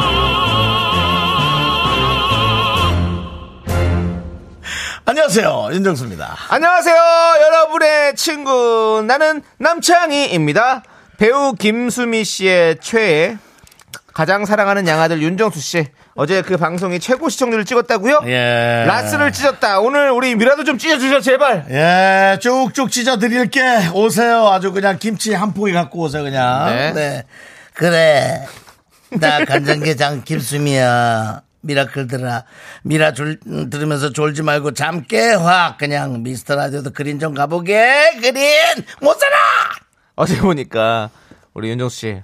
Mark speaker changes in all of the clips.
Speaker 1: 안녕하세요. 윤정수입니다.
Speaker 2: 안녕하세요, 여러분의 친구. 나는 남창희입니다. 배우 김수미 씨의 최애. 가장 사랑하는 양아들 윤정수 씨. 어제 그 방송이 최고 시청률을 찍었다고요?
Speaker 1: 예.
Speaker 2: 라스를 찢었다. 오늘 우리 미라도 좀 찢어주셔, 제발.
Speaker 1: 예, 쭉쭉 찢어 드릴게. 오세요. 아주 그냥 김치 한 포기 갖고 오세요, 그냥.
Speaker 2: 네.
Speaker 3: 그래. 나 간장게장 김수미야. 미라클들아. 미라 졸, 음, 들으면서 졸지 말고 잠 깨 확. 그냥 미스터 라디오도 그린 좀 가보게. 그린! 못 살아!
Speaker 2: 어제 보니까 우리 윤정수 씨.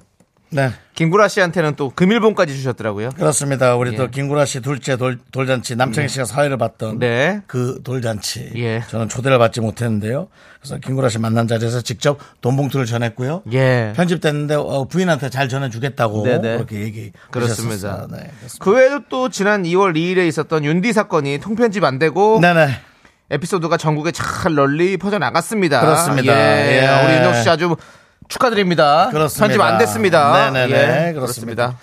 Speaker 1: 네.
Speaker 2: 김구라 씨한테는 또 금일봉까지 주셨더라고요.
Speaker 1: 그렇습니다. 우리
Speaker 2: 예.
Speaker 1: 또 김구라 씨 둘째 돌, 돌잔치, 남창희 씨가 사회를 봤던
Speaker 2: 네.
Speaker 1: 그 돌잔치.
Speaker 2: 예.
Speaker 1: 저는 초대를 받지 못했는데요. 그래서 김구라 씨 만난 자리에서 직접 돈 봉투를 전했고요.
Speaker 2: 예.
Speaker 1: 편집됐는데 어, 부인한테 잘 전해주겠다고
Speaker 2: 네네.
Speaker 1: 그렇게 얘기
Speaker 2: 그렇습니다.
Speaker 1: 하셨었어요. 네, 그렇습니다.
Speaker 2: 그 외에도 또 지난 2월 2일에 있었던 윤디 사건이 통편집 안 되고
Speaker 1: 네네.
Speaker 2: 에피소드가 전국에 잘 널리 퍼져 나갔습니다.
Speaker 1: 그렇습니다.
Speaker 2: 예.
Speaker 1: 예.
Speaker 2: 우리 윤정 씨 아주 축하드립니다.
Speaker 1: 그렇습니다.
Speaker 2: 편집 안 됐습니다.
Speaker 1: 네네네.
Speaker 2: 예,
Speaker 1: 그렇습니다.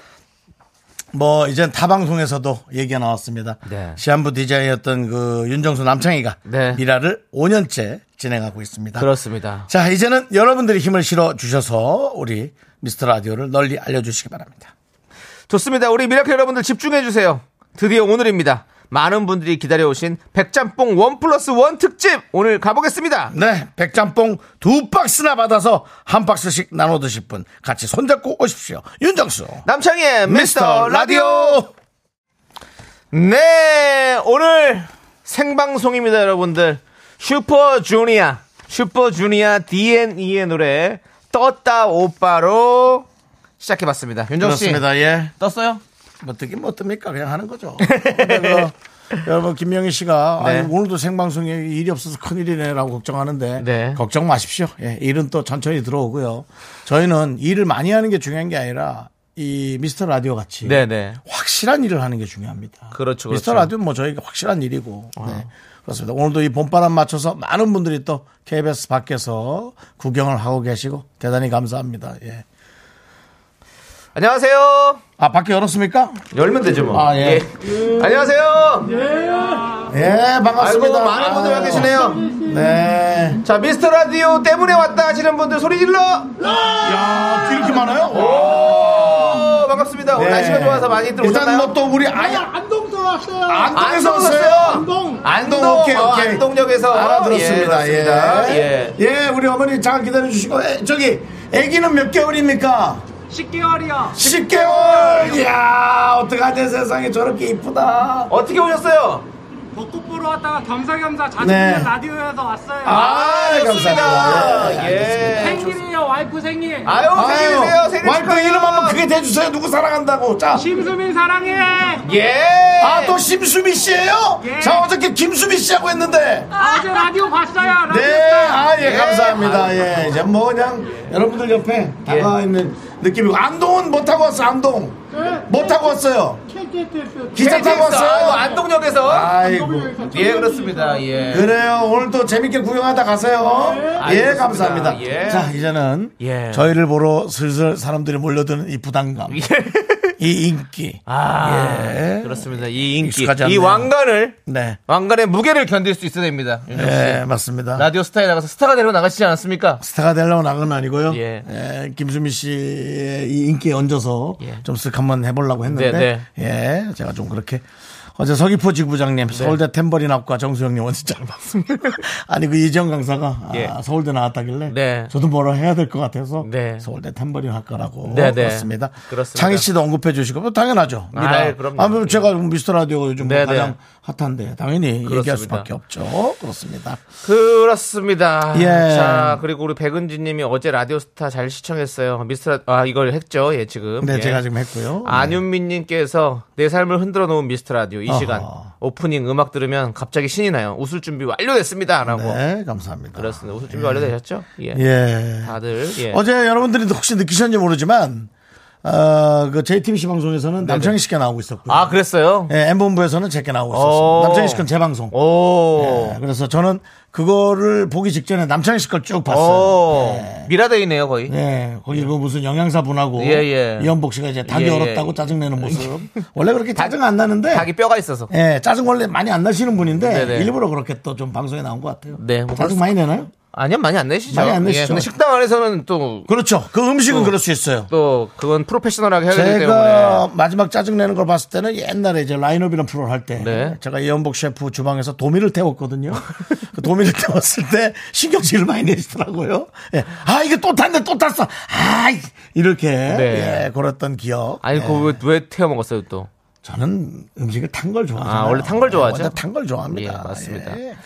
Speaker 1: 뭐 이젠 타 방송에서도 얘기가 나왔습니다.
Speaker 2: 네.
Speaker 1: 시한부 DJ였던 그 윤정수 남창희가
Speaker 2: 네.
Speaker 1: 미라를 5년째 진행하고 있습니다.
Speaker 2: 그렇습니다.
Speaker 1: 자 이제는 여러분들이 힘을 실어 주셔서 우리 미스터 라디오를 널리 알려주시기 바랍니다.
Speaker 2: 좋습니다. 우리 미라클 여러분들 집중해 주세요. 드디어 오늘입니다. 많은 분들이 기다려오신 백짬뽕 원 플러스 원 특집 오늘 가보겠습니다.
Speaker 1: 네, 백짬뽕 두 박스나 받아서 한 박스씩 나눠 드실 분 같이 손잡고 오십시오. 윤정수
Speaker 2: 남창희의 미스터 라디오. 네, 오늘 생방송입니다, 여러분들. 슈퍼주니어, 슈퍼주니어 DNE의 노래 떴다 오빠로 시작해봤습니다. 윤정 씨,
Speaker 1: 그렇습니다. 예.
Speaker 2: 떴어요?
Speaker 1: 뭐 뜨긴 뭐 뜹니까 그냥 하는 거죠. 근데 그거 여러분 김명희 씨가
Speaker 2: 네.
Speaker 1: 아니, 오늘도 생방송에 일이 없어서 큰 일이네라고 걱정하는데
Speaker 2: 네.
Speaker 1: 걱정 마십시오. 예, 일은 또 천천히 들어오고요. 저희는 일을 많이 하는 게 중요한 게 아니라 이 미스터 라디오 같이
Speaker 2: 네네.
Speaker 1: 확실한 일을 하는 게 중요합니다.
Speaker 2: 그렇죠, 아.
Speaker 1: 미스터
Speaker 2: 그렇죠.
Speaker 1: 라디오 는 뭐 저희가 확실한 일이고 네. 그렇습니다. 오늘도 이 봄바람 맞춰서 많은 분들이 또 KBS 밖에서 구경을 하고 계시고 대단히 감사합니다. 예.
Speaker 2: 안녕하세요.
Speaker 1: 아 밖에 열었습니까?
Speaker 2: 열면 되죠 뭐.
Speaker 1: 아, 예.
Speaker 2: 안녕하세요.
Speaker 1: 예
Speaker 2: 아이고
Speaker 1: 반갑습니다.
Speaker 2: 많은 분들 와
Speaker 1: 아유.
Speaker 2: 계시네요.
Speaker 1: 네.
Speaker 2: 자 미스터 라디오 때문에 왔다 하시는 분들 소리 질러.
Speaker 1: 야, 이렇게 많아요? 오.
Speaker 2: 어, 반갑습니다. 오늘
Speaker 1: 네.
Speaker 2: 날씨가 좋아서 많이들
Speaker 1: 일단
Speaker 2: 오셨나요?
Speaker 1: 뭐또 우리 아예 안동도 왔어요. 안동에서
Speaker 2: 안동
Speaker 1: 왔어요.
Speaker 2: 왔어요.
Speaker 1: 안동.
Speaker 2: 안동,
Speaker 1: 오케이,
Speaker 2: 어,
Speaker 1: 오케이.
Speaker 2: 안동역에서.
Speaker 1: 알아들었습니다.
Speaker 2: 예,
Speaker 1: 예,
Speaker 2: 그렇습니다.
Speaker 1: 예. 우리 어머니 잠깐 기다려 주시고 저기 아기는 몇 개월입니까? 10개월이요. 10개월. 이야, 어떡하지 세상에 저렇게 이쁘다.
Speaker 2: 어떻게 오셨어요?
Speaker 4: 벚꽃 보러 왔다가 겸사겸사 자주
Speaker 1: 네.
Speaker 4: 듣는 라디오에서 왔어요.
Speaker 1: 아,
Speaker 2: 좋습니다.
Speaker 1: 감사합니다. 예.
Speaker 2: 예.
Speaker 4: 생일이에요, 와이프 생일.
Speaker 2: 아유 어, 생일이세요. 생일
Speaker 1: 와이프
Speaker 2: 축하해요.
Speaker 1: 이름 한번 크게 대주세요. 누구 사랑한다고. 자.
Speaker 4: 심수민 사랑해.
Speaker 2: 예.
Speaker 1: 아, 또 심수미 씨예요
Speaker 4: 예.
Speaker 1: 자, 어저께 김수미 씨하고 했는데.
Speaker 4: 아, 어제 라디오 봤어요. 라디오
Speaker 1: 네,
Speaker 4: 봤어요.
Speaker 1: 아, 예,
Speaker 2: 예.
Speaker 1: 감사합니다. 예, 이제 뭐 그냥 여러분들 옆에 다가와
Speaker 2: 예.
Speaker 1: 있는 느낌이고. 안동은 못 타고 왔어, 안동. 못 타고 왔어요. 기차
Speaker 2: KTX,
Speaker 1: 타고
Speaker 2: 아유,
Speaker 1: 왔어요.
Speaker 2: 안동역에서.
Speaker 1: 아이고.
Speaker 2: 예 그렇습니다. 예.
Speaker 1: 그래요. 오늘도 재밌게 구경하다 가세요. 예,
Speaker 2: 네. 알겠습니다.
Speaker 1: 감사합니다.
Speaker 2: 예.
Speaker 1: 자, 이제는
Speaker 2: 예.
Speaker 1: 저희를 보러 슬슬 사람들이 몰려드는 이 부담감, 이 인기.
Speaker 2: 아,
Speaker 1: 예.
Speaker 2: 그렇습니다. 이 인기,
Speaker 1: 익숙하지
Speaker 2: 이
Speaker 1: 않네요.
Speaker 2: 왕관을
Speaker 1: 네.
Speaker 2: 왕관의 무게를 견딜 수 있어야 됩니다. 윤정 씨.
Speaker 1: 예, 맞습니다.
Speaker 2: 라디오 스타에 나가서 스타가 되려 나가시지 않았습니까?
Speaker 1: 스타가 되려고 나간 건 아니고요.
Speaker 2: 예.
Speaker 1: 예, 김수미 씨의 이 인기에 얹어서
Speaker 2: 예.
Speaker 1: 좀 쓱 한번 해보려고 했는데,
Speaker 2: 네, 네.
Speaker 1: 예, 제가 좀 그렇게. 어제 서귀포 지부장님, 서울대 탬버린 학과 정수영님 원수 잘 봤습니다. 아니, 그 이지영 강사가
Speaker 2: 예.
Speaker 1: 아, 서울대 나왔다길래
Speaker 2: 네.
Speaker 1: 저도 뭐라 해야 될 것 같아서
Speaker 2: 네.
Speaker 1: 서울대 탬버린 학과라고
Speaker 2: 네, 네.
Speaker 1: 그렇습니다.
Speaker 2: 그렇습니다.
Speaker 1: 창희 씨도 언급해 주시고 뭐 당연하죠. 미라.
Speaker 2: 아이, 그럼요. 예.
Speaker 1: 아, 뭐 제가 미스터 라디오 요즘 뭐
Speaker 2: 네,
Speaker 1: 가장 핫한데 당연히 얘기할
Speaker 2: 그렇습니다.
Speaker 1: 수밖에 없죠. 그렇습니다.
Speaker 2: 그렇습니다.
Speaker 1: 예.
Speaker 2: 자, 그리고 우리 백은지님이 어제 라디오 스타 잘 시청했어요. 미스터 라- 아 이걸 했죠? 예, 지금.
Speaker 1: 네,
Speaker 2: 예.
Speaker 1: 제가 지금 했고요.
Speaker 2: 안윤미님께서 내 삶을 흔들어 놓은 미스터 라디오 이 시간 오프닝 음악 들으면 갑자기 신이 나요. 웃을 준비 완료됐습니다라고.
Speaker 1: 네, 감사합니다.
Speaker 2: 뭐, 그렇습니다. 웃을 준비 완료되셨죠? 예.
Speaker 1: 예.
Speaker 2: 다들 예.
Speaker 1: 어제 여러분들이 혹시 느끼셨는지 모르지만 어, 그 JTBC 방송에서는 남창희 씨께 나오고 있었고요.
Speaker 2: 아 그랬어요.
Speaker 1: 예, M본부에서는 제게 나오고
Speaker 2: 오.
Speaker 1: 있었어요. 남창희 씨건 제 방송.
Speaker 2: 오.
Speaker 1: 예, 그래서 저는 그거를 보기 직전에 남창희 씨 걸 쭉 봤어요.
Speaker 2: 오. 미라데이네요 거의.
Speaker 1: 예, 거기 그 무슨 영양사 분하고
Speaker 2: 예, 예.
Speaker 1: 이현복 씨가 이제 닭이
Speaker 2: 예, 예.
Speaker 1: 얼었다고 짜증내는 모습. 원래 그렇게 짜증 안 나는데
Speaker 2: 닭이 뼈가 있어서.
Speaker 1: 예, 짜증 원래 많이 안 나시는 분인데
Speaker 2: 네네.
Speaker 1: 일부러 그렇게 또 좀 방송에 나온 것 같아요.
Speaker 2: 네, 뭐
Speaker 1: 짜증
Speaker 2: 그렇습-
Speaker 1: 많이 내나요?
Speaker 2: 아니요 많이 안 내시죠. 예,
Speaker 1: 많이 안 내시죠.
Speaker 2: 근데 식당 안에서는 또 또
Speaker 1: 그렇죠. 그 음식은 그럴 수 있어요.
Speaker 2: 그건 프로페셔널하게 해야 되기
Speaker 1: 제가
Speaker 2: 때문에.
Speaker 1: 마지막 짜증 내는 걸 봤을 때는 옛날에 이제 라인업이란 프로를 할 때
Speaker 2: 네.
Speaker 1: 제가 이현복 셰프 주방에서 도미를 태웠거든요. 그 도미를 태웠을 때 신경질을 많이 내시더라고요. 예. 아 이게 또 탔네 또 탔어. 아 이- 이렇게
Speaker 2: 네.
Speaker 1: 예, 그랬던 기억.
Speaker 2: 아니
Speaker 1: 예.
Speaker 2: 그거 왜, 왜 태워 먹었어요 또?
Speaker 1: 저는 음식을 탄 걸 좋아하잖아요. 예,
Speaker 2: 아, 원래 탄걸 좋아하죠?
Speaker 1: 탄걸 좋아합니다.
Speaker 2: 예, 맞습니다.
Speaker 1: 예.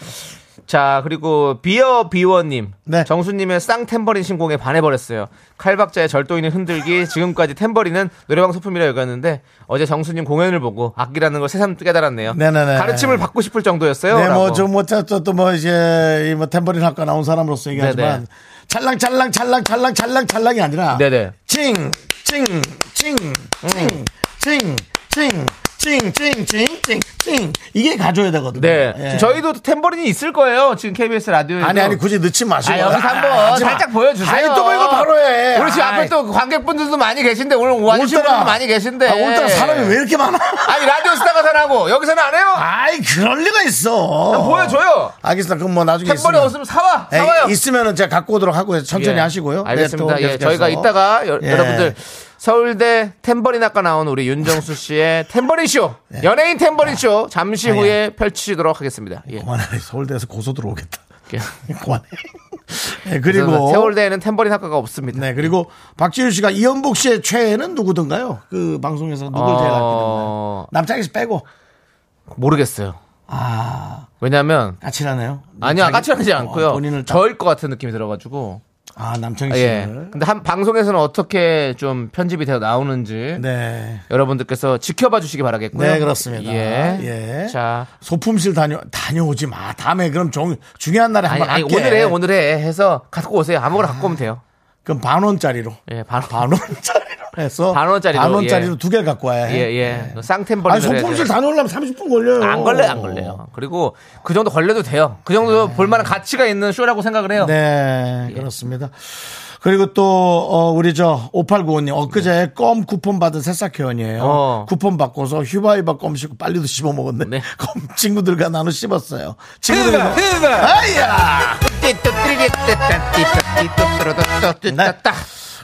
Speaker 2: 자 그리고 비어 비워님
Speaker 1: 네.
Speaker 2: 정수님의 쌍탬버린 신곡에 반해버렸어요 칼박자의 절도인의 흔들기 지금까지 탬버린은 노래방 소품이라 여겼는데 어제 정수님 공연을 보고 악기라는 걸 새삼 깨달았네요
Speaker 1: 네네네.
Speaker 2: 가르침을 받고 싶을 정도였어요
Speaker 1: 네,
Speaker 2: 라고.
Speaker 1: 뭐, 좀, 뭐, 또, 또, 뭐, 이제, 이뭐 탬버린 학과 나온 사람으로서 얘기하지만,
Speaker 2: 네네.
Speaker 1: 찰랑, 찰랑, 찰랑, 찰랑, 찰랑, 찰랑이 아니라,
Speaker 2: 네네.
Speaker 1: 칭, 칭, 칭, 칭, 칭, 칭, 칭, 칭, 칭, 칭, 칭. 이게 가져야 되거든요.
Speaker 2: 네
Speaker 1: 예.
Speaker 2: 지금 저희도 탬버린이 있을 거예요 지금 KBS 라디오에
Speaker 1: 아니, 아니, 굳이 넣지 마시고.
Speaker 2: 아, 여기서 한번
Speaker 1: 하지 마.
Speaker 2: 살짝 보여주세요.
Speaker 1: 아니, 또뭐 이거 바로 해.
Speaker 2: 우리 지금
Speaker 1: 아이,
Speaker 2: 앞에 또 관객분들도 많이 계신데 오늘 와주신
Speaker 1: 올더라.
Speaker 2: 분도 많이 계신데.
Speaker 1: 아, 오늘따라 사람이 왜 이렇게 많아?
Speaker 2: 아니 라디오 스타가서 하고 여기서는 안 해요.
Speaker 1: 아이, 그럴 리가 있어.
Speaker 2: 보여줘요.
Speaker 1: 알겠습니다. 그럼 뭐 나중에.
Speaker 2: 템버리
Speaker 1: 있으면.
Speaker 2: 없으면 사와
Speaker 1: 예,
Speaker 2: 사와요.
Speaker 1: 있으면은 제가 갖고 오도록 하고 해서 천천히
Speaker 2: 예.
Speaker 1: 하시고요. 네,
Speaker 2: 알겠습니다.
Speaker 1: 또
Speaker 2: 예,
Speaker 1: 계속해서.
Speaker 2: 저희가 이따가 여,
Speaker 1: 예.
Speaker 2: 러분들 서울대 탬버린 학과 나온 우리 윤정수 씨의 탬버린 쇼
Speaker 1: 네.
Speaker 2: 연예인 탬버린 쇼
Speaker 1: 아,
Speaker 2: 잠시
Speaker 1: 예.
Speaker 2: 후에 펼치도록 하겠습니다. 예.
Speaker 1: 그만해. 서울대에서 고소 들어오겠다.
Speaker 2: 예.
Speaker 1: 그만해. 네, 그리고
Speaker 2: 서울대에는 탬버린 학과가 없습니다.
Speaker 1: 네 그리고 박지윤 씨가 이현복 씨의 최애는 누구든가요? 그 방송에서 누굴 제일 아끼는가요?
Speaker 2: 어,
Speaker 1: 남창희 씨 빼고
Speaker 2: 모르겠어요.
Speaker 1: 아
Speaker 2: 왜냐하면
Speaker 1: 까칠하네요.
Speaker 2: 아니야
Speaker 1: 자기-
Speaker 2: 까칠하지
Speaker 1: 어,
Speaker 2: 않고요.
Speaker 1: 본인을 딱-
Speaker 2: 저일 것 같은 느낌이 들어가지고
Speaker 1: 아 남창희
Speaker 2: 예.
Speaker 1: 씨를
Speaker 2: 근데 한 방송에서는 어떻게 좀 편집이 되어 나오는지
Speaker 1: 네
Speaker 2: 여러분들께서 지켜봐 주시기 바라겠고요.
Speaker 1: 네, 그렇습니다.
Speaker 2: 예.
Speaker 1: 예.
Speaker 2: 자,
Speaker 1: 소품실 다녀 다녀오지 마. 다음에 그럼 정, 중요한 날에
Speaker 2: 아니,
Speaker 1: 한번
Speaker 2: 아니
Speaker 1: 할게.
Speaker 2: 오늘 해 오늘 해 해서 갖고 오세요. 아무거나 갖고 오면 돼요.
Speaker 1: 그럼 반 원짜리로
Speaker 2: 예, 바로
Speaker 1: 반 원짜리로 해서
Speaker 2: 반 원짜리로, 예.
Speaker 1: 두 개 갖고 와야
Speaker 2: 예,
Speaker 1: 해.
Speaker 2: 예. 쌍템버리
Speaker 1: 네. 아니 소품실 다녀오려면 어. 30분 걸려요.
Speaker 2: 안 걸려 안 걸려요. 그리고 그 정도 걸려도 돼요. 그 정도 볼 만한 가치가 있는 쇼라고 생각을 해요.
Speaker 1: 네,
Speaker 2: 예.
Speaker 1: 그렇습니다. 그리고 또, 어, 우리 저, 5895님, 엊그제 껌 쿠폰 받은 새싹 회원이에요.
Speaker 2: 네. 어.
Speaker 1: 쿠폰 받고서 휘바휘바 껌 씹고 빨리도 씹어 먹었네.
Speaker 2: 네.
Speaker 1: 껌 친구들과 나눠 씹었어요. 친구들. 아이야! 네.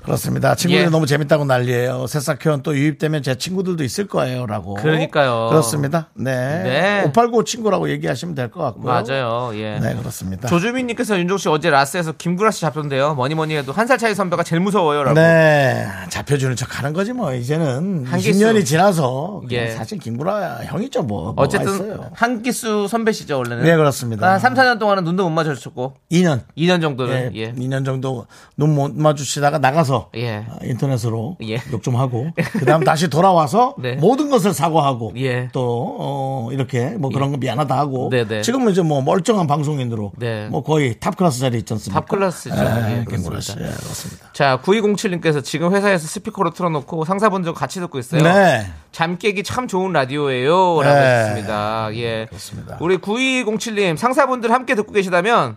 Speaker 1: 그렇습니다. 친구들이
Speaker 2: 예.
Speaker 1: 너무 재밌다고 난리예요. 새싹 회원 또 유입되면 제 친구들도 있을 거예요. 라고.
Speaker 2: 그러니까요.
Speaker 1: 그렇습니다. 네.
Speaker 2: 네.
Speaker 1: 5895 친구라고 얘기하시면 될 것 같고요.
Speaker 2: 맞아요. 예.
Speaker 1: 네, 그렇습니다.
Speaker 2: 조주민님께서 윤종 씨 어제 라스에서 김구라 씨 잡던데요. 뭐니 뭐니 해도 한 살 차이 선배가 제일 무서워요라고.
Speaker 1: 네, 잡혀주는 척 하는 거지 뭐. 이제는
Speaker 2: 한계수.
Speaker 1: 20년이 지나서 그냥
Speaker 2: 예.
Speaker 1: 사실 김구라 형이죠 뭐. 뭐가
Speaker 2: 어쨌든
Speaker 1: 있어요.
Speaker 2: 한기수 선배시죠 원래는.
Speaker 1: 네, 그렇습니다.
Speaker 2: 한 3, 4년 동안은 눈도 못 마주쳤고
Speaker 1: 2년.
Speaker 2: 2년
Speaker 1: 예,
Speaker 2: 정도는 예.
Speaker 1: 2년 정도 눈 못 마주치다가 나가서
Speaker 2: 예.
Speaker 1: 아, 인터넷으로
Speaker 2: 예.
Speaker 1: 욕 좀 하고 그다음 다시 돌아와서
Speaker 2: 네.
Speaker 1: 모든 것을 사과하고
Speaker 2: 예.
Speaker 1: 또 어, 이렇게 뭐 그런 거 미안하다 하고
Speaker 2: 네, 네.
Speaker 1: 지금은 이제 뭐 멀쩡한 방송인으로
Speaker 2: 네.
Speaker 1: 뭐 거의 탑 클래스 자리에 있지 않습니까?
Speaker 2: 탑 클래스죠.
Speaker 1: 예,
Speaker 2: 예,
Speaker 1: 김구라
Speaker 2: 그렇습니다.
Speaker 1: 씨. 예, 그렇습니다.
Speaker 2: 자, 9207님께서 지금 회사에서 스피커로 틀어놓고 상사분들 같이 듣고 있어요.
Speaker 1: 네.
Speaker 2: 잠 깨기 참 좋은 라디오예요. 라고
Speaker 1: 네. 음,
Speaker 2: 했습니다. 예.
Speaker 1: 그렇습니다.
Speaker 2: 우리 9207님, 상사분들 함께 듣고 계시다면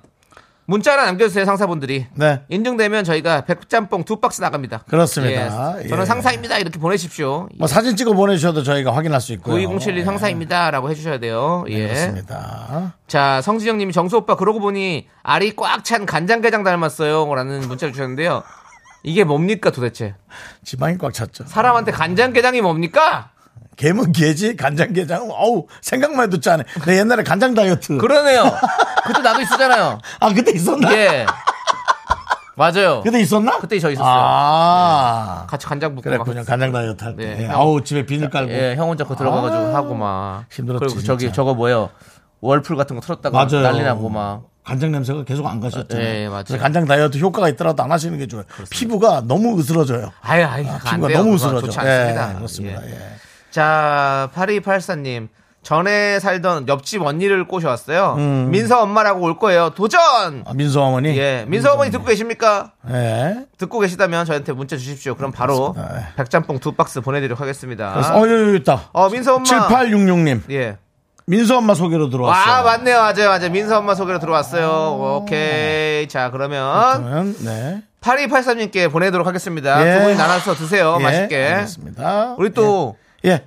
Speaker 2: 문자 하나 남겨주세요, 상사분들이.
Speaker 1: 네.
Speaker 2: 인증되면 저희가 백짬뽕 두 박스 나갑니다.
Speaker 1: 그렇습니다.
Speaker 2: 예.
Speaker 1: 예.
Speaker 2: 저는 상사입니다. 이렇게 보내십시오.
Speaker 1: 뭐 사진 찍어 보내주셔도 저희가 확인할 수 있고요.
Speaker 2: 9207님 상사입니다. 라고 해주셔야 돼요.
Speaker 1: 네,
Speaker 2: 예.
Speaker 1: 그렇습니다.
Speaker 2: 자, 성지영 님이 정수 오빠 그러고 보니 알이 꽉 찬 간장게장 닮았어요. 라는 문자를 주셨는데요. 이게 뭡니까 도대체?
Speaker 1: 지방이 꽉 찼죠.
Speaker 2: 사람한테 간장게장이 뭡니까?
Speaker 1: 개면 개지 간장게장. 어우 생각만 해도 짜네. 내 옛날에 간장 다이어트.
Speaker 2: 그러네요. 그때 나도 있었잖아요.
Speaker 1: 아 그때 있었나?
Speaker 2: 예. 맞아요.
Speaker 1: 그때 있었나?
Speaker 2: 그때 저 있었어요.
Speaker 1: 아
Speaker 2: 같이 간장 볶고 막
Speaker 1: 그랬군요. 간장 다이어트 할 때.
Speaker 2: 네,
Speaker 1: 예,
Speaker 2: 형.
Speaker 1: 아우 집에 비닐 깔고.
Speaker 2: 예, 형 혼자 그거 들어가가지고 하고 막.
Speaker 1: 아, 힘들었지,
Speaker 2: 그리고 저기
Speaker 1: 진짜.
Speaker 2: 저거 뭐예요? 월풀 같은 거 틀었다가
Speaker 1: 맞아요.
Speaker 2: 난리 나고 막.
Speaker 1: 간장 냄새가 계속 안 가셨잖아요.
Speaker 2: 예, 예, 맞아요.
Speaker 1: 그래서 간장 다이어트 효과가 있더라도 안 하시는 게 좋아요. 피부가 너무 으스러져요.
Speaker 2: 아유, 아유, 안
Speaker 1: 피부가
Speaker 2: 돼요.
Speaker 1: 너무
Speaker 2: 그건
Speaker 1: 으스러져.
Speaker 2: 좋지
Speaker 1: 예,
Speaker 2: 않습니다.
Speaker 1: 그렇습니다.
Speaker 2: 예.
Speaker 1: 예.
Speaker 2: 자, 8284님. 전에 살던 옆집 언니를 꼬셔왔어요. 민서 엄마라고 올 거예요. 도전!
Speaker 1: 음. 아, 민소 어머니.
Speaker 2: 예, 민서 어머니 듣고 계십니까?
Speaker 1: 예.
Speaker 2: 듣고 계시다면 저한테 문자 주십시오. 그럼 바로
Speaker 1: 그렇습니다.
Speaker 2: 백짬뽕 두 박스 보내드리도록 하겠습니다.
Speaker 1: 어, 여기 있다.
Speaker 2: 어, 민서 아. 엄마.
Speaker 1: 7866님.
Speaker 2: 예.
Speaker 1: 민서 엄마 소개로 들어왔어요.
Speaker 2: 와, 맞네요. 맞아요. 맞아요. 민서 엄마 소개로 들어왔어요. 오케이. 자, 그러면
Speaker 1: 그러면, 네.
Speaker 2: 8283님께 보내도록 하겠습니다.
Speaker 1: 예.
Speaker 2: 두 분이 나눠서 드세요.
Speaker 1: 예,
Speaker 2: 어, 맛있게.
Speaker 1: 알겠습니다.
Speaker 2: 우리 또
Speaker 1: 예.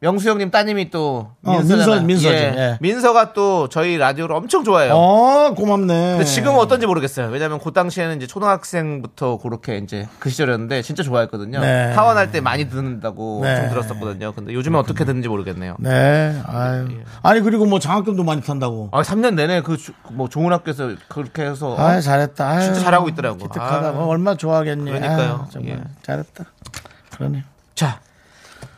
Speaker 2: 명수 형님 따님이 또
Speaker 1: 어,
Speaker 2: 민서잖아요.
Speaker 1: 민서, 민서죠. 예.
Speaker 2: 민서가 또 저희 라디오를 엄청 좋아해요.
Speaker 1: 어, 고맙네.
Speaker 2: 근데 지금은 어떤지 모르겠어요. 왜냐면 그 당시에는 이제 초등학생부터 그렇게 이제 그 시절이었는데 진짜 좋아했거든요.
Speaker 1: 네.
Speaker 2: 하원할 때 많이 듣는다고
Speaker 1: 네.
Speaker 2: 좀 들었었거든요. 근데 요즘에 어떻게 듣는지 모르겠네요.
Speaker 1: 네.
Speaker 2: 예.
Speaker 1: 아유. 아니, 그리고 뭐 장학금도 많이 탄다고.
Speaker 2: 아, 3년 내내 그 뭐 좋은 학교에서 그렇게 해서 어,
Speaker 1: 아, 잘했다. 아유,
Speaker 2: 진짜 잘하고 있더라고.
Speaker 1: 기특하다.
Speaker 2: 아.
Speaker 1: 뭐 얼마나 좋아하겠니. 아유,
Speaker 2: 그러니까요.
Speaker 1: 정말
Speaker 2: 예.
Speaker 1: 잘했다. 그러네요.
Speaker 2: 자,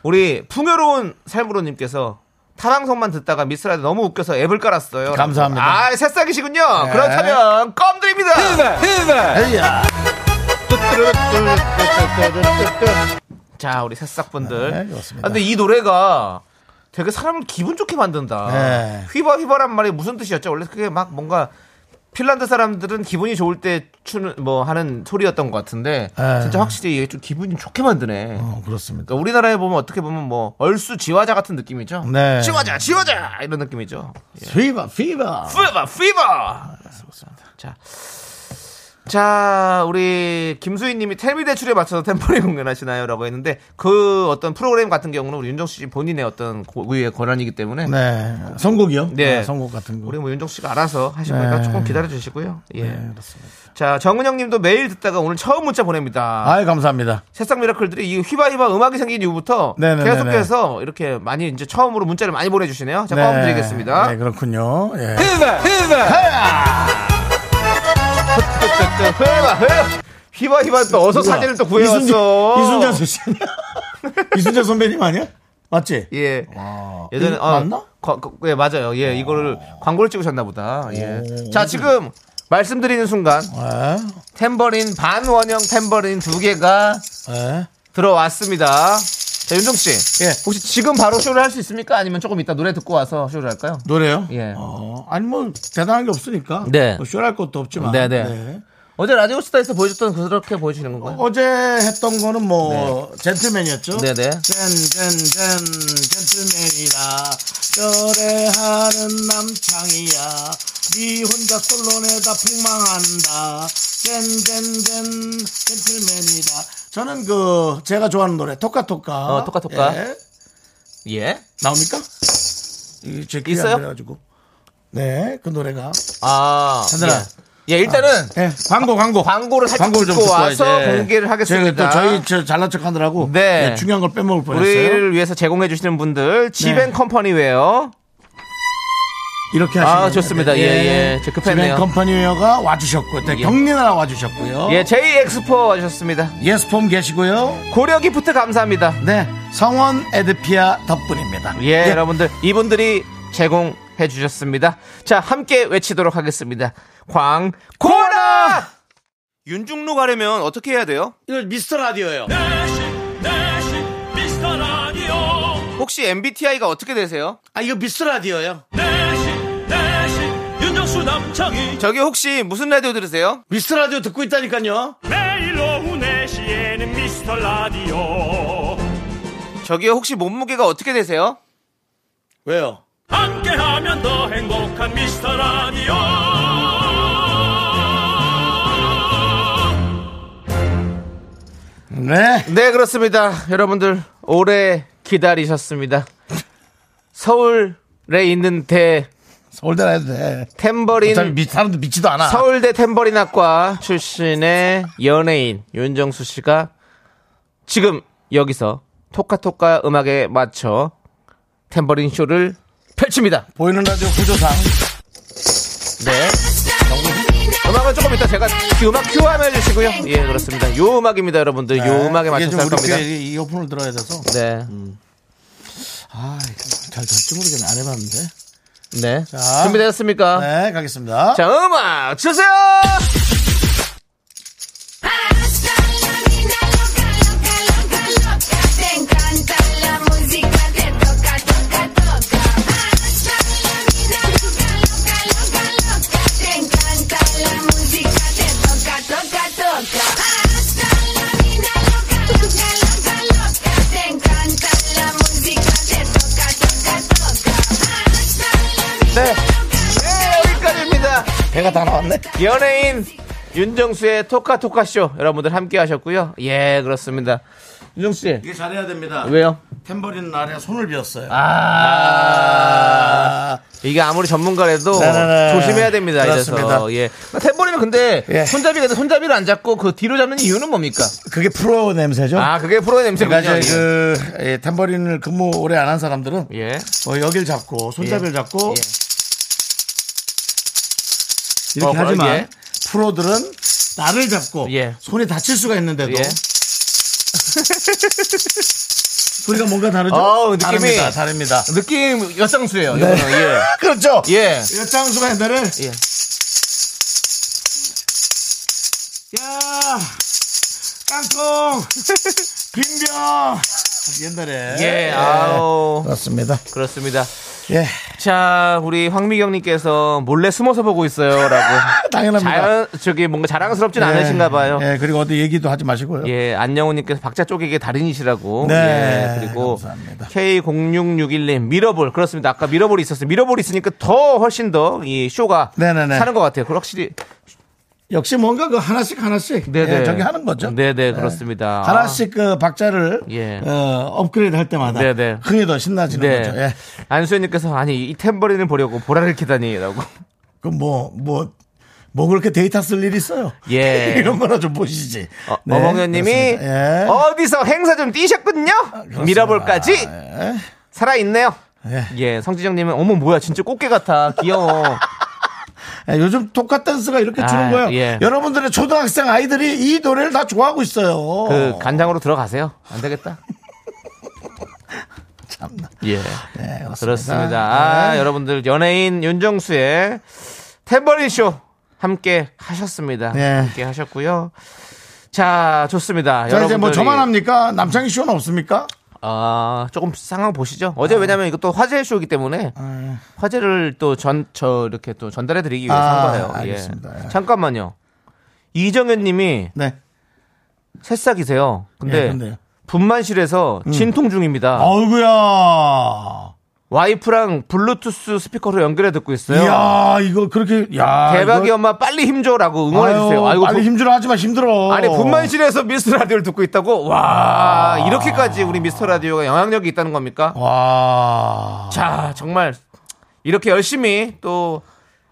Speaker 2: 우리 풍요로운 삶으로님께서 타방송만 듣다가 미스라드 너무 웃겨서 앱을 깔았어요.
Speaker 1: 감사합니다. 네.
Speaker 2: 아, 새싹이시군요. 그렇다면 껌 드립니다. 네.
Speaker 1: 에이야.
Speaker 2: 자, 우리 새싹분들.
Speaker 1: 네, 그렇습니다.
Speaker 2: 아, 근데 이 노래가 되게 사람을 기분 좋게 만든다.
Speaker 1: 네.
Speaker 2: 휘바휘바란 말이 무슨 뜻이었죠? 원래 그게 막 뭔가 핀란드 사람들은 기분이 좋을 때 추는 뭐 하는 소리였던 것 같은데
Speaker 1: 네.
Speaker 2: 진짜 확실히 이게 좀 기분이 좋게 만드네.
Speaker 1: 어, 그렇습니다.
Speaker 2: 그러니까 우리나라에 보면 어떻게 보면 뭐 얼수 지화자 같은 느낌이죠.
Speaker 1: 네.
Speaker 2: 지화자, 지화자 이런 느낌이죠.
Speaker 1: 피바, 피바.
Speaker 2: 피버, 피버. 자, 자 우리 김수희님이 텔미 대출에 맞춰서 템포리 공연하시나요?라고 했는데 그 어떤 프로그램 같은 경우는 우리 윤정 씨 본인의 어떤 고유의 권한이기 때문에
Speaker 1: 네. 선곡이요?
Speaker 2: 네.
Speaker 1: 아, 선곡 같은 거.
Speaker 2: 우리 뭐 윤정 씨가 알아서 하실 거니까
Speaker 1: 네.
Speaker 2: 조금 기다려 주시고요. 예. 자, 정은영님도 매일 듣다가 오늘 처음 문자 보냅니다.
Speaker 1: 아유, 감사합니다.
Speaker 2: 새싹 미라클들이 이 휘바휘바 음악이 생긴 이후부터
Speaker 1: 네네네네.
Speaker 2: 계속해서 이렇게 많이 이제 처음으로 문자를 많이 보내주시네요. 자, 껌 드리겠습니다.
Speaker 1: 네, 그렇군요. 예.
Speaker 2: 휘바, 휘바. 휘바휘바 또 어서 그 사진을 또 구해왔어.
Speaker 1: 이순재, 이순재 씨 아니야? 이순재 선배님 아니야? 맞지?
Speaker 2: 예. 예전에
Speaker 1: 이거
Speaker 2: 어,
Speaker 1: 맞나?
Speaker 2: 거- 거- 예 맞아요. 예 이거를 광고를 찍으셨나 보다. 예. 자 지금 말씀드리는 순간
Speaker 1: 예.
Speaker 2: 탬버린 반원형 탬버린 두 개가
Speaker 1: 예.
Speaker 2: 들어왔습니다. 자 윤종 씨,
Speaker 1: 예.
Speaker 2: 혹시 지금 바로 쇼를 할 수 있습니까? 아니면 조금 이따 노래 듣고 와서 쇼를 할까요?
Speaker 1: 노래요?
Speaker 2: 예.
Speaker 1: 어, 아니 뭐 대단한 게 없으니까.
Speaker 2: 네.
Speaker 1: 뭐 쇼할 것도 없지만.
Speaker 2: 네, 네. 어제 라디오스타에서 보여줬던 그렇게 보여주시는 건가요?
Speaker 1: 어제 했던 거는 뭐 젠틀맨이었죠.
Speaker 2: 뭐. 네. 어. 네네.
Speaker 1: 젠젠젠 젠틀맨이라 노래하는 남창이야. 네 혼자 솔로내다 폭망한다. 젠젠젠 젠틀맨이라. 저는 그 제가 좋아하는 노래 토카토카.
Speaker 2: 어, 토카토카. 예.
Speaker 1: 나옵니까? 이게 제 귀에
Speaker 2: 있어요?
Speaker 1: 안 그래가지고. 네, 그 노래가.
Speaker 2: 아.
Speaker 1: 하늘아.
Speaker 2: 예, 예, 일단은
Speaker 1: 예, 광고, 광고.
Speaker 2: 광고를 살짝
Speaker 1: 광고를 좀
Speaker 2: 듣고 그,
Speaker 1: 듣고
Speaker 2: 와서
Speaker 1: 와야지.
Speaker 2: 공개를
Speaker 1: 제가
Speaker 2: 하겠습니다.
Speaker 1: 또 저희 저 잘난 척 하느라고
Speaker 2: 네.
Speaker 1: 예, 중요한 걸 빼먹을 뻔했어요.
Speaker 2: 우리를 위해서 제공해 주시는 분들 지벤컴퍼니웨어
Speaker 1: 이렇게 하시면
Speaker 2: 아 좋습니다 예예 제 급했네요
Speaker 1: 컴퍼니웨어가 와주셨고, 네,
Speaker 2: 예.
Speaker 1: 경리나라 와주셨고요.
Speaker 2: 예 제이엑스포 와주셨습니다
Speaker 1: 예스폼 계시고요.
Speaker 2: 고려기프트 감사합니다
Speaker 1: 네, 성원 에드피아 덕분입니다. 네.
Speaker 2: 예, 여러분들 이분들이 제공해 주셨습니다 자 함께 외치도록 하겠습니다 광고라 윤중로 가려면 어떻게 해야 돼요?
Speaker 1: 이거 미스터 라디오예요.
Speaker 5: 내식 내식 미스터 라디오
Speaker 2: 혹시 MBTI가 어떻게 되세요?
Speaker 1: 아, 이거 미스터 라디오예요.
Speaker 5: 내식 내식 윤정수 남창희
Speaker 2: 저기 혹시 무슨 라디오 들으세요?
Speaker 1: 미스터 라디오 듣고 있다니까요.
Speaker 6: 매일 오후 4시에는 미스터 라디오
Speaker 2: 저기 혹시 몸무게가 어떻게 되세요?
Speaker 1: 왜요?
Speaker 5: 함께하면 더 행복한 미스터 라디오
Speaker 1: 네.
Speaker 2: 네 그렇습니다 여러분들 오래 기다리셨습니다 서울에 있는 대
Speaker 1: 서울대라 해도 돼. 어차피
Speaker 2: 탬버린
Speaker 1: 미, 사람도 믿지도 않아.
Speaker 2: 서울대 탬버린학과 출신의 연예인 윤정수 씨가 지금 여기서 토카토카 음악에 맞춰 탬버린 쇼를 펼칩니다
Speaker 1: 보이는 라디오 구조상.
Speaker 2: 네 음악은 조금 이따 제가 이 음악 큐 하나 해주시고요 예 그렇습니다 요 음악입니다 여러분들 예, 요 음악에
Speaker 1: 네, 이게
Speaker 2: 맞춰서
Speaker 1: 좀 우리
Speaker 2: 할
Speaker 1: 음.
Speaker 2: 겁니다
Speaker 1: 귀에 이- 이어폰을 들어야 돼서.
Speaker 2: 네
Speaker 1: 아, 잘 될지 모르겠네. 안 해봤는데.
Speaker 2: 네.
Speaker 1: 자.
Speaker 2: 준비되셨습니까?
Speaker 1: 네, 가겠습니다.
Speaker 2: 아. 자, 음악 주세요!
Speaker 7: Te encanta la música, te toca, toca, toca.
Speaker 2: 네.
Speaker 1: 배가 다 나왔네.
Speaker 2: 연예인 윤정수의 토카토카쇼 여러분들 함께 하셨고요. 예, 그렇습니다. 윤정수 씨.
Speaker 1: 이게 잘해야 됩니다.
Speaker 2: 왜요?
Speaker 1: 탬버린 아래 손을 비었어요.
Speaker 2: 아.
Speaker 1: 아,
Speaker 2: 이게 아무리 전문가라도
Speaker 1: 네네네.
Speaker 2: 조심해야 됩니다. 이래서
Speaker 1: 그렇습니다.
Speaker 2: 예. 템버리면 근데
Speaker 1: 예.
Speaker 2: 손잡이가 있는데 손잡이를 안 잡고 그 뒤로 잡는 이유는 뭡니까?
Speaker 1: 그게 프로 냄새죠?
Speaker 2: 아, 그게 프로의 냄새군요.
Speaker 1: 제가 어? 이제 그 예, 탬버린을 근무 오래 안 한 사람들은
Speaker 2: 예. 예.
Speaker 1: 어, 여길 잡고 손잡이를
Speaker 2: 예.
Speaker 1: 잡고
Speaker 2: 예.
Speaker 1: 이렇게
Speaker 2: 어,
Speaker 1: 하지만
Speaker 2: 예.
Speaker 1: 프로들은 나를 잡고
Speaker 2: 예.
Speaker 1: 손이 다칠 수가 있는데도
Speaker 2: 예.
Speaker 1: 소리가 뭔가 다르죠?
Speaker 2: 어우, 느낌이-
Speaker 1: 다릅니다. 다릅니다.
Speaker 2: 느낌 여상수예요.
Speaker 1: 네.
Speaker 2: 이거는. 예.
Speaker 1: 그렇죠.
Speaker 2: 예.
Speaker 1: 여장수가 옛날에
Speaker 2: 예.
Speaker 1: 야 깡통 빈병 옛날에
Speaker 2: 예. 아우.
Speaker 1: 그렇습니다.
Speaker 2: 그렇습니다.
Speaker 1: 예
Speaker 2: 자, 우리 황미경님께서 몰래 숨어서 보고 있어요. 라고.
Speaker 1: 아, 당연합니다.
Speaker 2: 자연, 저기 뭔가 자랑스럽진 않으신가 봐요.
Speaker 1: 예, 그리고 어디 얘기도 하지 마시고요.
Speaker 2: 예, 안영우님께서 박자 쪼개기 달인이시라고.
Speaker 1: 네,
Speaker 2: 예, 그리고
Speaker 1: 감사합니다.
Speaker 2: K0661님 미러볼 그렇습니다. 아까 미러볼이 있었어요. 미러볼이 있으니까 더 훨씬 더 이 쇼가
Speaker 1: 네네네.
Speaker 2: 사는 것 같아요. 그 확실히
Speaker 1: 역시 뭔가 그 하나씩 하나씩
Speaker 2: 네네
Speaker 1: 예, 저기 하는 거죠.
Speaker 2: 네네 그렇습니다.
Speaker 1: 하나씩 그 박자를
Speaker 2: 예.
Speaker 1: 어, 업그레이드 할 때마다
Speaker 2: 네네.
Speaker 1: 흥이 더 신나지는
Speaker 2: 네.
Speaker 1: 거죠. 예.
Speaker 2: 안수현님께서 아니 이 탬버린을 보려고 보라를 키다니라고.
Speaker 1: 그럼 뭐뭐 뭐, 뭐 그렇게 데이터 쓸 일이 있어요.
Speaker 2: 예.
Speaker 1: 이런 거나 좀 보시지.
Speaker 2: 어,
Speaker 1: 네,
Speaker 2: 어몽현님이
Speaker 1: 그렇습니다. 예. 아,
Speaker 2: 어디서 행사 좀 뛰셨군요.
Speaker 1: 그렇습니다.
Speaker 2: 미러볼까지
Speaker 1: 예.
Speaker 2: 살아 있네요.
Speaker 1: 예.
Speaker 2: 예, 성지정님은 어머 뭐야 진짜 꽃게 같아 귀여워.
Speaker 1: 예, 요즘 토카 댄스가 이렇게 주는
Speaker 2: 아,
Speaker 1: 거예요.
Speaker 2: 예.
Speaker 1: 여러분들의 초등학생 아이들이 이 노래를 다 좋아하고 있어요.
Speaker 2: 그 간장으로 들어가세요. 안 되겠다.
Speaker 1: 참나.
Speaker 2: 예.
Speaker 1: 네, 그렇습니다.
Speaker 2: 그렇습니다. 아, 여러분들 연예인 윤정수의 탬버린 쇼 함께 하셨습니다.
Speaker 1: 네.
Speaker 2: 함께 하셨고요. 자, 좋습니다.
Speaker 1: 자, 이제
Speaker 2: 여러분
Speaker 1: 뭐 저만 합니까? 남창희 쇼는 없습니까?
Speaker 2: 아, 조금 상황 보시죠.
Speaker 1: 아.
Speaker 2: 어제 왜냐면 이것도 화제 쇼이기 때문에
Speaker 1: 예.
Speaker 2: 화제를 또 전 저 이렇게 또 전달해 드리기 위해서
Speaker 1: 아,
Speaker 2: 한 거예요.
Speaker 1: 알겠습니다.
Speaker 2: 예.
Speaker 1: 예.
Speaker 2: 잠깐만요. 이정현 님이
Speaker 1: 네.
Speaker 2: 새싹이세요.
Speaker 1: 예,
Speaker 2: 근데
Speaker 1: 근데요. 음. 어,
Speaker 2: 분만실에서 진통 중입니다.
Speaker 1: 아이구야.
Speaker 2: 와이프랑 블루투스 스피커로 연결해 듣고 있어요.
Speaker 1: 이야, 이거 그렇게, 야.
Speaker 2: 대박이
Speaker 1: 이거-
Speaker 2: 엄마 빨리 힘줘라고 응원해주세요.
Speaker 1: 아유,
Speaker 2: 아이고,
Speaker 1: 빨리
Speaker 2: 분-
Speaker 1: 힘들어 하지 마, 힘들어.
Speaker 2: 아니, 분만실에서 미스터 라디오를 듣고 있다고?
Speaker 1: 아.
Speaker 2: 와, 이렇게까지 우리 미스터 라디오가 영향력이 있다는 겁니까?
Speaker 1: 어. 와.
Speaker 2: 자, 정말 이렇게 열심히 또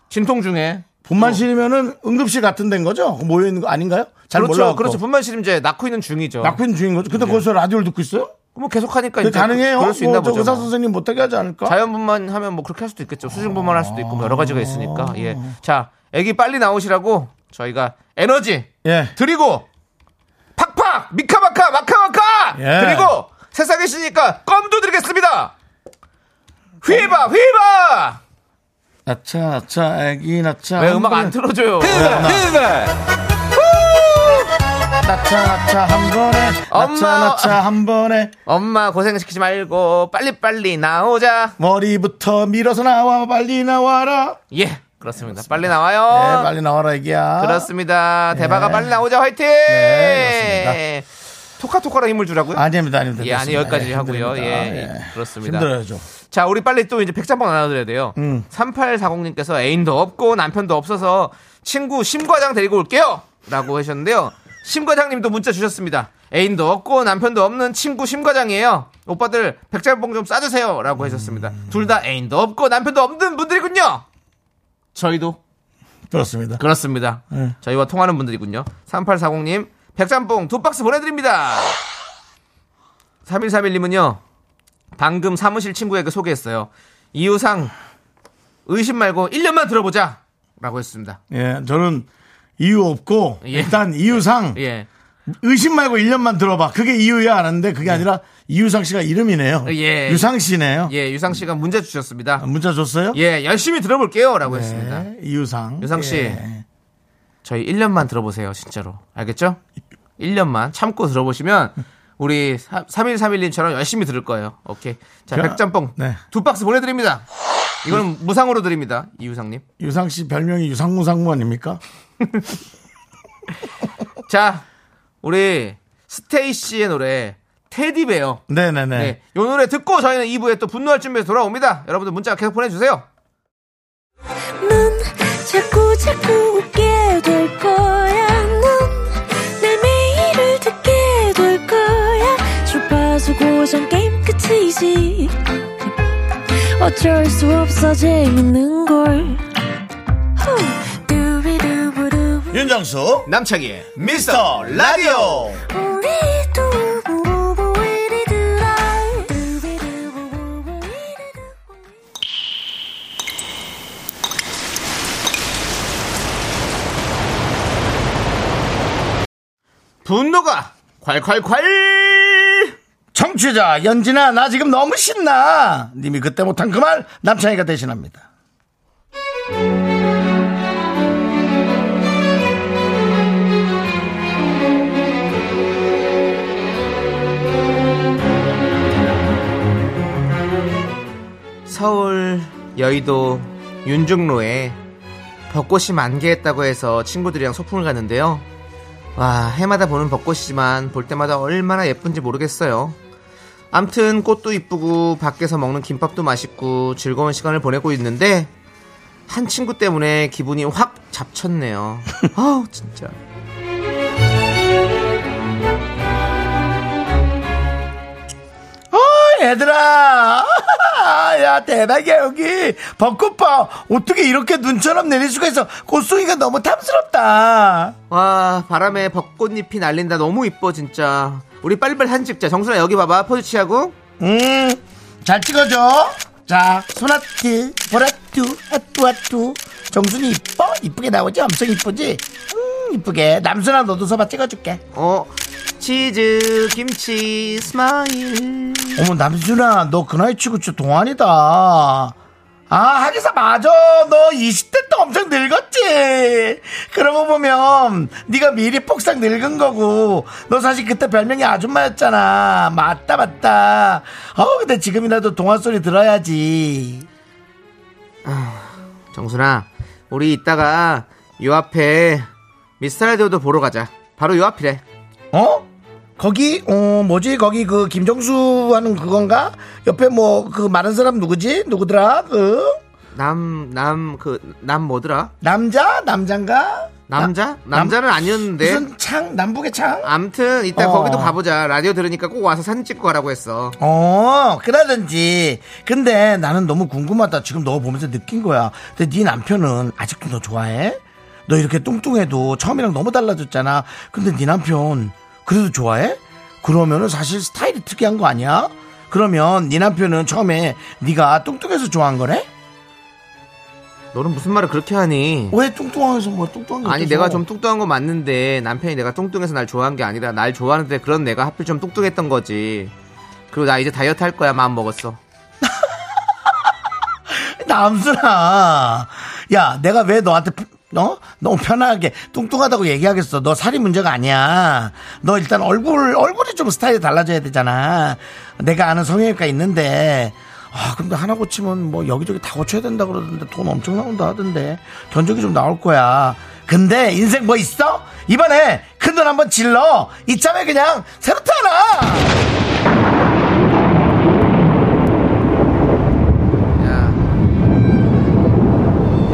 Speaker 2: 진통 중에
Speaker 1: 분만실이면은 응급실 같은 데인 거죠? 그 모여있는 거 아닌가요? 잘
Speaker 2: 그렇죠,
Speaker 1: 몰라요.
Speaker 2: 그렇죠. 분만실임 이제 낳고 있는 중이죠.
Speaker 1: 낳고 있는 중인 거죠? 근데 거기서 라디오를 듣고 있어요?
Speaker 2: 뭐 계속 하니까
Speaker 1: 그게
Speaker 2: 이제
Speaker 1: 가능해요?
Speaker 2: 그럴 수 있나
Speaker 1: 뭐, 저
Speaker 2: 보죠.
Speaker 1: 의사 선생님 못하게 하지 않을까?
Speaker 2: 자연분만 하면 뭐 그렇게 할 수도 있겠죠. 수증분만 할 수도 있고 뭐 여러 가지가 있으니까. 예, 자, 아기 빨리 나오시라고 저희가 에너지
Speaker 1: 예.
Speaker 2: 드리고 팍팍 미카마카 마카마카
Speaker 1: 예.
Speaker 2: 그리고 세상에 있으니까 껌도 드리겠습니다 휘바 휘바
Speaker 1: 아차, 아차, 애기, 나차.
Speaker 2: 왜
Speaker 1: 한
Speaker 2: 음악 안
Speaker 1: 번에-
Speaker 2: 틀어줘요 네.
Speaker 1: 나차, 나차, 한 번에.
Speaker 2: 엄마.
Speaker 1: 나차, 나차, 한 번에.
Speaker 2: 엄마 고생시키지 말고 빨리빨리 나오자
Speaker 1: 머리부터 밀어서 나와, 빨리 나와라.
Speaker 2: 예 그렇습니다 빨리
Speaker 1: 네,
Speaker 2: 나와요
Speaker 1: 빨리 나와라, 애기야.
Speaker 2: 아. 그렇습니다 대박아
Speaker 1: 예.
Speaker 2: 빨리 나오자 화이팅
Speaker 1: 네,
Speaker 2: 토카토카랑 힘을 주라고요
Speaker 1: 아닙니다, 아닙니다.
Speaker 2: 예, 아니
Speaker 1: 됐습니다.
Speaker 2: 여기까지
Speaker 1: 예,
Speaker 2: 하고요. 예,
Speaker 1: 힘듭니다. 네.
Speaker 2: 예, 그렇습니다.
Speaker 1: 힘들어야죠.
Speaker 2: 자, 우리 빨리 또 이제 백짬뽕 나눠드려야 돼요. 3840님께서 애인도 없고 남편도 없어서 친구 심과장 데리고 올게요! 라고 하셨는데요. 심과장님도 문자 주셨습니다. 애인도 없고 남편도 없는 친구 심과장이에요. 오빠들 백짬뽕 좀 싸주세요! 라고 하셨습니다. 둘 다 애인도 없고 남편도 없는 분들이군요! 저희도
Speaker 1: 그렇습니다.
Speaker 2: 그렇습니다.
Speaker 1: 네.
Speaker 2: 저희와 통하는 분들이군요. 3840님, 백짬뽕 두 박스 보내드립니다. 3131님은요, 방금 사무실 친구에게 소개했어요. 이유상, 의심 말고 1년만 들어보자! 라고 했습니다.
Speaker 1: 예, 저는 이유 없고
Speaker 2: 예.
Speaker 1: 일단 이유상
Speaker 2: 예.
Speaker 1: 의심 말고 1년만 들어봐. 그게 이유야 아는데 그게 아니라 이유상 씨가 이름이네요.
Speaker 2: 예.
Speaker 1: 유상 씨네요.
Speaker 2: 예, 유상 씨가 문제 주셨습니다.
Speaker 1: 문자 줬어요?
Speaker 2: 예, 열심히 들어볼게요! 라고 했습니다.
Speaker 1: 네, 이유상.
Speaker 2: 유상 씨.
Speaker 1: 예.
Speaker 2: 저희 1년만 들어보세요, 진짜로. 알겠죠? 1년만 참고 들어보시면 우리 3131님처럼 열심히 들을 거예요. 오케이. 자,
Speaker 1: 그,
Speaker 2: 백짬뽕
Speaker 1: 네.
Speaker 2: 두 박스 보내드립니다. 이거는 무상으로 드립니다, 이유상님.
Speaker 1: 유상 씨 별명이 유상무상무 아닙니까?
Speaker 2: 자, 우리 스테이씨의 노래 테디베어.
Speaker 1: 네네네.
Speaker 2: 네. 이 노래 듣고 저희는 2부에 또 분노할 준비해서 돌아옵니다. 여러분들 문자 계속 보내주세요.
Speaker 8: 넌 자꾸 자꾸 웃게 될 거야. 넌내 매일을 듣게 될 거야. 주파수 고정 게임 끝이지. 어쩔 수 없어 재밌는 걸. 후. 두비두부두.
Speaker 1: 윤정수
Speaker 2: 남창희의
Speaker 1: 미스터 라디오
Speaker 8: 우리 두부부부 우리 두라. 두비두부부부 우리 두부부.
Speaker 2: 분노가 콸콸콸
Speaker 1: 청취자 연진아 나 지금 너무 신나 님이 그때 못한 그 말 남창희가 대신합니다
Speaker 2: 서울 여의도 윤중로에 벚꽃이 만개했다고 해서 친구들이랑 소풍을 갔는데요. 와 해마다 보는 벚꽃이지만 볼 때마다 얼마나 예쁜지 모르겠어요. 암튼 꽃도 이쁘고 밖에서 먹는 김밥도 맛있고 즐거운 시간을 보내고 있는데 한 친구 때문에 기분이 확 잡쳤네요. 아우 진짜.
Speaker 1: 어 얘들아 야 대박이야 여기 벚꽃 봐 어떻게 이렇게 눈처럼 내릴 수가 있어 꽃송이가 너무 탐스럽다
Speaker 2: 와 바람에 벚꽃잎이 날린다 너무 이뻐 진짜. 우리 빨리빨리 한 집자 정순아 여기 봐봐 포즈 취하고
Speaker 1: 음 잘 찍어줘 자 소나트 보라뚜 아뚜아뚜 정순이 이뻐 이쁘게 나오지 엄청 이쁘지 음 이쁘게 남순아 너도 서봐 찍어줄게
Speaker 2: 어 치즈 김치 스마일
Speaker 1: 어머 남순아 너 그 나이 치고 진짜 동안이다 아 하기사 맞아 너 20대 때 엄청 늙었지 그러고 보면 네가 미리 폭삭 늙은 거고 너 사실 그때 별명이 아줌마였잖아 맞다 맞다 어 근데 지금이라도 동안 소리 들어야지
Speaker 2: 정순아 우리 이따가 요 앞에 미스터라디오도 보러 가자 바로 요 앞이래
Speaker 1: 어? 거기 어 뭐지 거기 그 김정수 하는 그건가 옆에 뭐 그 많은 사람 누구지 누구더라 그
Speaker 2: 남 남 그 남 뭐더라
Speaker 1: 남자 남잔가
Speaker 2: 남자
Speaker 1: 나- 남-
Speaker 2: 남자는 아니었는데
Speaker 1: 무슨 창 남북의 창
Speaker 2: 암튼 이따
Speaker 1: 어.
Speaker 2: 거기도 가보자 라디오 들으니까 꼭 와서 사진 찍고 가라고 했어
Speaker 1: 어, 그라든지. 근데 나는 너무 궁금하다. 지금 너 보면서 느낀 거야. 근데 네 남편은 아직도 너 좋아해? 너 이렇게 뚱뚱해도 처음이랑 너무 달라졌잖아. 근데 네 남편 그래도 좋아해? 그러면은 사실 스타일이 특이한 거 아니야? 그러면 네 남편은 처음에 네가 뚱뚱해서 좋아한 거래?
Speaker 2: 너는 무슨 말을 그렇게 하니
Speaker 1: 왜 뚱뚱해서 뭐 뚱뚱한 게
Speaker 2: 아니
Speaker 1: 어, 어때서?
Speaker 2: 내가 좀 뚱뚱한 건 맞는데 남편이 내가 뚱뚱해서 날 좋아한 게 아니라 날 좋아하는데 그런 내가 하필 좀 뚱뚱했던 거지 그리고 나 이제 다이어트 할 거야 마음 먹었어
Speaker 1: 남순아. 야, 내가 왜 너한테, 어? 너무 편하게, 뚱뚱하다고 얘기하겠어. 너 살이 문제가 아니야. 너 일단 얼굴, 얼굴이 좀 스타일이 달라져야 되잖아. 내가 아는 성형외과 있는데, 아, 근데 하나 고치면 뭐 여기저기 다 고쳐야 된다 그러던데 돈 엄청 나온다 하던데. 견적이 좀 나올 거야. 근데 인생 뭐 있어? 이번에 큰 돈 한번 질러. 이참에 그냥 새로 태어나!
Speaker 2: 야,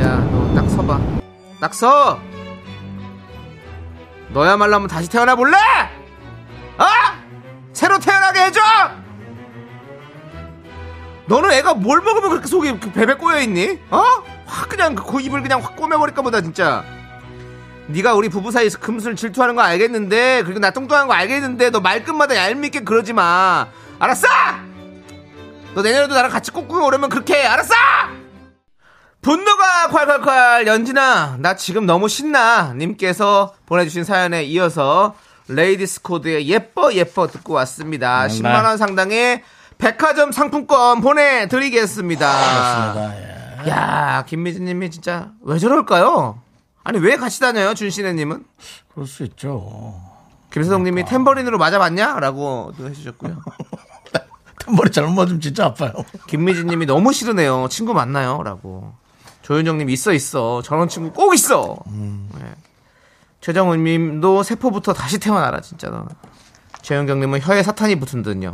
Speaker 2: 야, 너 딱 서봐. 딱 서. 너야말로 한번 다시 태어나 볼래? 아, 새로 태어나게 해줘. 너는 애가 뭘 먹으면 그렇게 속이 이렇게 베베 꼬여 있니? 어? 확 그냥 그 입을 그냥 확 꼬매버릴까 보다 진짜. 네가 우리 부부 사이에서 금술 질투하는 거 알겠는데 그리고 나 뚱뚱한 거 알겠는데 너 말끝마다 얄밉게 그러지 마. 알았어? 너 내년에도 나랑 같이 꾹꾹이 오려면 그렇게 해 알았어 분노가 콸콸콸 연진아 나 지금 너무 신나 님께서 보내주신 사연에 이어서 레이디스 코드의 예뻐 예뻐 듣고 왔습니다 10만원 상당의 백화점 상품권 보내드리겠습니다 예. 야 김미진님이 진짜 왜 저럴까요 아니 왜 같이 다녀요 준신혜님은
Speaker 1: 그럴 수 있죠.
Speaker 2: 김세동님이 탬버린으로 맞아봤냐 라고 해주셨고요
Speaker 1: 머리 잘못 맞으면 진짜 아파요.
Speaker 2: 김미진님이 너무 싫으네요. 친구 만나요?라고 조윤정님 있어 있어 저런 친구 꼭 있어. 네. 최정훈님도 세포부터 다시 태어나라 진짜 너. 최윤경님은 혀에 사탄이 붙은 듯요.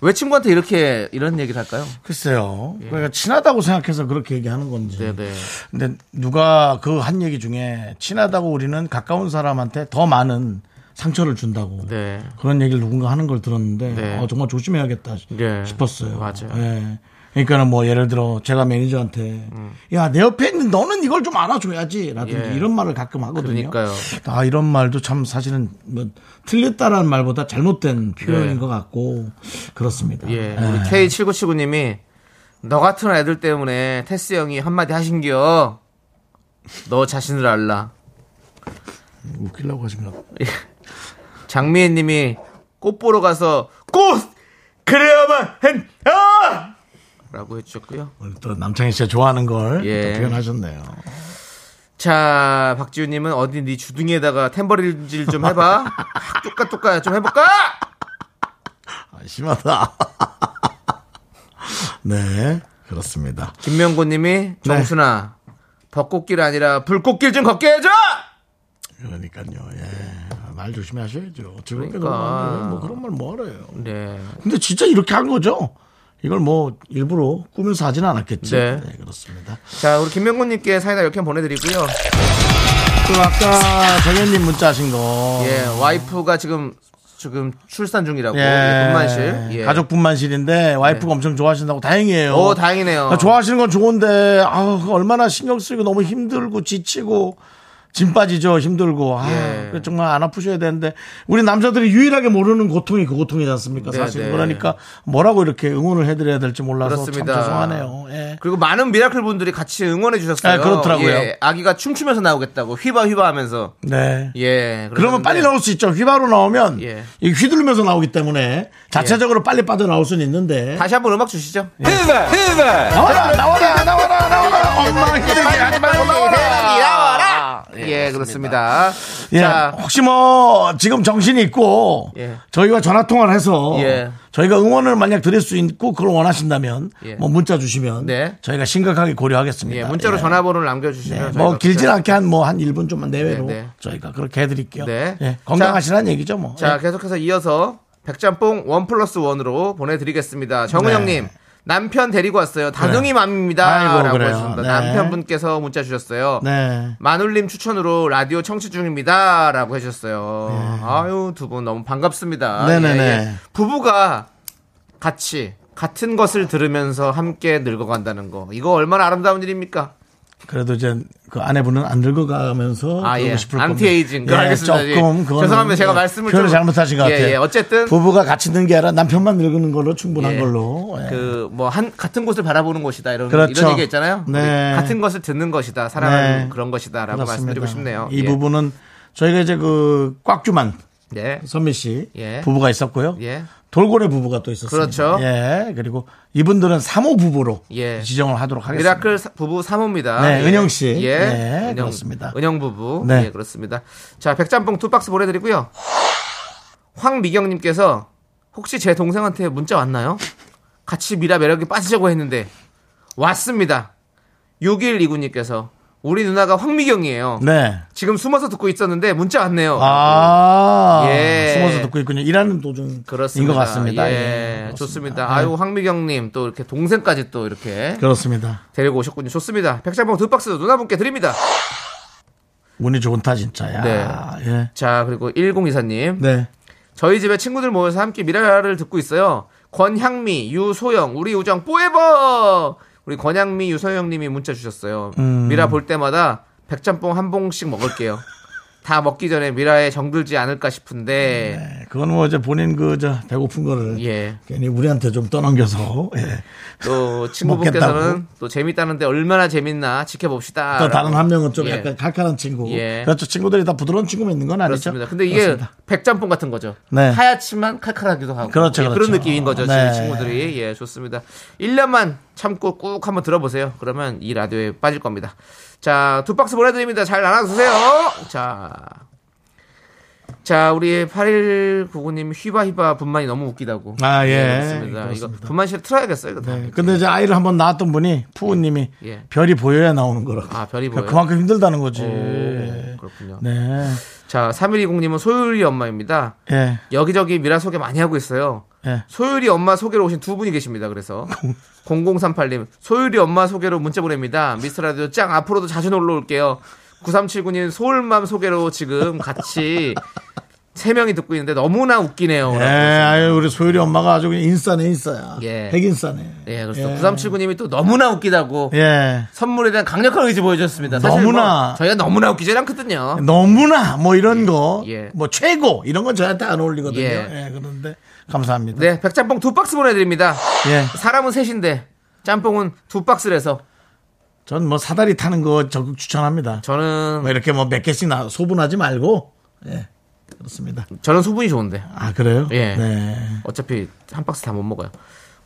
Speaker 2: 왜 친구한테 이렇게 이런 얘기를 할까요?
Speaker 1: 글쎄요. 그러니까 친하다고 생각해서 그렇게 얘기하는 건지.
Speaker 2: 예. 네네.
Speaker 1: 근데 누가 그 한 얘기 중에 친하다고 우리는 가까운 사람한테 더 많은 상처를 준다고
Speaker 2: 네.
Speaker 1: 그런 얘기를 누군가 하는 걸 들었는데
Speaker 2: 네.
Speaker 1: 아, 정말 조심해야겠다
Speaker 2: 네.
Speaker 1: 싶었어요.
Speaker 2: 맞아요.
Speaker 1: 예. 그러니까는 뭐 예를 들어 제가 매니저한테 야 내 옆에 있는 너는 이걸 좀 알아줘야지라든지
Speaker 2: 음. 예.
Speaker 1: 이런 말을 가끔 하거든요.
Speaker 2: 그러니까요.
Speaker 1: 아 이런 말도 참 사실은 뭐 틀렸다라는 말보다 잘못된 표현인
Speaker 2: 네.
Speaker 1: 것 같고 그렇습니다.
Speaker 2: 예.
Speaker 1: 예.
Speaker 2: 우리 K7979님이 너 같은 애들 때문에 테스 형이 한마디 하신겨. 너 자신을 알라.
Speaker 1: 아, 뭐 웃기려고 하시면
Speaker 2: 장미애님이 꽃 보러 가서 꽃 그래야만 한 아! 라고 해주셨고요.
Speaker 1: 오늘 또 남창희 씨가 좋아하는 걸
Speaker 2: 예.
Speaker 1: 또 표현하셨네요.
Speaker 2: 자, 박지훈님은 어디 네 주둥이에다가 탬버릴질 좀 해봐. 뚜까 뚜까 좀 해볼까?
Speaker 1: 아, 심하다. 네, 그렇습니다. 네.
Speaker 2: 김명곤님이 정순아 벚꽃길 아니라 불꽃길 좀 걷게 해줘.
Speaker 1: 그러니까요. 예. 말 조심히 하셔야죠. 즐겁게
Speaker 2: 그러니까.
Speaker 1: 그러면 뭐 그런 말 뭐 알아요.
Speaker 2: 네,
Speaker 1: 근데 진짜 이렇게 한 거죠. 이걸 뭐 일부러 꾸면서 하진 않았겠지.
Speaker 2: 네.
Speaker 1: 네, 그렇습니다.
Speaker 2: 자 우리 김명곤님께 사이다 10캔 보내드리고요.
Speaker 1: 그 아까 정현님 문자 하신 거.
Speaker 2: 예, 와이프가 지금 지금 출산 중이라고 예,
Speaker 1: 예.
Speaker 2: 분만실. 예.
Speaker 1: 가족 분만실인데 와이프가
Speaker 2: 네. 어,
Speaker 1: 엄청 좋아하신다고 다행이에요.
Speaker 2: 오 다행이네요.
Speaker 1: 아, 좋아하시는 건 좋은데 아, 그거 얼마나 신경 쓰이고 너무 힘들고 지치고 짐 빠지죠 힘들고 아,
Speaker 2: 예.
Speaker 1: 그거 정말 안 아프셔야 되는데 우리 남자들이 유일하게 모르는 고통이 그 고통이지 않습니까
Speaker 2: 네,
Speaker 1: 사실
Speaker 2: 네.
Speaker 1: 그러니까 뭐라고 이렇게 응원을 해드려야 될지 몰라서
Speaker 2: 그렇습니다.
Speaker 1: 참 죄송하네요 예.
Speaker 2: 그리고 많은 미라클 분들이 같이 응원해 주셨어요.
Speaker 1: 네, 그렇더라고요.
Speaker 2: 예, 아기가 춤추면서 나오겠다고 휘바 휘바 하면서.
Speaker 1: 네
Speaker 2: 예.
Speaker 1: 그러면 빨리 나올 수 있죠 휘바로 나오면
Speaker 2: 예.
Speaker 1: 이 휘두르면서 나오기 때문에 자체적으로 빨리 빠져나올 수는 있는데
Speaker 2: 다시 한번 음악 주시죠.
Speaker 1: 예.
Speaker 2: 예,
Speaker 1: 나와라 나와라 나와라 나와라 엄마 힘들게 하지 말고 나와라
Speaker 2: 나와라. 예, 그렇습니다.
Speaker 1: 예,
Speaker 2: 자,
Speaker 1: 혹시 뭐 지금 정신이 있고
Speaker 2: 예.
Speaker 1: 저희와 전화 통화를 해서
Speaker 2: 예.
Speaker 1: 저희가 응원을 만약 드릴 수 있고 그걸 원하신다면
Speaker 2: 예.
Speaker 1: 뭐 문자 주시면
Speaker 2: 네.
Speaker 1: 저희가 심각하게 고려하겠습니다.
Speaker 2: 예, 문자로
Speaker 1: 예.
Speaker 2: 전화번호를 남겨주시면.
Speaker 1: 네, 뭐
Speaker 2: 저희가
Speaker 1: 길진
Speaker 2: 그때-
Speaker 1: 않게 한 뭐 한 1분 좀만 내외로
Speaker 2: 네, 네.
Speaker 1: 저희가 그렇게 해드릴게요.
Speaker 2: 네.
Speaker 1: 예, 건강하시라는 얘기죠 뭐.
Speaker 2: 자,
Speaker 1: 예.
Speaker 2: 계속해서 이어서 백짬뽕 원 플러스 원으로 보내드리겠습니다. 정우영님. 남편 데리고 왔어요. 다둥이 맘입니다.
Speaker 1: 네. 아이고,
Speaker 2: 라고
Speaker 1: 그래요.
Speaker 2: 하셨습니다.
Speaker 1: 네.
Speaker 2: 남편분께서 문자 주셨어요.
Speaker 1: 네.
Speaker 2: 마눌님 추천으로 라디오 청취 중입니다. 라고 해주셨어요. 아유, 두 분 너무 반갑습니다.
Speaker 1: 네.
Speaker 2: 예,
Speaker 1: 네네네.
Speaker 2: 부부가 같이, 같은 것을 들으면서 함께 늙어간다는 거. 이거 얼마나 아름다운 일입니까?
Speaker 1: 그래도 이제 그 아내분은 안 늙어가면서
Speaker 2: 아,
Speaker 1: 그러고
Speaker 2: 예.
Speaker 1: 싶을 겁니다.
Speaker 2: 안티에이징. 그
Speaker 1: 예,
Speaker 2: 알겠습니다. 예.
Speaker 1: 조금 그거는
Speaker 2: 죄송합니다. 제가
Speaker 1: 예,
Speaker 2: 말씀을
Speaker 1: 표현을
Speaker 2: 좀-
Speaker 1: 잘못하신 것
Speaker 2: 예,
Speaker 1: 같아요.
Speaker 2: 예, 어쨌든-
Speaker 1: 부부가 같이 늙는 게 아니라 남편만 늙는 걸로 충분한
Speaker 2: 예.
Speaker 1: 걸로. 예.
Speaker 2: 그, 뭐, 한, 같은 곳을 바라보는 것이다. 이런,
Speaker 1: 그렇죠.
Speaker 2: 이런 얘기 있잖아요.
Speaker 1: 네.
Speaker 2: 같은 것을 듣는 것이다. 사랑하는
Speaker 1: 네.
Speaker 2: 그런 것이다. 라고
Speaker 1: 그렇습니다.
Speaker 2: 말씀드리고 싶네요.
Speaker 1: 이
Speaker 2: 예.
Speaker 1: 부분은 저희가 이제 그 꽉주만
Speaker 2: 예.
Speaker 1: 선미 씨
Speaker 2: 예.
Speaker 1: 부부가 있었고요.
Speaker 2: 예.
Speaker 1: 돌고래 부부가 또 있었습니다.
Speaker 2: 그렇죠.
Speaker 1: 예. 그리고 이분들은 3호 부부로
Speaker 2: 예.
Speaker 1: 지정을 하도록 하겠습니다.
Speaker 2: 미라클 사- 부부 3호입니다.
Speaker 1: 네, 은영 씨.
Speaker 2: 예.
Speaker 1: 네, 그렇습니다.
Speaker 2: 은영 부부.
Speaker 1: 네.
Speaker 2: 예, 그렇습니다. 자, 백짬뽕 두 박스 보내드리고요. 황미경님께서 혹시 제 동생한테 문자 왔나요? 같이 미라 매력에 빠지자고 했는데 왔습니다. 6129님께서 우리 누나가 황미경이에요.
Speaker 1: 네.
Speaker 2: 지금 숨어서 듣고 있었는데 문자 왔네요.
Speaker 1: 아,
Speaker 2: 예.
Speaker 1: 숨어서 듣고 있군요. 일하는 도중인
Speaker 2: 그렇습니다.
Speaker 1: 것 같습니다.
Speaker 2: 예,
Speaker 1: 그렇습니다.
Speaker 2: 좋습니다.
Speaker 1: 네.
Speaker 2: 아유, 황미경님 또 이렇게 동생까지 또 이렇게
Speaker 1: 그렇습니다.
Speaker 2: 데리고 오셨군요. 좋습니다. 백짬뽕 두 박스 누나분께 드립니다.
Speaker 1: 운이 좋은다 진짜야.
Speaker 2: 네.
Speaker 1: 예.
Speaker 2: 자, 그리고 1024님.
Speaker 1: 네.
Speaker 2: 저희 집에 친구들 모여서 함께 미라를 듣고 있어요. 권향미, 유소영, 우리 우정 뽀에버! 우리 권향미, 유소영님이 문자 주셨어요.
Speaker 1: 음.
Speaker 2: 미라 볼 때마다 백짬뽕 한 봉씩 먹을게요. 다 먹기 전에 미라에 정들지 않을까 싶은데.
Speaker 1: 네. 그건 뭐 이제 본인 그 저 배고픈 거를
Speaker 2: 예.
Speaker 1: 괜히 우리한테 좀 떠넘겨서 예.
Speaker 2: 또 친구분께서는
Speaker 1: 먹겠다고?
Speaker 2: 또 재밌다는데 얼마나 재밌나 지켜봅시다.
Speaker 1: 또 다른 한 명은 좀
Speaker 2: 아, 예.
Speaker 1: 약간 칼칼한 친구.
Speaker 2: 예.
Speaker 1: 그렇죠. 친구들이 다 부드러운 친구만 있는 건 아니죠.
Speaker 2: 그렇습니다. 근데 이게
Speaker 1: 그렇습니다.
Speaker 2: 백짬뽕 같은 거죠.
Speaker 1: 네.
Speaker 2: 하얗지만 칼칼하기도 하고.
Speaker 1: 그렇죠,
Speaker 2: 예, 그런
Speaker 1: 그렇죠.
Speaker 2: 느낌인 거죠.
Speaker 1: 네.
Speaker 2: 지금 친구들이. 예, 좋습니다. 1년만 참고 꾹 한번 들어보세요. 그러면 이 라디오에 빠질 겁니다. 자, 두 박스 보내드립니다. 잘 나눠주세요. 자. 자, 우리 8199님 휘바휘바 분만이 너무 웃기다고.
Speaker 1: 아, 예.
Speaker 2: 그렇습니다. 이거 아,
Speaker 1: 그렇습니다.
Speaker 2: 분만실 틀어야겠어요. 이거 다.
Speaker 1: 네. 근데 이제 아이를 한번 낳았던 분이 푸우님이
Speaker 2: 예.
Speaker 1: 별이 보여야 나오는 거라고. 그러니까
Speaker 2: 아, 별이 보여요?
Speaker 1: 그만큼 힘들다는 거지.
Speaker 2: 오, 그렇군요.
Speaker 1: 네.
Speaker 2: 자, 3120님은 소율이 엄마입니다.
Speaker 1: 예.
Speaker 2: 여기저기 미라 소개 많이 하고 있어요.
Speaker 3: 예.
Speaker 2: 소율이 엄마 소개로 오신 두 분이 계십니다. 그래서 0038님 소율이 엄마 소개로 문자 보냅니다. 미스터 라디오 짱 앞으로도 자주 놀러 올게요. 9379님 소울맘 소개로 지금 같이 세 명이 듣고 있는데 너무나 웃기네요.
Speaker 1: 예, 아유, 우리 소율이 엄마가 아주 그냥 인싸네, 인싸야.
Speaker 2: 예.
Speaker 1: 핵인싸네.
Speaker 2: 예, 그래서 9379님이 또 너무나 웃기다고
Speaker 1: 예.
Speaker 2: 선물에 대한 강력한 의지 보여줬습니다. 사실
Speaker 1: 너무나.
Speaker 2: 뭐 저희가 너무나 웃기지 않거든요.
Speaker 1: 너무나 뭐 이런 거,
Speaker 2: 예.
Speaker 1: 뭐 최고 이런 건 저한테 안 어울리거든요.
Speaker 2: 예.
Speaker 1: 예, 그런데 감사합니다.
Speaker 2: 네, 백짬뽕 두 박스 보내드립니다.
Speaker 1: 예.
Speaker 2: 사람은 셋인데 짬뽕은 두 박스를 해서
Speaker 1: 전 뭐 사다리 타는 거 적극 추천합니다.
Speaker 2: 저는
Speaker 1: 뭐 이렇게 뭐 몇 개씩 나, 소분하지 말고, 예. 그렇습니다.
Speaker 2: 저는 소분이 좋은데
Speaker 1: 아, 그래요?
Speaker 2: 예.
Speaker 1: 네.
Speaker 2: 어차피 한 박스 다 못 먹어요.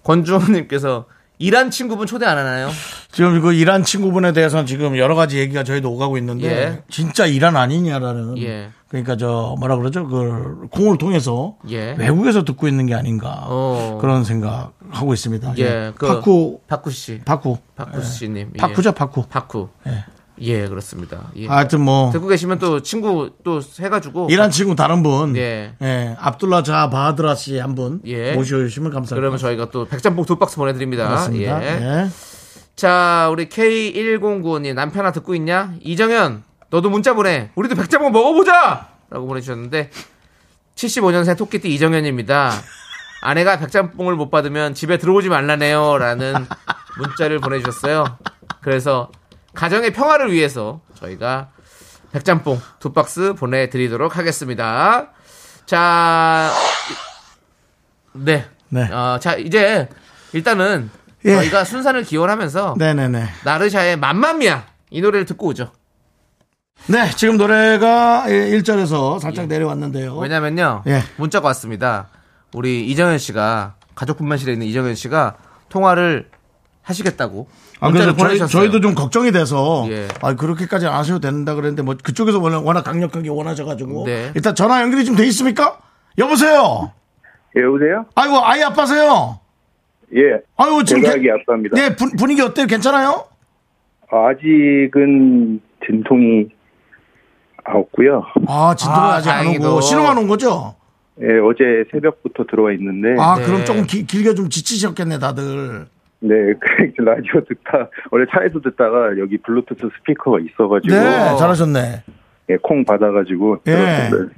Speaker 2: 권주호님께서 일한 친구분 초대 안 하나요?
Speaker 1: 지금 그 이란 친구분에 대해서는 지금 여러 가지 얘기가 저희도 오가고 있는데
Speaker 2: 예.
Speaker 1: 진짜 이란 아니냐라는
Speaker 2: 예.
Speaker 1: 그러니까 저 뭐라 그러죠 그 공을 통해서
Speaker 2: 예.
Speaker 1: 외국에서 듣고 있는 게 아닌가
Speaker 2: 어.
Speaker 1: 그런 생각 하고 있습니다.
Speaker 2: 예,
Speaker 1: 예.
Speaker 2: 그-
Speaker 1: 파쿠
Speaker 2: 박구 씨,
Speaker 1: 파쿠
Speaker 2: 박구 씨님, 예.
Speaker 1: 파쿠죠 파쿠.
Speaker 2: 박구.
Speaker 1: 예.
Speaker 2: 예, 그렇습니다. 예.
Speaker 1: 하여튼 뭐
Speaker 2: 듣고 계시면 또 친구 또 해가지고
Speaker 1: 이란 친구 다른 분
Speaker 2: 예.
Speaker 1: 예. 압둘라 자 바하드라 씨 한 분
Speaker 2: 예.
Speaker 1: 모셔주시면 감사합니다.
Speaker 2: 그러면 저희가 또 백짬뽕 두 박스 보내드립니다.
Speaker 1: 그렇습니다.
Speaker 2: 예.
Speaker 1: 예.
Speaker 2: 자, 우리 K1095님 남편아 듣고 있냐? 이정현, 너도 문자 보내. 우리도 백짬뽕 먹어보자! 라고 보내주셨는데, 75년생 토끼띠 이정현입니다. 아내가 백짬뽕을 못 받으면 집에 들어오지 말라네요. 라는 문자를 보내주셨어요. 그래서, 가정의 평화를 위해서 저희가 백짬뽕 두 박스 보내드리도록 하겠습니다. 자, 네.
Speaker 1: 네.
Speaker 2: 어, 자, 이제, 일단은,
Speaker 1: 예.
Speaker 2: 저희가 순산을 기원하면서
Speaker 1: 네네네.
Speaker 2: 나르샤의 맘마미아 이 노래를 듣고 오죠.
Speaker 1: 네 지금 노래가 1절에서 살짝 내려왔는데요.
Speaker 2: 예. 왜냐면요.
Speaker 1: 예.
Speaker 2: 문자가 왔습니다. 우리 이정현 씨가 가족 분만실에 있는 이정현 씨가 통화를 하시겠다고
Speaker 1: 아,
Speaker 2: 문자를
Speaker 1: 그래서 저희,
Speaker 2: 보내셨어요.
Speaker 1: 저희도 좀 걱정이 돼서
Speaker 2: 예.
Speaker 1: 아, 그렇게까지 안 하셔도 된다 그랬는데 뭐 그쪽에서 워낙, 워낙 강력하게 원하셔가지고
Speaker 2: 네.
Speaker 1: 일단 전화 연결이 좀 돼 있습니까? 여보세요.
Speaker 9: 여보세요?
Speaker 1: 아이고 아이 아빠세요.
Speaker 9: 예.
Speaker 1: 아이고 지금
Speaker 9: 제가
Speaker 1: 개-
Speaker 9: 아기 아빠입니다.
Speaker 1: 네 분, 분위기 어때요? 괜찮아요?
Speaker 9: 아직은 진통이 없고요.
Speaker 1: 아 진도가
Speaker 2: 아,
Speaker 1: 아, 직안
Speaker 2: 다행히도.
Speaker 1: 오고 신호만 온 거죠?
Speaker 9: 예, 어제 새벽부터 들어와 있는데
Speaker 1: 아
Speaker 2: 네.
Speaker 1: 그럼 조금 기- 길게 좀 지치셨겠네 다들.
Speaker 9: 네, 그 라디오 듣다 원래 차에서 듣다가 여기 블루투스 스피커가 있어가지고
Speaker 1: 네 잘하셨네.
Speaker 9: 예, 콩 받아가지고
Speaker 1: 예.
Speaker 9: 들었는데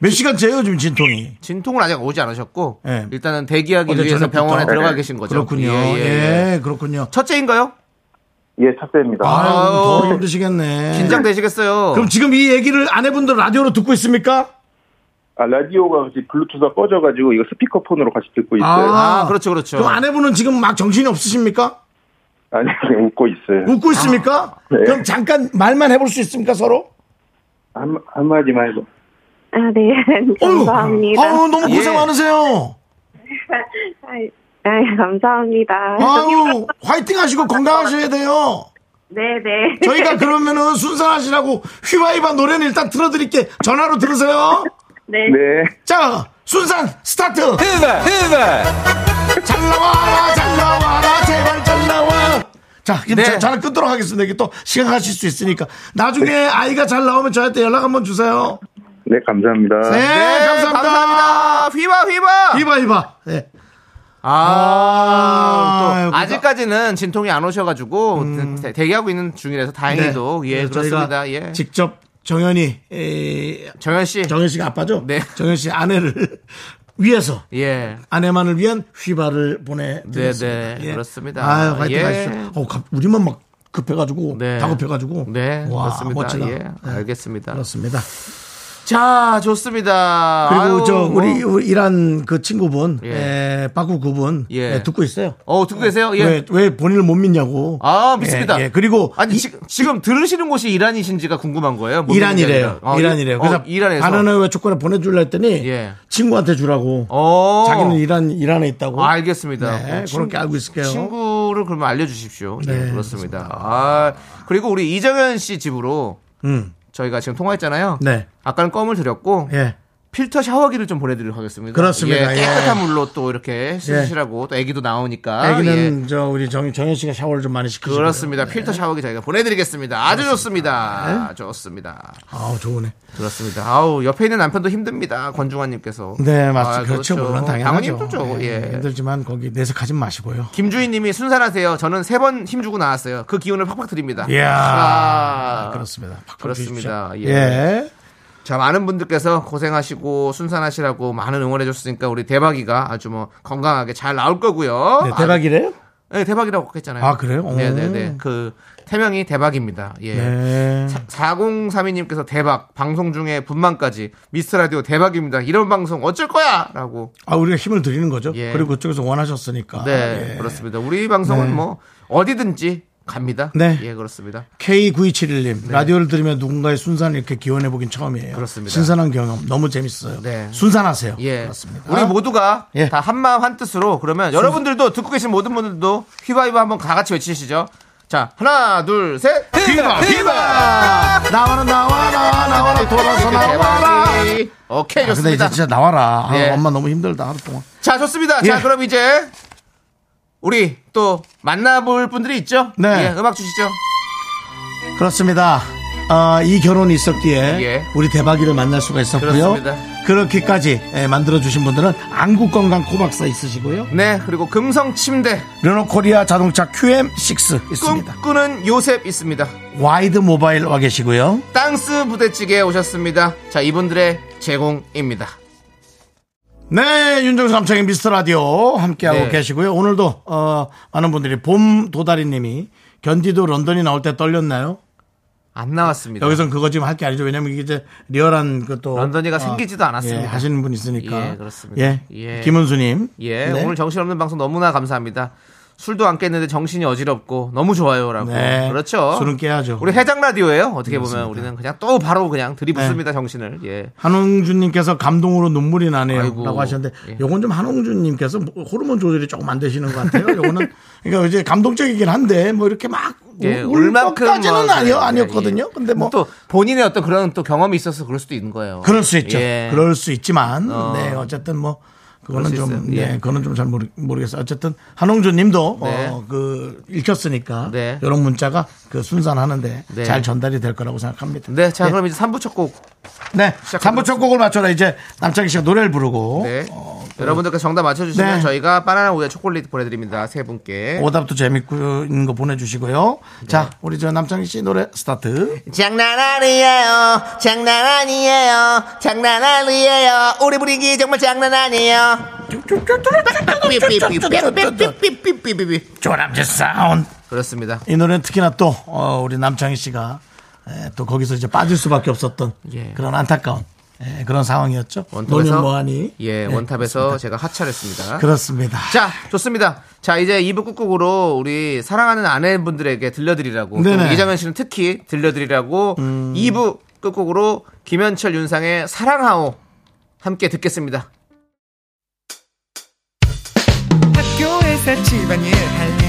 Speaker 1: 몇 시간째요 지금 진통이?
Speaker 2: 진통은 아직 오지 않으셨고
Speaker 1: 예.
Speaker 2: 일단은 대기하기
Speaker 1: 어제
Speaker 2: 위해서
Speaker 1: 저녁부터.
Speaker 2: 병원에 들어가
Speaker 9: 네.
Speaker 2: 계신 거죠.
Speaker 1: 그렇군요.
Speaker 2: 예,
Speaker 1: 예,
Speaker 2: 예, 예.
Speaker 1: 그렇군요.
Speaker 2: 첫째인가요?
Speaker 9: 예, 첫째입니다.
Speaker 1: 아유 더
Speaker 2: 아유.
Speaker 1: 힘드시겠네.
Speaker 2: 긴장되시겠어요.
Speaker 1: 예. 그럼 지금 이 얘기를 아내분들 라디오로 듣고 있습니까?
Speaker 9: 아, 라디오가 같이 블루투스가 꺼져가지고 이거 스피커폰으로 같이 듣고 있어요. 아.
Speaker 2: 아, 그렇죠, 그렇죠.
Speaker 1: 그럼 아내분은 지금 막 정신이 없으십니까?
Speaker 9: 니 그냥 웃고 있어요.
Speaker 1: 웃고 있습니까?
Speaker 9: 네.
Speaker 1: 그럼 잠깐 말만 해볼 수 있습니까 서로?
Speaker 9: 한, 한마디만 해도.
Speaker 10: 아, 네.
Speaker 1: 어휴,
Speaker 10: 감사합니다.
Speaker 1: 아유, 너무
Speaker 2: 예.
Speaker 1: 고생 많으세요.
Speaker 10: 아이, 아이, 감사합니다.
Speaker 1: 아유 화이팅 하시고 건강하셔야 돼요.
Speaker 10: 네네.
Speaker 1: 저희가 그러면은 순산하시라고 휘바이바 노래는 일단 틀어드릴게 전화로 들으세요.
Speaker 10: 네.
Speaker 9: 네.
Speaker 1: 자 순산 스타트. 휘바 휘바. 잘 나와라 잘 나와라 제발 잘 나와. 자, 그럼
Speaker 2: 네.
Speaker 1: 저- 전화 끊도록 하겠습니다. 이게 또 시간 가실 수 있으니까. 나중에 아이가 잘 나오면 저한테 연락 한번 주세요.
Speaker 9: 네, 감사합니다.
Speaker 1: 네,
Speaker 2: 네,
Speaker 1: 감사합니다.
Speaker 2: 감사합니다. 휘바 휘바.
Speaker 1: 이봐 이봐. 네.
Speaker 2: 아,
Speaker 1: 아유,
Speaker 2: 또
Speaker 1: 그거-
Speaker 2: 아직까지는 진통이 안 오셔가지고 대- 대기하고 있는 중이라서 다행히도
Speaker 1: 음. 네.
Speaker 2: 예
Speaker 1: 그래서
Speaker 2: 그렇습니다.
Speaker 1: 저희가
Speaker 2: 예.
Speaker 1: 직접 정현이 에,
Speaker 2: 정현 씨,
Speaker 1: 정현 씨가 아빠죠?
Speaker 2: 네.
Speaker 1: 정현 씨 아내를 위해서
Speaker 2: 예.
Speaker 1: 아내만을 위한 휘발을 보내드렸습니다. 예.
Speaker 2: 네, 네. 그렇습니다.
Speaker 1: 아유, 화이팅
Speaker 2: 예.
Speaker 1: 하시죠. 어, 갑- 우리만 막 급해가지고
Speaker 2: 네.
Speaker 1: 다 급해가지고.
Speaker 2: 네,
Speaker 1: 와,
Speaker 2: 그렇습니다.
Speaker 1: 멋지다.
Speaker 2: 예,
Speaker 1: 네,
Speaker 2: 알겠습니다.
Speaker 1: 그렇습니다.
Speaker 2: 자, 좋습니다.
Speaker 1: 그리고
Speaker 2: 아유,
Speaker 1: 저
Speaker 2: 뭐.
Speaker 1: 우리, 우리 이란 그 친구분,
Speaker 2: 예.
Speaker 1: 예. 박우 그분
Speaker 2: 예.
Speaker 1: 예, 듣고 있어요.
Speaker 2: 어 듣고 계세요? 예.
Speaker 1: 왜, 왜 본인을 못 믿냐고.
Speaker 2: 아 믿습니다.
Speaker 1: 네. 예, 예. 그리고
Speaker 2: 아니
Speaker 1: 이-
Speaker 2: 지금 지금 들으시는 곳이 이란이신지가 궁금한 거예요. 못
Speaker 1: 이란이래요.
Speaker 2: 믿는 게 아니라. 어,
Speaker 1: 이란이래요.
Speaker 2: 어,
Speaker 1: 그래서
Speaker 2: 이란에서.
Speaker 1: 바나나 왜 초콜릿 보내주려 했더니
Speaker 2: 예.
Speaker 1: 친구한테 주라고.
Speaker 2: 어. 아,
Speaker 1: 자기는 이란 이란에 있다고.
Speaker 2: 알겠습니다. 어,
Speaker 1: 네, 그렇게 알고 있을게요.
Speaker 2: 친구를 그러면 알려주십시오. 네,
Speaker 1: 네,
Speaker 2: 그렇습니다. 아, 그리고 우리 이정현 씨 집으로
Speaker 1: 음.
Speaker 2: 저희가 지금 통화했잖아요.
Speaker 1: 네.
Speaker 2: 아까는 껌을 드렸고
Speaker 1: 예.
Speaker 2: 필터 샤워기를 좀 보내드리도록 하겠습니다.
Speaker 1: 그렇습니다.
Speaker 2: 예,
Speaker 1: 예.
Speaker 2: 깨끗한 물로 또 이렇게 씻으시라고 또 아기도 나오니까.
Speaker 1: 아기는 예.
Speaker 2: 예.
Speaker 1: 저 우리 정, 정현 씨가 샤워를 좀 많이 시키시고
Speaker 2: 그렇습니다. 필터 샤워기 저희가 보내드리겠습니다. 아주
Speaker 1: 예.
Speaker 2: 좋습니다. 좋습니다.
Speaker 1: 아우 좋으네.
Speaker 2: 그렇습니다. 아우 옆에 있는 남편도 힘듭니다. 권중환님께서.
Speaker 1: 네
Speaker 2: 아,
Speaker 1: 맞습니다. 그렇죠. 물론
Speaker 2: 당연히
Speaker 1: 당연하죠.
Speaker 2: 힘들죠.
Speaker 1: 예,
Speaker 2: 예.
Speaker 1: 힘들지만 거기 내색하지 마시고요.
Speaker 2: 김주희님이 순산하세요. 저는 세 번 힘주고 나왔어요. 그 기운을 팍팍 드립니다.
Speaker 1: 이야.
Speaker 2: 아,
Speaker 1: 그렇습니다. 팍팍
Speaker 2: 그렇습니다.
Speaker 1: 주십시오.
Speaker 2: 예. 자, 많은 분들께서 고생하시고 순산하시라고 많은 응원해줬으니까 우리 대박이가 아주 뭐 건강하게 잘 나올 거고요.
Speaker 1: 네, 대박이래요?
Speaker 2: 아, 네, 대박이라고 했잖아요.
Speaker 1: 아, 그래요? 오.
Speaker 2: 네네네. 그 태명이 대박입니다. 예.
Speaker 1: 네.
Speaker 2: 4032님께서 대박 방송 중에 분만까지 미스터 라디오 대박입니다. 이런 방송 어쩔 거야라고.
Speaker 1: 아 우리가 힘을 드리는 거죠.
Speaker 2: 예.
Speaker 1: 그리고 그쪽에서 원하셨으니까.
Speaker 2: 네,
Speaker 1: 예.
Speaker 2: 그렇습니다. 우리 방송은
Speaker 1: 네.
Speaker 2: 뭐 어디든지 갑니다.
Speaker 1: 네.
Speaker 2: 예, 그렇습니다.
Speaker 1: K9271님 라디오를 들으면 누군가의 순산을 이렇게 기원해 보긴 처음이에요.
Speaker 2: 네. 그렇습니다.
Speaker 1: 신선한 경험 너무 재밌어요.
Speaker 2: 네.
Speaker 1: 순산하세요.
Speaker 2: 예.
Speaker 1: 그렇습니다.
Speaker 2: 우리 모두가
Speaker 1: 예.
Speaker 2: 다 한마음 한뜻으로 그러면 여러분들도 듣고 계신 모든 분들도 휘바이바 한번 다 같이 외치시죠. 자, 하나, 둘, 셋.
Speaker 1: 휘바, 휘바! 나와라 나와 나와 나와라 돌아서 나와라.
Speaker 2: 대박이. 오케이,
Speaker 1: 아, 근데 이제
Speaker 2: 좋습니다.
Speaker 1: 진짜 나와라. 아,
Speaker 2: 예.
Speaker 1: 엄마 너무 힘들다 하루 동안.
Speaker 2: 자, 좋습니다.
Speaker 1: 예.
Speaker 2: 자, 그럼 이제 우리 또 만나볼 분들이 있죠?
Speaker 1: 네.
Speaker 2: 예, 음악 주시죠.
Speaker 1: 그렇습니다. 아, 이 결혼이 있었기에
Speaker 2: 예.
Speaker 1: 우리 대박이를 만날 수가 있었고요.
Speaker 2: 그렇습니다.
Speaker 1: 게까지 예, 만들어 주신 분들은 안국 건강 코박사 있으시고요.
Speaker 2: 네, 그리고 금성 침대
Speaker 1: 르노코리아 자동차 QM6 있습니다.
Speaker 2: 꿈꾸는 요셉 있습니다.
Speaker 1: 와이드 모바일 와 계시고요.
Speaker 2: 땅스 부대찌개 오셨습니다. 자, 이분들의 제공입니다.
Speaker 1: 네, 윤정수 남창의 미스터 라디오 함께하고
Speaker 2: 네.
Speaker 1: 계시고요. 오늘도 어, 많은 분들이 봄 도다리님이 견디도 런던이 나올 때 떨렸나요?
Speaker 2: 안 나왔습니다.
Speaker 1: 여기선 그거 지금 할 게 아니죠. 왜냐면 이게 이제 리얼한 그또
Speaker 2: 런던이가 생기지도 않았습니다.
Speaker 1: 예, 하시는 분 있으니까.
Speaker 2: 예, 그렇습니다.
Speaker 1: 예,
Speaker 2: 예.
Speaker 1: 김은수님.
Speaker 2: 예,
Speaker 1: 네.
Speaker 2: 오늘 정신없는 방송 너무나 감사합니다. 술도 안 깼는데 정신이 어지럽고 너무 좋아요라고.
Speaker 1: 네.
Speaker 2: 그렇죠.
Speaker 1: 술은 깨야죠.
Speaker 2: 우리 해장 라디오예요. 어떻게 보면 우리는 그냥 또 바로 그냥
Speaker 1: 네.
Speaker 2: 들이붓습니다 정신을. 예.
Speaker 1: 한홍준님께서 감동으로 눈물이
Speaker 2: 아이고.
Speaker 1: 나네요라고 하셨는데
Speaker 2: 예.
Speaker 1: 요건 좀 한홍준님께서 뭐 호르몬 조절이 조금 안 되시는 것 같아요. 요거는 그러니까 이제 감동적이긴 한데 뭐 이렇게 막
Speaker 2: 예,
Speaker 1: 울
Speaker 2: 울만큼
Speaker 1: 것까지는
Speaker 2: 뭐-
Speaker 1: 아니요
Speaker 2: 예,
Speaker 1: 아니었거든요.
Speaker 2: 예.
Speaker 1: 근데 뭐
Speaker 2: 또 본인의 어떤 그런 또 경험이 있어서 그럴 수도 있는 거예요.
Speaker 1: 그럴 수 있죠.
Speaker 2: 예.
Speaker 1: 그럴 수 있지만
Speaker 2: 어.
Speaker 1: 네 어쨌든 뭐 그거는
Speaker 2: 그럴 수
Speaker 1: 좀
Speaker 2: 있어요.
Speaker 1: 네,
Speaker 2: 예.
Speaker 1: 그거는 좀 잘 모르, 모르겠어요. 어쨌든 한홍준님도
Speaker 2: 네.
Speaker 1: 어, 그 읽혔으니까
Speaker 2: 네.
Speaker 1: 이런 문자가 그 순산하는데
Speaker 2: 네.
Speaker 1: 잘 전달이 될 거라고 생각합니다.
Speaker 2: 네, 자
Speaker 1: 예.
Speaker 2: 그럼 이제 3부 첫 곡.
Speaker 1: 네. 3부
Speaker 2: 시작하도록
Speaker 1: 첫 곡을 맞춰라 이제 남창희 씨가 노래를 부르고
Speaker 2: 네. 여러분들께서 정답 맞춰주시면
Speaker 1: 어, 네. 어.
Speaker 2: 저희가 바나나 우유 초콜릿 보내드립니다 세 분께.
Speaker 1: 오답도 재밌고 있는 거 보내주시고요. 자,
Speaker 2: 네.
Speaker 1: 우리 저 남창희 씨 노래 스타트.
Speaker 2: 장난 아니에요. 장난 아니에요. 장난 아니에요. 우리 분위기 정말 장난 아니에요.
Speaker 1: 조남지 사운드.
Speaker 2: 그렇습니다.
Speaker 1: 이 노래는 특히나 또 어, 우리 남창희 씨가 에, 또 거기서 이제 빠질 수밖에 없었던
Speaker 2: 예.
Speaker 1: 그런 안타까운 에, 그런 상황이었죠.
Speaker 2: 원탑에서
Speaker 1: 너는 뭐하니?
Speaker 2: 예,
Speaker 1: 네,
Speaker 2: 원탑에서 제가 하차를 했습니다.
Speaker 1: 그렇습니다.
Speaker 2: 자, 좋습니다. 자, 이제 2부 꾹꾹으로 우리 사랑하는 아내분들에게 들려드리라고.
Speaker 1: 네네. 음.
Speaker 2: 또 이장현 씨는 특히 들려드리라고 2부 꾹꾹으로 김현철 윤상의 사랑하오 함께 듣겠습니다.
Speaker 8: 학교에서 집안일 할 일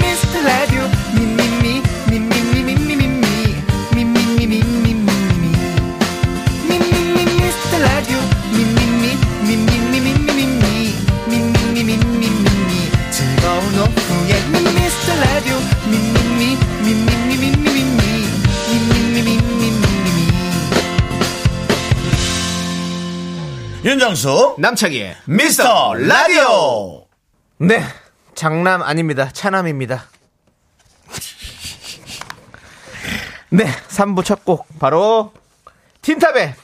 Speaker 8: 미스터 라디오 미미미 미미미 미미미 미미미 미미미 미미미 미스터 라디오 미미미 미미미 미미미 미미미 미미미 즐거운 오후에 미스터 라디오 미미미 미미미 미미미 미미미
Speaker 3: 윤정수
Speaker 2: 남창희의
Speaker 3: 미스터 라디오
Speaker 2: 네. 장남 아닙니다. 차남입니다. 네. 3부 첫 곡. 바로 틴탑의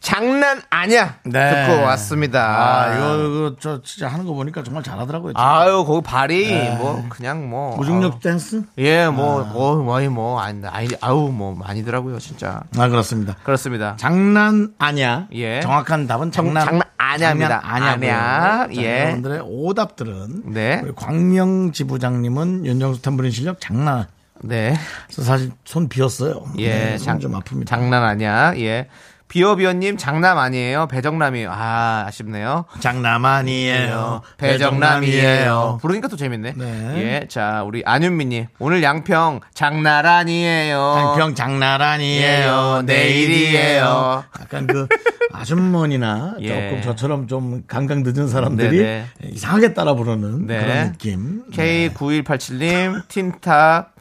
Speaker 2: 장난 아니야.
Speaker 1: 네.
Speaker 2: 듣고 왔습니다.
Speaker 1: 아, 이거, 이거 저 진짜 하는 거 보니까 정말 잘하더라고요.
Speaker 2: 아유, 거기 발이 뭐 그냥 뭐
Speaker 1: 무중력
Speaker 2: 아유.
Speaker 1: 댄스?
Speaker 2: 예, 뭐, 뭐, 거의 뭐, 아니, 아니, 아우, 뭐, 많이더라고요, 진짜.
Speaker 1: 아, 그렇습니다.
Speaker 2: 그렇습니다.
Speaker 1: 장난 아니야.
Speaker 2: 예.
Speaker 1: 정확한 답은
Speaker 2: 정-
Speaker 1: 장난,
Speaker 2: 장난 아냐입니다. 아냐.
Speaker 1: 아니야.
Speaker 2: 예.
Speaker 1: 여러분들의 오답들은
Speaker 2: 네.
Speaker 1: 우리 광명 지부장님은 윤정수 탬브린 실력 장난.
Speaker 2: 네.
Speaker 1: 그래서 사실 손 비었어요.
Speaker 2: 예,
Speaker 1: 네, 손좀 아픕니다.
Speaker 2: 장난 아니야. 예. 비어비어님 장남 아니에요. 배정남이에요. 아, 아쉽네요.
Speaker 1: 장남 아니에요.
Speaker 2: 배정남이에요. 부르니까 또 재밌네.
Speaker 1: 네.
Speaker 2: 예, 자, 우리 안윤미님. 오늘 양평 장날 아니에요.
Speaker 1: 한평 장난 아니에요.
Speaker 2: 예요. 어, 내일이에요.
Speaker 1: 약간 그 아주머니나
Speaker 2: 예.
Speaker 1: 조금 저처럼 좀 감각 늦은 사람들이
Speaker 2: 네네.
Speaker 1: 이상하게 따라 부르는
Speaker 2: 네.
Speaker 1: 그런 느낌. 네.
Speaker 2: K9187님, 틴탑.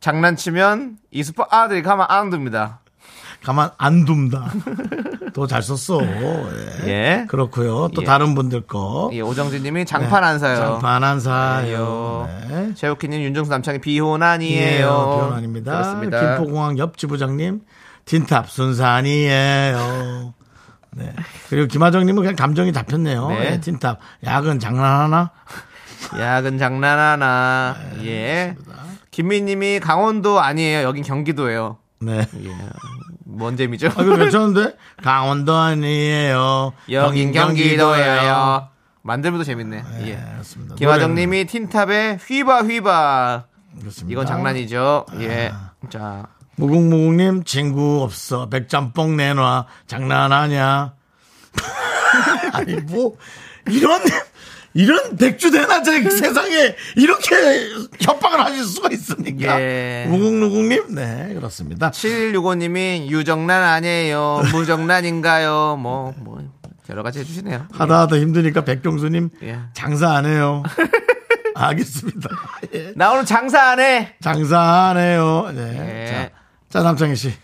Speaker 2: 장난치면 이스포 아들이 가만 안 둡니다.
Speaker 1: 가만 안 둡다. 또 잘 썼어. 예.
Speaker 2: 예.
Speaker 1: 그렇고요. 또
Speaker 2: 예.
Speaker 1: 다른 분들 거.
Speaker 2: 예, 오정진님이 장판 안 사요.
Speaker 1: 어? 네. 장판 안 사요.
Speaker 2: 아요.
Speaker 1: 네.
Speaker 2: 최욱희님 윤정수 남창이 비혼 아니에요.
Speaker 1: 비혼 어, 아닙니다.
Speaker 2: 그렇습니다.
Speaker 1: 김포공항 옆 지부장님 틴탑 순사 아니에요. 네. 그리고 김하정님은 그냥 감정이 잡혔네요.
Speaker 2: 네.
Speaker 1: 예, 틴탑 야근 장난하나?
Speaker 2: 야근 장난하나. 예. 김민님이 강원도 아니에요. 여긴 경기도예요.
Speaker 1: 네.
Speaker 2: 뭔 재미죠?
Speaker 1: 아, 이거 괜찮은데? 강원도 아니에요.
Speaker 2: 여긴 경기도예요. 만들면 또 재밌네. 예.
Speaker 1: 그렇습니다.
Speaker 2: 김화정님이 틴탑의 휘바 휘바.
Speaker 1: 그렇습니다.
Speaker 2: 이건 장난이죠. 예. 자.
Speaker 1: 무궁무궁님 친구 없어 백짬뽕 내놔 장난하냐 아니 뭐 이런 이런 백주 대낮에 세상에 이렇게 협박을 하실 수가 있습니까
Speaker 2: 예.
Speaker 1: 무궁무궁님 네 그렇습니다
Speaker 2: 765님이 유정란 아니에요. 무정란인가요? 뭐, 뭐, 여러 가지 해주시네요.
Speaker 1: 하다 하다 힘드니까 백종수님
Speaker 2: 예.
Speaker 1: 장사 안 해요 알겠습니다 예.
Speaker 2: 나 오늘 장사 안 해.
Speaker 1: 장사 안 해요 네.
Speaker 2: 예.
Speaker 1: 자, 자 남창희 씨자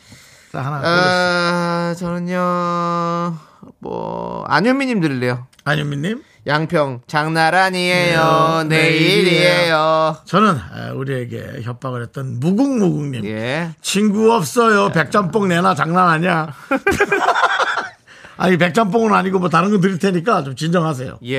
Speaker 1: 하나 골랐어요.
Speaker 2: 아, 저는요, 뭐, 안현미님 들을래요.
Speaker 1: 안윤미님
Speaker 2: 양평, 장난 아니에요. 내일이에요.
Speaker 1: 저는 아, 우리에게 협박을 했던 무궁무궁님
Speaker 2: 예.
Speaker 1: 친구 없어요 백짬뽕 내놔 장난 아니야 아니 백짬뽕은 아니고 뭐 다른 거 드릴 테니까 좀 진정하세요 네,
Speaker 2: 예,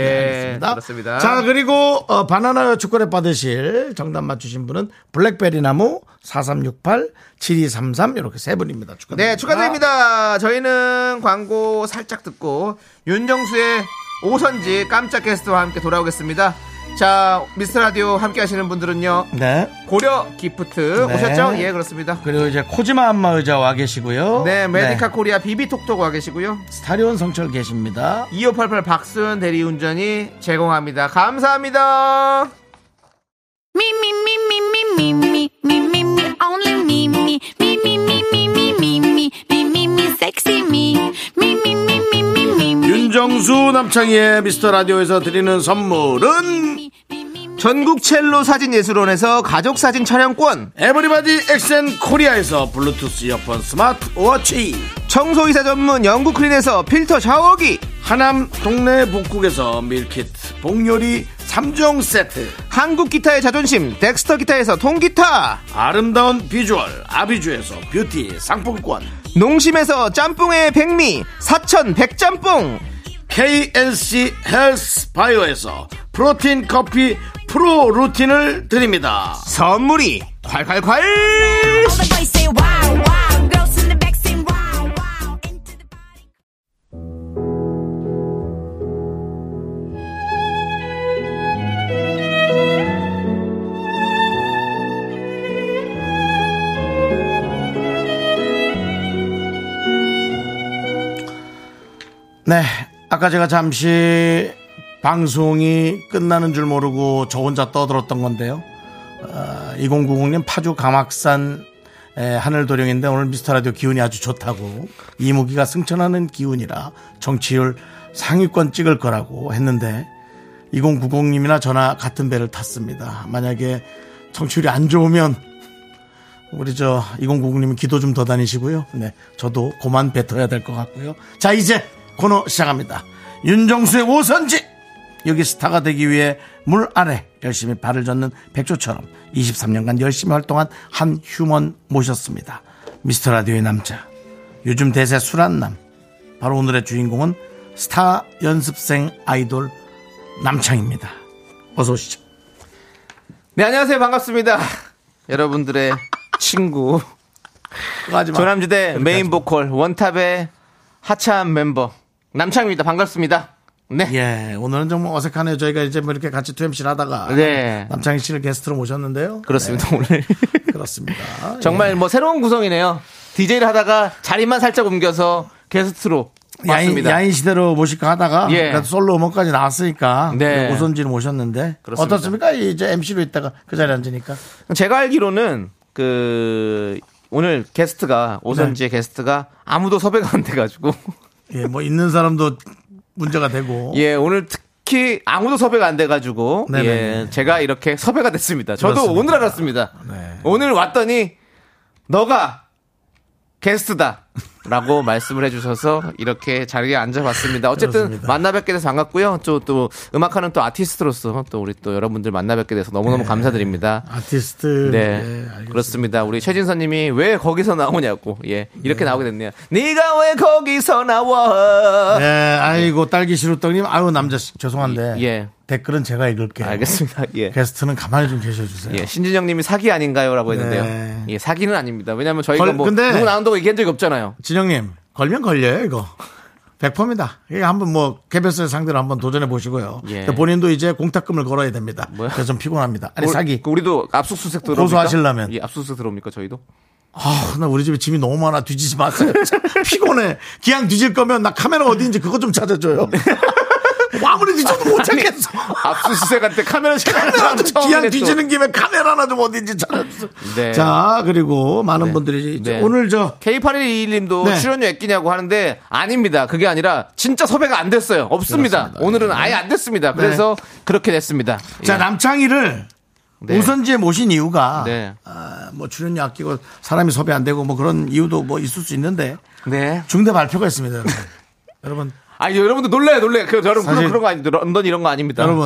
Speaker 1: 알겠습니다.
Speaker 2: 그렇습니다.
Speaker 1: 자 그리고 어, 바나나와 초콜릿 받으실 정답 맞추신 분은 블랙베리 나무 4368 7233 이렇게 세 분입니다 축하드립니다
Speaker 2: 네, 축하드립니다. 저희는 광고 살짝 듣고, 윤정수의 오선지 깜짝 게스트와 함께 돌아오겠습니다. 자, 미스 라디오 함께 하시는 분들은요,
Speaker 1: 네
Speaker 2: 고려 기프트
Speaker 1: 네.
Speaker 2: 오셨죠? 예, 그렇습니다.
Speaker 1: 그리고 이제 코지마 안마 의자 와 계시고요
Speaker 2: 네, 메디카 코리아 비비톡톡 와 계시고요.
Speaker 1: 스타리온 성철 계십니다
Speaker 2: 2588 박수현 대리운전이 제공합니다. 감사합니다.
Speaker 7: Me, me, me, me, me, me, me, me, me, me, only me, me, me, me, me, me, me, me, me, me, me, me, sexy me, me, me, me, me, me, me, me,
Speaker 1: 윤정수 남창희의 미스터 라디오에서 드리는 선물은
Speaker 2: 전국 첼로 사진 예술원에서 가족 사진 촬영권,
Speaker 1: 에브리바디 엑센 코리아에서 블루투스 이어폰 스마트 워치
Speaker 2: 청소 이사 전문 영국 클린에서 필터 샤워기,
Speaker 1: 하남 동네 북국에서 밀키트 복요리 3종 세트
Speaker 2: 한국 기타의 자존심 덱스터 기타에서 통기타,
Speaker 1: 아름다운 비주얼 아비주에서 뷰티 상품권
Speaker 2: 농심에서 짬뽕의 백미 사천 백짬뽕,
Speaker 1: KNC 헬스 바이오에서 프로틴 커피 프로 루틴을 드립니다
Speaker 2: 선물이 콸콸콸!
Speaker 7: all the boys say wow, wow, girls in the back say wow, wow, into the party.
Speaker 1: 네. 아까 제가 잠시 방송이 끝나는 줄 모르고 저 혼자 떠들었던 건데요. 어, 2090님 파주 감악산 에, 하늘도령인데 오늘 미스터라디오 기운이 아주 좋다고 이무기가 승천하는 기운이라 정치율 상위권 찍을 거라고 했는데 2090님이나 저나 같은 배를 탔습니다. 만약에 정치율이 안 좋으면 우리 저 2090님 기도 좀 더 다니시고요. 네, 저도 고만 뱉어야 될 것 같고요. 자, 이제 코너 시작합니다. 윤정수의 오선지 여기 스타가 되기 위해 물 아래 열심히 발을 젓는 백조처럼 23년간 열심히 활동한 한 휴먼 모셨습니다. 미스터 라디오의 남자 요즘 대세 술한남 바로 오늘의 주인공은 스타 연습생 아이돌 남창입니다. 어서 오시죠.
Speaker 2: 네, 안녕하세요. 반갑습니다. 여러분들의 친구.
Speaker 1: 그거 하지 마.
Speaker 2: 조남지대 메인 보컬 원탑의 하차한 멤버 남창입니다. 반갑습니다. 네.
Speaker 1: 예, 오늘은 좀 어색하네요. 저희가 이제 뭐 이렇게 같이 투엠씨를 하다가
Speaker 2: 네.
Speaker 1: 남창희 씨를 게스트로 모셨는데요.
Speaker 2: 그렇습니다. 오늘.
Speaker 1: 네. 그렇습니다.
Speaker 2: 정말 뭐 새로운 구성이네요. DJ를 하다가 자리만 살짝 옮겨서 게스트로
Speaker 1: 예. 야인,
Speaker 2: 왔습니다.
Speaker 1: 야인 시대로 모실까 하다가
Speaker 2: 예.
Speaker 1: 그래도 솔로 음원까지 나왔으니까
Speaker 2: 네.
Speaker 1: 우선지를 모셨는데
Speaker 2: 그렇습니다.
Speaker 1: 어떻습니까? 이제 MC로 있다가 그 자리에 앉으니까
Speaker 2: 제가 알기로는 그 오늘 게스트가 오선지의 게스트가 아무도 섭외가 안 돼가지고
Speaker 1: 예, 뭐 있는 사람도 문제가 되고
Speaker 2: 예 오늘 특히 아무도 섭외가 안 돼가지고
Speaker 1: 네네.
Speaker 2: 예 제가 이렇게 섭외가 됐습니다. 네. 저도
Speaker 1: 그렇습니다.
Speaker 2: 오늘 알았습니다. 오늘 왔더니 너가 게스트다. 라고 말씀을 해주셔서 이렇게 자리에 앉아봤습니다. 어쨌든
Speaker 1: 그렇습니다.
Speaker 2: 만나 뵙게 돼서 반갑고요. 또, 또 음악하는 또 아티스트로서 또 우리 또 여러분들 만나 뵙게 돼서 너무너무 감사드립니다.
Speaker 1: 아티스트
Speaker 2: 네,
Speaker 1: 예, 알겠습니다.
Speaker 2: 그렇습니다. 우리 최진선님이 왜 거기서 나오냐고, 예, 이렇게 나오게 됐네요. 네가 왜 거기서 나와?
Speaker 1: 예, 아이고 딸기 시루떡님 아유 남자 씨, 죄송한데
Speaker 2: 예.
Speaker 1: 댓글은 제가 읽을게요.
Speaker 2: 알겠습니다. 예.
Speaker 1: 게스트는 가만히 좀 계셔주세요.
Speaker 2: 예, 신진영님이 사기 아닌가요라고 했는데요.
Speaker 1: 네.
Speaker 2: 예, 사기는 아닙니다. 왜냐하면 저희가
Speaker 1: 걸-
Speaker 2: 뭐
Speaker 1: 근데-
Speaker 2: 누구 나온다고 얘기한 적이 없잖아요.
Speaker 1: 진영님 걸면 걸려요 이거. 100%입니다. 이게 한번 뭐 개별세 상대로 한번 도전해 보시고요.
Speaker 2: 예.
Speaker 1: 근데 본인도 이제 공탁금을 걸어야 됩니다.
Speaker 2: 뭐야?
Speaker 1: 그래서 좀 피곤합니다. 아니
Speaker 2: 우리-
Speaker 1: 사기.
Speaker 2: 그 우리도 압수수색 들어옵니까?
Speaker 1: 고소하시려면.
Speaker 2: 예, 압수수색 들어옵니까 저희도?
Speaker 1: 아, 나 우리 집에 짐이 너무 많아. 뒤지지 마세요. 참 피곤해. 기왕 뒤질 거면 나 카메라 어디인지 그거 좀 찾아줘요. 뭐 아무리 뒤져도 못 찾겠어.
Speaker 2: 압수수색한테 카메라
Speaker 1: 카메라
Speaker 2: 제가
Speaker 1: 좀 기왕 뒤지는 김에 카메라 하나 좀 어디인지 찾아주세요.
Speaker 2: 네.
Speaker 1: 자, 그리고 많은 분들이 이제
Speaker 2: 네.
Speaker 1: 오늘 저
Speaker 2: K8121님도
Speaker 1: 네.
Speaker 2: 출연료 아끼냐고 하는데 아닙니다. 그게 아니라 진짜 섭외가 안 됐어요. 없습니다.
Speaker 1: 그렇습니다. 네.
Speaker 2: 오늘은 아예 안 됐습니다. 그래서 그렇게 됐습니다.
Speaker 1: 자,
Speaker 2: 예.
Speaker 1: 남창희를
Speaker 2: 네.
Speaker 1: 우선지에 모신 이유가
Speaker 2: 네.
Speaker 1: 아, 뭐 출연료 아끼고 사람이 섭외 안 되고 뭐 그런 이유도 뭐 있을 수 있는데
Speaker 2: 네.
Speaker 1: 중대 발표가 있습니다. 여러분. 여러분
Speaker 2: 아 여러분들 놀래요, 놀래. 그 여러분
Speaker 1: 사실-
Speaker 2: 그런 그런 거 아닙니다. 런던 이런 거 아닙니다.
Speaker 1: 여러분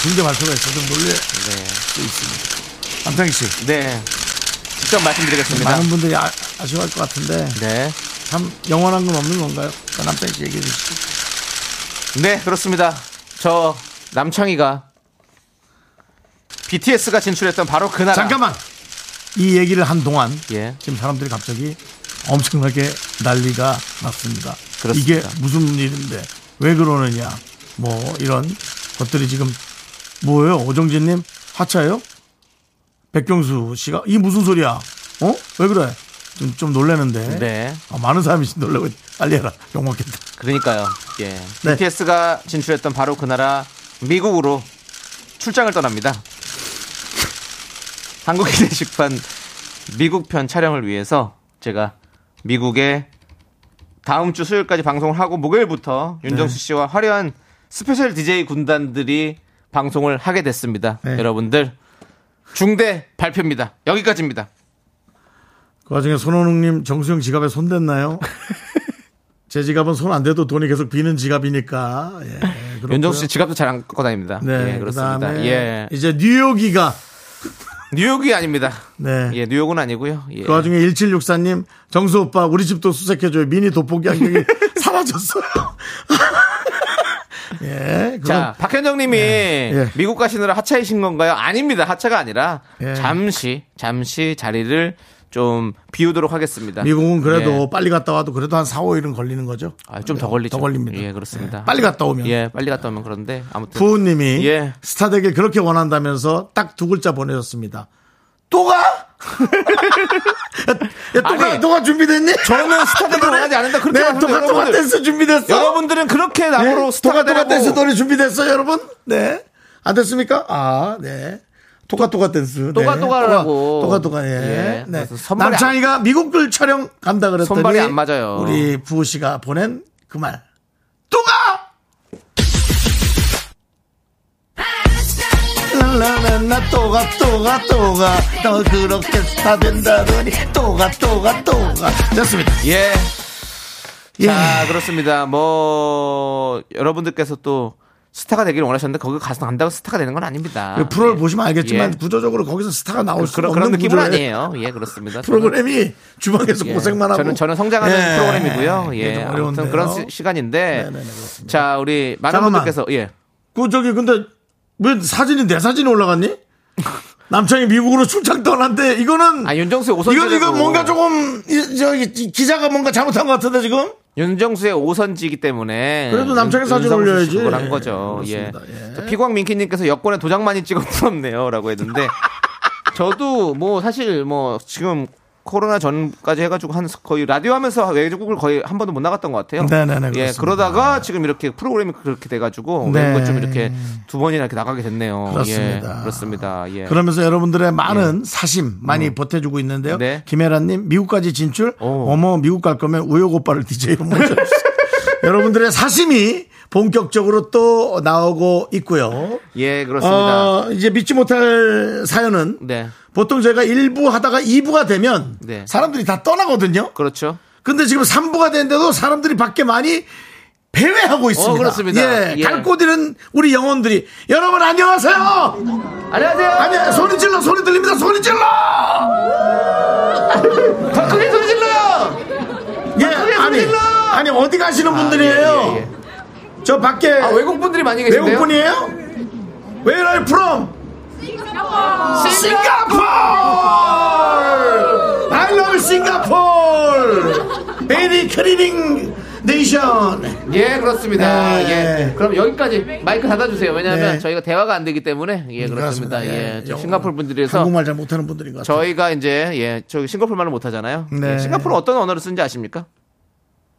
Speaker 1: 중대 발표가 있어 좀 놀래 네. 있습니다. 남창희 씨
Speaker 2: 네. 직접 말씀드리겠습니다.
Speaker 1: 많은 분들이 아, 쉬워할것 같은데
Speaker 2: 네.
Speaker 1: 참 영원한 건 없는 건가요? 자, 남창희 씨 얘기해 주시죠.
Speaker 2: 네, 그렇습니다. 저 남창희가 BTS가 진출했던 바로 그날
Speaker 1: 잠깐만 이 얘기를 한 동안
Speaker 2: 예.
Speaker 1: 지금 사람들이 갑자기 엄청나게 난리가 났습니다.
Speaker 2: 그렇습니다.
Speaker 1: 이게 무슨 일인데 왜 그러느냐 뭐 이런 것들이 지금 뭐예요? 오정진님 하차요? 백경수 씨가 이 무슨 소리야? 어? 왜 그래? 좀, 좀 놀라는데.
Speaker 2: 네.
Speaker 1: 아, 많은 사람이 놀라고 빨리 해라. 욕 먹겠다.
Speaker 2: 그러니까요. 예.
Speaker 1: 네.
Speaker 2: BTS가 진출했던 바로 그 나라 미국으로 출장을 떠납니다. 한국인 대식판 미국편 촬영을 위해서 제가 미국에 다음 주 수요일까지 방송을 하고 목요일부터 윤정수
Speaker 1: 네.
Speaker 2: 씨와 화려한 스페셜 DJ 군단들이 방송을 하게 됐습니다.
Speaker 1: 네.
Speaker 2: 여러분들 중대 발표입니다. 여기까지입니다.
Speaker 1: 그 와중에 손호농님 정수영 지갑에 손 댔나요? 제 지갑은 손 안 대도 돈이 계속 비는 지갑이니까. 예, 그렇고요.
Speaker 2: 윤정수 씨 지갑도 잘 안 갖고 다닙니다.
Speaker 1: 네,
Speaker 2: 예, 그렇습니다.
Speaker 1: 그다음에
Speaker 2: 예.
Speaker 1: 이제 뉴욕이가
Speaker 2: 뉴욕이 아닙니다.
Speaker 1: 네.
Speaker 2: 예, 뉴욕은 아니고요. 예.
Speaker 1: 그 와중에 1764님 정수 오빠 우리 집도 수색해줘요. 미니 돋보기 안경이 사라졌어요. 예, 그건
Speaker 2: 자, 박현정 님이
Speaker 1: 예.
Speaker 2: 미국 가시느라 하차이신 건가요? 아닙니다. 하차가 아니라
Speaker 1: 예.
Speaker 2: 잠시 잠시 자리를 좀 비우도록 하겠습니다.
Speaker 1: 미국은 그래도
Speaker 2: 예.
Speaker 1: 빨리 갔다 와도 그래도 한 4, 5일은 걸리는 거죠.
Speaker 2: 아, 좀 더 걸리죠.
Speaker 1: 더 걸립니다.
Speaker 2: 예, 그렇습니다.
Speaker 1: 예, 빨리 갔다 오면.
Speaker 2: 예, 빨리 갔다 오면 그런데 아무튼
Speaker 1: 부우님이
Speaker 2: 예.
Speaker 1: 스타 되길 그렇게 원한다면서 딱 두 글자 보내셨습니다. 또 가? 야, 또 가?
Speaker 2: 아니,
Speaker 1: 너가 준비됐니?
Speaker 2: 저는 스타 되길 원하지 않는다. 그렇게
Speaker 1: 네,
Speaker 2: 말하는데
Speaker 1: 또가 또가
Speaker 2: 여러분들-
Speaker 1: 댄스 준비됐어.
Speaker 2: 여러분들은 그렇게 나무로
Speaker 1: 네,
Speaker 2: 스타가
Speaker 1: 토가 토가 댄스
Speaker 2: 되라고
Speaker 1: 노래 준비됐어 요 여러분? 네. 안 됐습니까? 아, 네. 토가 토가 댄스. 네.
Speaker 2: 또가또가라고.
Speaker 1: 토가 토가 예.
Speaker 2: 예,
Speaker 1: 네.
Speaker 2: 그래서 선발이
Speaker 1: 남창이가 미국글 촬영 간다 그랬더니
Speaker 2: 선발이 안 맞아요.
Speaker 1: 우리 부호 씨가 보낸 그 말. 또가! 랄라라라 또가 또가 또가 너 그렇게 스타 된다더니 또가 또가 또가 됐습니다.
Speaker 2: 예.
Speaker 1: 예.
Speaker 2: 자, 그렇습니다. 뭐 여러분들께서 또 스타가 되기를 원하셨는데 거기 가서 간다고 스타가 되는 건 아닙니다.
Speaker 1: 그 프로를
Speaker 2: 예.
Speaker 1: 보시면 알겠지만
Speaker 2: 예.
Speaker 1: 구조적으로 거기서 스타가 나올 수
Speaker 2: 그런,
Speaker 1: 없는
Speaker 2: 그런 느낌은
Speaker 1: 구조예요.
Speaker 2: 아니에요. 예, 그렇습니다.
Speaker 1: 프로그램이 주방에서
Speaker 2: 저는- 예,
Speaker 1: 고생만 하고
Speaker 2: 저는 저는 성장하는
Speaker 1: 예.
Speaker 2: 프로그램이고요.
Speaker 1: 이게
Speaker 2: 예,
Speaker 1: 좀
Speaker 2: 아무튼
Speaker 1: 어려운데요.
Speaker 2: 그런 시, 시간인데
Speaker 1: 네네네, 그렇습니다.
Speaker 2: 자 우리 많은
Speaker 1: 잠깐만.
Speaker 2: 분들께서 예
Speaker 1: 그 저기 근데 왜 사진이 내 사진이 올라갔니? 남창이 미국으로 출장 떠난데 이거는
Speaker 2: 아, 윤정수의 오선지라고.
Speaker 1: 이건 이거 뭔가 조금 이- 저기 기- 기자가 뭔가 잘못한 것 같은데 지금
Speaker 2: 윤정수의 오선지이기 때문에
Speaker 1: 그래도 남창희
Speaker 2: 윤-
Speaker 1: 사진
Speaker 2: 윤성수 씨
Speaker 1: 올려야지.
Speaker 2: 그걸 한 거죠.
Speaker 1: 예,
Speaker 2: 예.
Speaker 1: 그렇습니다. 예.
Speaker 2: 자, 피광 민키님께서 여권에 도장 많이 찍어 부럽네요라고 했는데 저도 뭐 사실 뭐 지금 코로나 전까지 해가지고 한 거의 라디오 하면서 외국을 거의 한 번도 못 나갔던 것 같아요.
Speaker 1: 네네네,
Speaker 2: 예,
Speaker 1: 그렇습니다.
Speaker 2: 그러다가 지금 이렇게 프로그램이 그렇게 돼가지고
Speaker 1: 네.
Speaker 2: 외국을 좀 이렇게 두 번이나 이렇게 나가게 됐네요.
Speaker 1: 그렇습니다.
Speaker 2: 예, 그렇습니다. 예. 음.
Speaker 1: 그러면서 여러분들의 많은 사심 많이 보태주고 있는데요.
Speaker 2: 네.
Speaker 1: 김혜란님 미국까지 진출.
Speaker 2: 오.
Speaker 1: 어머 미국 갈 거면 우혁 오빠를 DJ로 모셔주세요. 뭐 여러분들의 사심이 본격적으로 또 나오고 있고요.
Speaker 2: 예, 그렇습니다.
Speaker 1: 어, 이제 믿지 못할 사연은
Speaker 2: 네.
Speaker 1: 보통 저희가 1부 하다가 2부가 되면
Speaker 2: 네.
Speaker 1: 사람들이 다 떠나거든요.
Speaker 2: 그렇죠.
Speaker 1: 근데 지금 3부가 됐는데도 사람들이 밖에 많이 배회하고 있습니다.
Speaker 2: 어, 그렇습니다.
Speaker 1: 예,
Speaker 2: 예.
Speaker 1: 갈 곳이는 우리 영혼들이 여러분 안녕하세요.
Speaker 2: 안녕하세요.
Speaker 1: 아니 소리 질러 소리 들립니다. 소리 질러.
Speaker 2: 더 크게 소리 질러요.
Speaker 1: 예,
Speaker 2: 소리
Speaker 1: 아니
Speaker 2: 질러!
Speaker 1: 아니 어디 가시는 분들이에요?
Speaker 2: 예, 예,
Speaker 1: 저 밖에
Speaker 2: 아, 외국 분들이 많이 계신데요.
Speaker 1: 외국 분이에요? Where are you from? 싱가포르. I love 싱가포르. 베리 크리닝 네이션.
Speaker 2: 예, 그렇습니다.
Speaker 1: 네.
Speaker 2: 예. 그럼 여기까지 마이크 닫아주세요. 왜냐하면
Speaker 1: 네.
Speaker 2: 저희가 대화가 안 되기 때문에 예, 그렇습니다.
Speaker 1: 그렇습니다.
Speaker 2: 예,
Speaker 1: 예.
Speaker 2: 좀 싱가포르 분들이라서
Speaker 1: 한국말 잘 못하는 분들인 것 같아요.
Speaker 2: 저희가 이제 예, 저기 싱가포르 말을 못 하잖아요.
Speaker 1: 네.
Speaker 2: 예, 싱가포르 어떤 언어를 쓰는지 아십니까?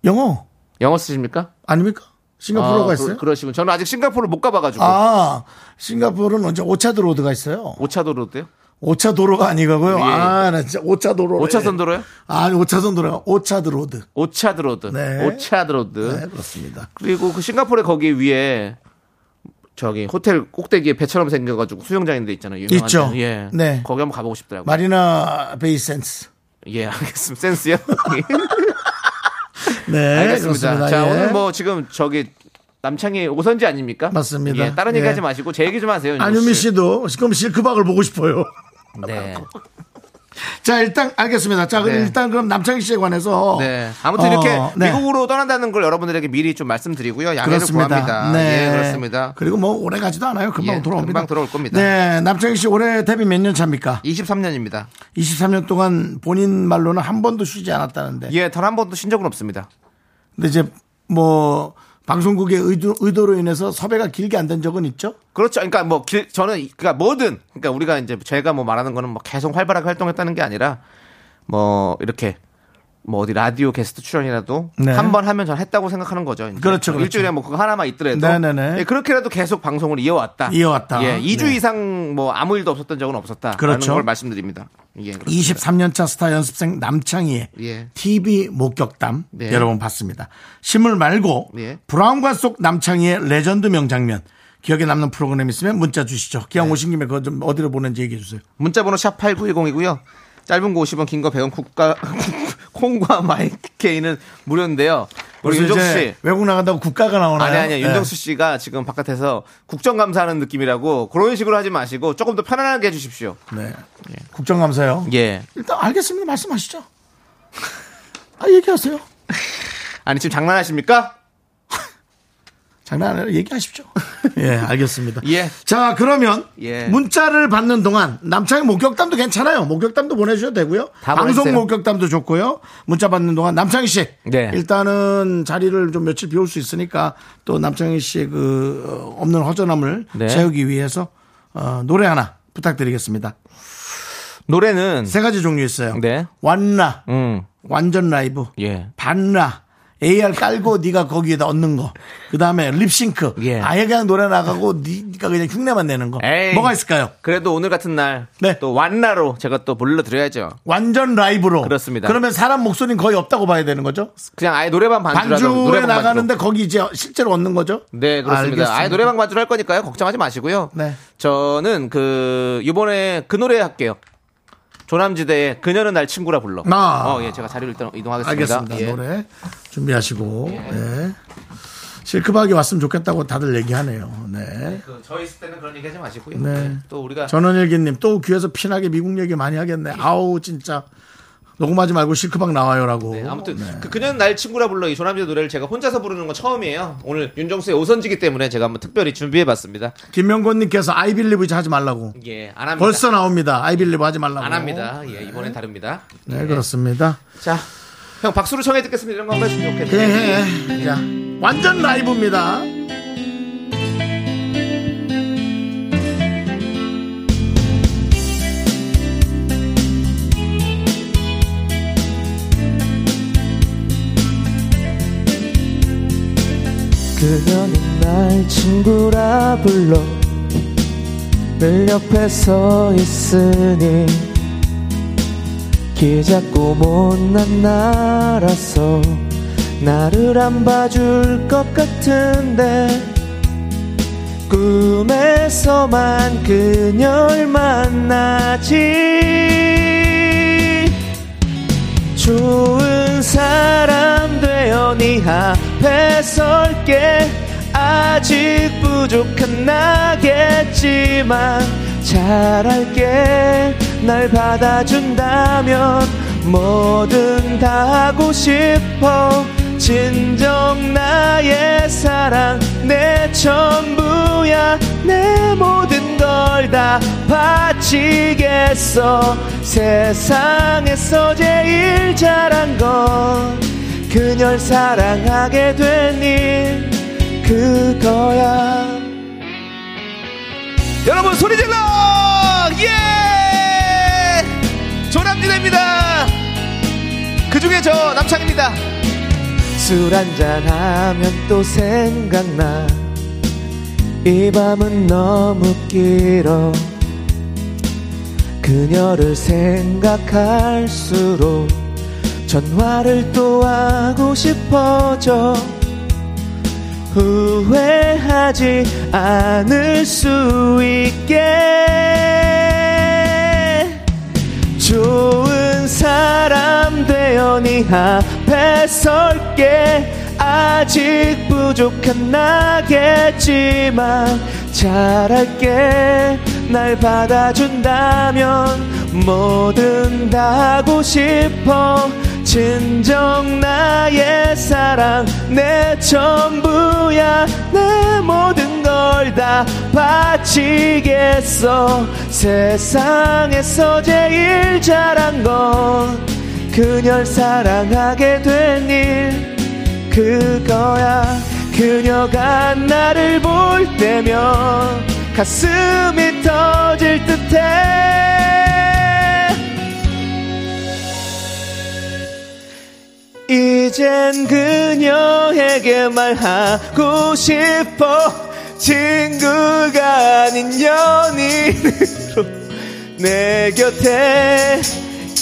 Speaker 1: 영어
Speaker 2: 영어 쓰십니까?
Speaker 1: 아닙니까? 싱가포르가
Speaker 2: 아,
Speaker 1: 있어요?
Speaker 2: 그, 러시군 저는 아직 싱가포르 못 가봐가지고
Speaker 1: 아, 싱가포르는 언제 오차도 로드가 있어요.
Speaker 2: 오차도로 어때요?
Speaker 1: 오차 도로가 아니고요.
Speaker 2: 예.
Speaker 1: 아, 나 진짜 오차 도로.
Speaker 2: 오차선 도로요?
Speaker 1: 아니, 오차선 도로가 오차드 로드.
Speaker 2: 오차드로드.
Speaker 1: 네.
Speaker 2: 오차드로드.
Speaker 1: 네, 그렇습니다.
Speaker 2: 그리고 그 싱가포르 거기 위에 저기 호텔 꼭대기에 배처럼 생겨가지고 수영장인 데 있잖아요. 유명한
Speaker 1: 있죠.
Speaker 2: 데. 예.
Speaker 1: 네.
Speaker 2: 거기 한번 가보고 싶더라고요.
Speaker 1: 마리나 베이 센스.
Speaker 2: 예, 알겠습니다. 센스요.
Speaker 1: 네,
Speaker 2: 알겠습니다.
Speaker 1: 그렇습니다.
Speaker 2: 자,
Speaker 1: 예.
Speaker 2: 오늘 뭐 지금 저기 남창이 오선지 아닙니까?
Speaker 1: 맞습니다.
Speaker 2: 예, 다른
Speaker 1: 예.
Speaker 2: 얘기 하지 마시고 제 얘기 좀 하세요. 윤종
Speaker 1: 안유미
Speaker 2: 씨.
Speaker 1: 씨도 지금 실크박을 보고 싶어요.
Speaker 2: 네.
Speaker 1: 자, 일단 알겠습니다. 자, 그럼
Speaker 2: 네.
Speaker 1: 일단 그럼 남창희 씨에 관해서
Speaker 2: 네.
Speaker 1: 어,
Speaker 2: 아무튼 이렇게
Speaker 1: 네.
Speaker 2: 미국으로 떠난다는 걸 여러분들에게 미리 좀 말씀드리고요. 양해를 구합니다.
Speaker 1: 네.
Speaker 2: 예, 그렇습니다.
Speaker 1: 그리고 뭐 오래 가지도 않아요. 금방
Speaker 2: 예,
Speaker 1: 돌아옵니다.
Speaker 2: 금방 돌아올 겁니다.
Speaker 1: 네, 남창희 씨 올해 데뷔 몇 년 차입니까?
Speaker 2: 23년입니다.
Speaker 1: 23년 동안 본인 말로는 한 번도 쉬지 않았다는데.
Speaker 2: 예, 단 한 번도 신 적은 없습니다.
Speaker 1: 근데 이제 뭐 방송국의 의도, 의도로 인해서 섭외가 길게 안 된 적은 있죠?
Speaker 2: 그렇죠. 그러니까 뭐 길, 저는 이- 그러니까 뭐든 그러니까 우리가 이제 제가 뭐 말하는 거는 뭐 계속 활발하게 활동했다는 게 아니라 뭐 이렇게 뭐 어디 라디오 게스트 출연이라도
Speaker 1: 네.
Speaker 2: 한 번 하면 전 했다고 생각하는 거죠. 이제.
Speaker 1: 그렇죠, 그렇죠.
Speaker 2: 일주일에 뭐 그거 하나만 있더라도
Speaker 1: 네네네.
Speaker 2: 예, 그렇게라도 계속 방송을 이어왔다.
Speaker 1: 이어왔다.
Speaker 2: 예, 2주
Speaker 1: 네.
Speaker 2: 이상 뭐 아무 일도 없었던 적은 없었다.
Speaker 1: 그렇죠.
Speaker 2: 라는 걸 말씀드립니다. 예. 그렇습니다.
Speaker 1: 23년차 스타 연습생 남창희의
Speaker 2: 예.
Speaker 1: TV 목격담
Speaker 2: 네.
Speaker 1: 여러분 봤습니다. 실물 말고
Speaker 2: 예.
Speaker 1: 브라운관 속 남창희의 레전드 명장면 기억에 남는 프로그램 있으면 문자 주시죠. 기왕
Speaker 2: 네.
Speaker 1: 오신 김에 그거 좀 어디로 보낸지 얘기해 주세요.
Speaker 2: 문자번호 샵 8910이고요. 짧은 거 50원, 긴 거 100원, 국가, 콩과 마이케이는 무료인데요. 우리
Speaker 1: 그래서
Speaker 2: 윤정수
Speaker 1: 이제
Speaker 2: 씨.
Speaker 1: 외국 나간다고 국가가 나오나요?
Speaker 2: 아니
Speaker 1: 네.
Speaker 2: 아니 윤정수 씨가 지금 바깥에서 국정감사하는 느낌이라고 그런 식으로 하지 마시고 조금 더 편안하게 해주십시오.
Speaker 1: 네. 국정감사요.
Speaker 2: 예.
Speaker 1: 일단 알겠습니다. 말씀하시죠. 아 얘기하세요.
Speaker 2: 아니 지금 장난하십니까?
Speaker 1: 장난 아니라 얘기하십시오. 예, 알겠습니다.
Speaker 2: 예.
Speaker 1: 자, 그러면
Speaker 2: 예.
Speaker 1: 문자를 받는 동안 남창희 목격담도 괜찮아요. 목격담도 보내주셔도 되고요.
Speaker 2: 다
Speaker 1: 방송
Speaker 2: 보내주세요.
Speaker 1: 목격담도 좋고요. 문자 받는 동안 남창희 씨.
Speaker 2: 네.
Speaker 1: 일단은 자리를 좀 며칠 비울 수 있으니까 또 남창희 씨의 그 어, 없는 허전함을
Speaker 2: 네.
Speaker 1: 채우기 위해서 어, 노래 하나 부탁드리겠습니다.
Speaker 2: 노래는
Speaker 1: 세 가지 종류 있어요.
Speaker 2: 네.
Speaker 1: 완나,
Speaker 2: 음
Speaker 1: 완전 라이브,
Speaker 2: 예.
Speaker 1: 반나. AR 깔고 네가 거기에다 얹는 거. 그다음에 립싱크.
Speaker 2: 예.
Speaker 1: 아예 그냥 노래 나가고 네가 그냥 흉내만 내는 거.
Speaker 2: 에이.
Speaker 1: 뭐가 있을까요?
Speaker 2: 그래도 오늘 같은 날 또
Speaker 1: 네.
Speaker 2: 완나로 제가 또 불러드려야죠.
Speaker 1: 완전 라이브로.
Speaker 2: 그렇습니다.
Speaker 1: 그러면 사람 목소리는 거의 없다고 봐야 되는 거죠?
Speaker 2: 그냥 아예 노래방 반주라도
Speaker 1: 반주에
Speaker 2: 노래방
Speaker 1: 나가는데 거기 이제 실제로 얻는 거죠?
Speaker 2: 반주로. 네 그렇습니다.
Speaker 1: 알겠습니다.
Speaker 2: 아예 노래방 반주로 할 거니까요 걱정하지 마시고요.
Speaker 1: 네.
Speaker 2: 저는 그 이번에 그 노래 할게요. 조남지대의 그녀는 날 친구라 불러.
Speaker 1: 아.
Speaker 2: 어, 예, 제가 자리를 일단 이동하겠습니다.
Speaker 1: 알겠습니다.
Speaker 2: 예.
Speaker 1: 노래 준비하시고. 예. 실크박이 왔으면 좋겠다고 다들 얘기하네요. 네.
Speaker 2: 그 저희 있을 때는 그런 얘기 하지 마시고요.
Speaker 1: 네.
Speaker 2: 네. 또 우리가
Speaker 1: 전원일기님 또 귀에서 피나게 미국 얘기 많이 하겠네. 아우 진짜 녹음하지 말고 실크박 나와요라고.
Speaker 2: 네, 아무튼 그 그녀는 날 친구라 불러 이 조남지 노래를 제가 혼자서 부르는 건 처음이에요. 오늘 윤정수의 오선지기 때문에 제가 한번 특별히 준비해봤습니다.
Speaker 1: 김명곤님께서 아이빌리브 이제 하지 말라고.
Speaker 2: 예, 안 합니다.
Speaker 1: 벌써 나옵니다. 아이빌리브 하지 말라고.
Speaker 2: 안 합니다. 예, 이번엔 다릅니다. 예.
Speaker 1: 네 그렇습니다.
Speaker 2: 자, 형 박수로 청해 듣겠습니다. 이런 거 한번 했으면
Speaker 1: 예,
Speaker 2: 좋겠네요.
Speaker 1: 예. 자, 완전 라이브입니다.
Speaker 8: 그녀는 날 친구라 불러 늘 옆에 서 있으니 길 잡고 못난 나라서 나를 안 봐줄 것 같은데 꿈에서만 그녀를 만나지 좋은 사람 되어 네 앞에 설게 아직 부족한 나겠지만 잘할게 날 받아준다면 뭐든 다 하고 싶어 진정 나의 사랑 내 전부야 내 모든 걸 다 바치겠어 세상에서 제일 잘한 건 그녀를 사랑하게 된 일 그거야
Speaker 2: 여러분 소리 질러! 예! 조남지대입니다. 그 중에 저 남창입니다.
Speaker 8: 술 한잔하면 또 생각나 이 밤은 너무 길어 그녀를 생각할수록 전화를 또 하고 싶어져 후회하지 않을 수 있게 좋은 사람 되어 네 앞에 설게 아직 부족한 나겠지만 잘할게 날 받아준다면 뭐든 다 하고 싶어 진정 나의 사랑 내 전부야 내 모든 걸 다 바치겠어 세상에서 제일 잘한 건 그녀를 사랑하게 된 일 그거야 그녀가 나를 볼 때면 가슴이 터질 듯해 이젠 그녀에게 말하고 싶어 친구가 아닌 연인으로 내 곁에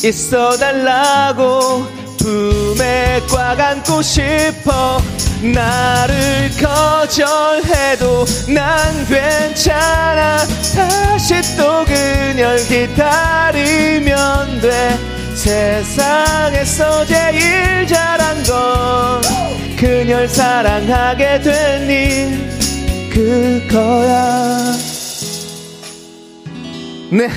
Speaker 8: 있어 달라고 품에 꽉 안고 싶어 나를 거절해도 난 괜찮아 다시 또 그녀를 기다리면 돼 세상에서 제일 잘한 건 그녀를 사랑하게 된일 그거야
Speaker 2: 네.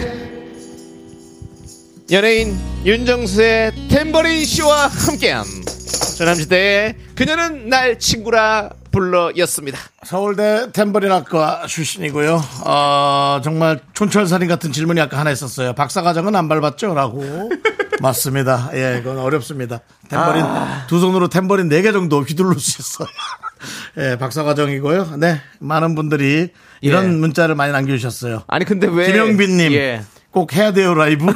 Speaker 2: 연예인 윤정수의 탬버린 씨와 함께함. 조남지대의 그녀는 날 친구라 불러였습니다.
Speaker 1: 서울대 탬버린학과 출신이고요. 어, 정말 촌철살인 같은 질문이 아까 하나 있었어요. 박사과정은 안 밟았죠? 라고. 맞습니다. 예, 이건 어렵습니다. 탬버린, 두 손으로 탬버린 네 개 정도 휘둘러 주셨어요. 예, 박사과정이고요. 네, 많은 분들이 이런
Speaker 2: 예.
Speaker 1: 문자를 많이 남겨주셨어요.
Speaker 2: 아니 근데 왜
Speaker 1: 김영빈님,
Speaker 2: 예.
Speaker 1: 꼭 해야 돼요, 라이브.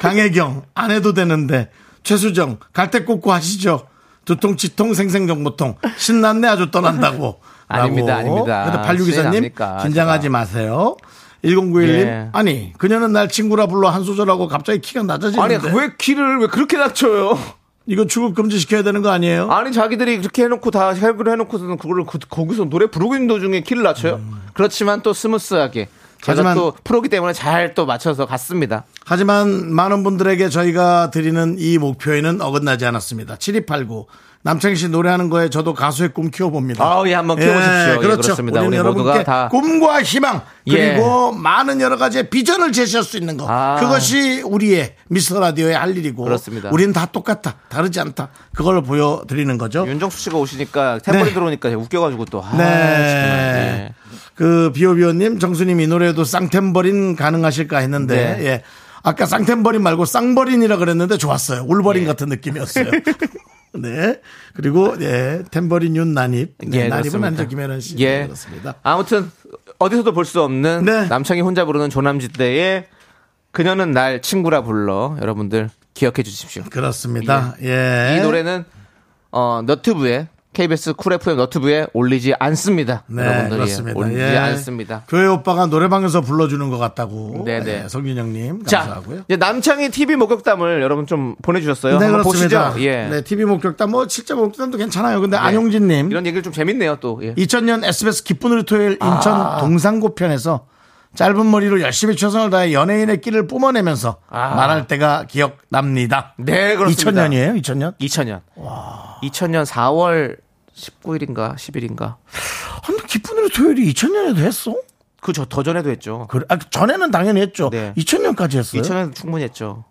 Speaker 1: 강혜경, 안 해도 되는데. 최수정, 갈 때 꽂고 하시죠. 두통, 치통, 생생정보통. 신났네, 아주 떠난다고.
Speaker 2: 아닙니다,
Speaker 1: 라고.
Speaker 2: 아닙니다.
Speaker 1: 근데 86기사님,
Speaker 2: 신납니까,
Speaker 1: 긴장하지 마세요. 1091님,
Speaker 2: 예.
Speaker 1: 아니, 그녀는 날 친구라 불러 한 소절하고 갑자기 키가
Speaker 2: 아니 그
Speaker 1: 낮아지는데.
Speaker 2: 왜 키를 왜 그렇게 낮춰요?
Speaker 1: 이거 출국 금지시켜야 되는 거 아니에요?
Speaker 2: 아니 자기들이 그렇게 해놓고 다 해결을 해놓고서는 그걸 그, 거기서 노래 부르고 있는 도중에 키를 낮춰요. 그렇지만 또 스무스하게 제가
Speaker 1: 음. 하지만-
Speaker 2: 또 프로기 때문에 잘 또 맞춰서 갔습니다.
Speaker 1: 하지만 많은 분들에게 저희가 드리는 이 목표에는 어긋나지 않았습니다. 7289. 남창희 씨 노래하는 거에 저도 가수의 꿈 키워봅니다.
Speaker 2: 아우, 예, 한번 키워보십시오. 예,
Speaker 1: 그렇죠.
Speaker 2: 그렇습니다.
Speaker 1: 우리는
Speaker 2: 우리 모두가
Speaker 1: 여러분께
Speaker 2: 다- 예.
Speaker 1: 꿈과 희망 그리고 많은 여러 가지의 비전을 제시할 수 있는 거.
Speaker 2: 아.
Speaker 1: 그것이 우리의 미스터 라디오의 할 일이고.
Speaker 2: 그렇습니다.
Speaker 1: 우리는 다 똑같다. 다르지 않다. 그걸 보여드리는 거죠.
Speaker 2: 윤정수 씨가 오시니까 템버린
Speaker 1: 어. 네.
Speaker 2: 들어오니까 웃겨가지고 또 아,
Speaker 1: 네.
Speaker 2: 정말, 네.
Speaker 1: 그 비오비오님, 정수님 이 노래도 쌍템버린 가능하실까 했는데,
Speaker 2: 네.
Speaker 1: 예. 아까 쌍템버린 말고 쌍버린이라 그랬는데 좋았어요.
Speaker 2: 예.
Speaker 1: 울버린 같은 느낌이었어요. 네. 그리고, 예, 템버린 윤 나립. 네,
Speaker 2: 예,
Speaker 1: 나립은
Speaker 2: 그렇습니다.
Speaker 1: 아니죠. 김혜란 씨. 네,
Speaker 2: 예.
Speaker 1: 그렇습니다.
Speaker 2: 아무튼 어디서도 볼 수 없는
Speaker 1: 네.
Speaker 2: 남창이 혼자 부르는 조남지대의 그녀는 날 친구라 불러 여러분들 기억해 주십시오.
Speaker 1: 그렇습니다. 예.
Speaker 2: 이 노래는 어 너튜브에 KBS 쿨 FM 너튜브에 올리지 않습니다.
Speaker 1: 네,
Speaker 2: 여러분들이
Speaker 1: 그렇습니다.
Speaker 2: 올리지
Speaker 1: 예.
Speaker 2: 않습니다.
Speaker 1: 교회 오빠가 노래방에서 불러주는 것 같다고.
Speaker 2: 네네.
Speaker 1: 네, 성균형님
Speaker 2: 자,
Speaker 1: 감사하고요.
Speaker 2: 이제 남창희 TV 목격담을 여러분 좀 보내주셨어요. 한번 보시죠. 예. 네.
Speaker 1: 네, TV 목격담 뭐 실제 목격담도 괜찮아요. 근데 안용진님
Speaker 2: 이런 얘기를 좀 재밌네요, 또. 예.
Speaker 1: 2000년 SBS 기쁜 우리 토요일 인천
Speaker 2: 아.
Speaker 1: 동산고편에서 짧은 머리로 열심히 최선을 다해 연예인의 끼를 뿜어내면서
Speaker 2: 아.
Speaker 1: 말할 때가 기억납니다.
Speaker 2: 네, 그렇습니다.
Speaker 1: 2000년이에요, 2000년?
Speaker 2: 2000년. 2000년 4월 19일인가 10일인가.
Speaker 1: 한번 기쁜 우리 토요일이 2000년에도 했어?
Speaker 2: 그 저 더 전에도 했죠.
Speaker 1: 그래, 아, 전에는 당연히 했죠.
Speaker 2: 네.
Speaker 1: 2000년까지 했어요.
Speaker 2: 2000년에도 충분히 했죠.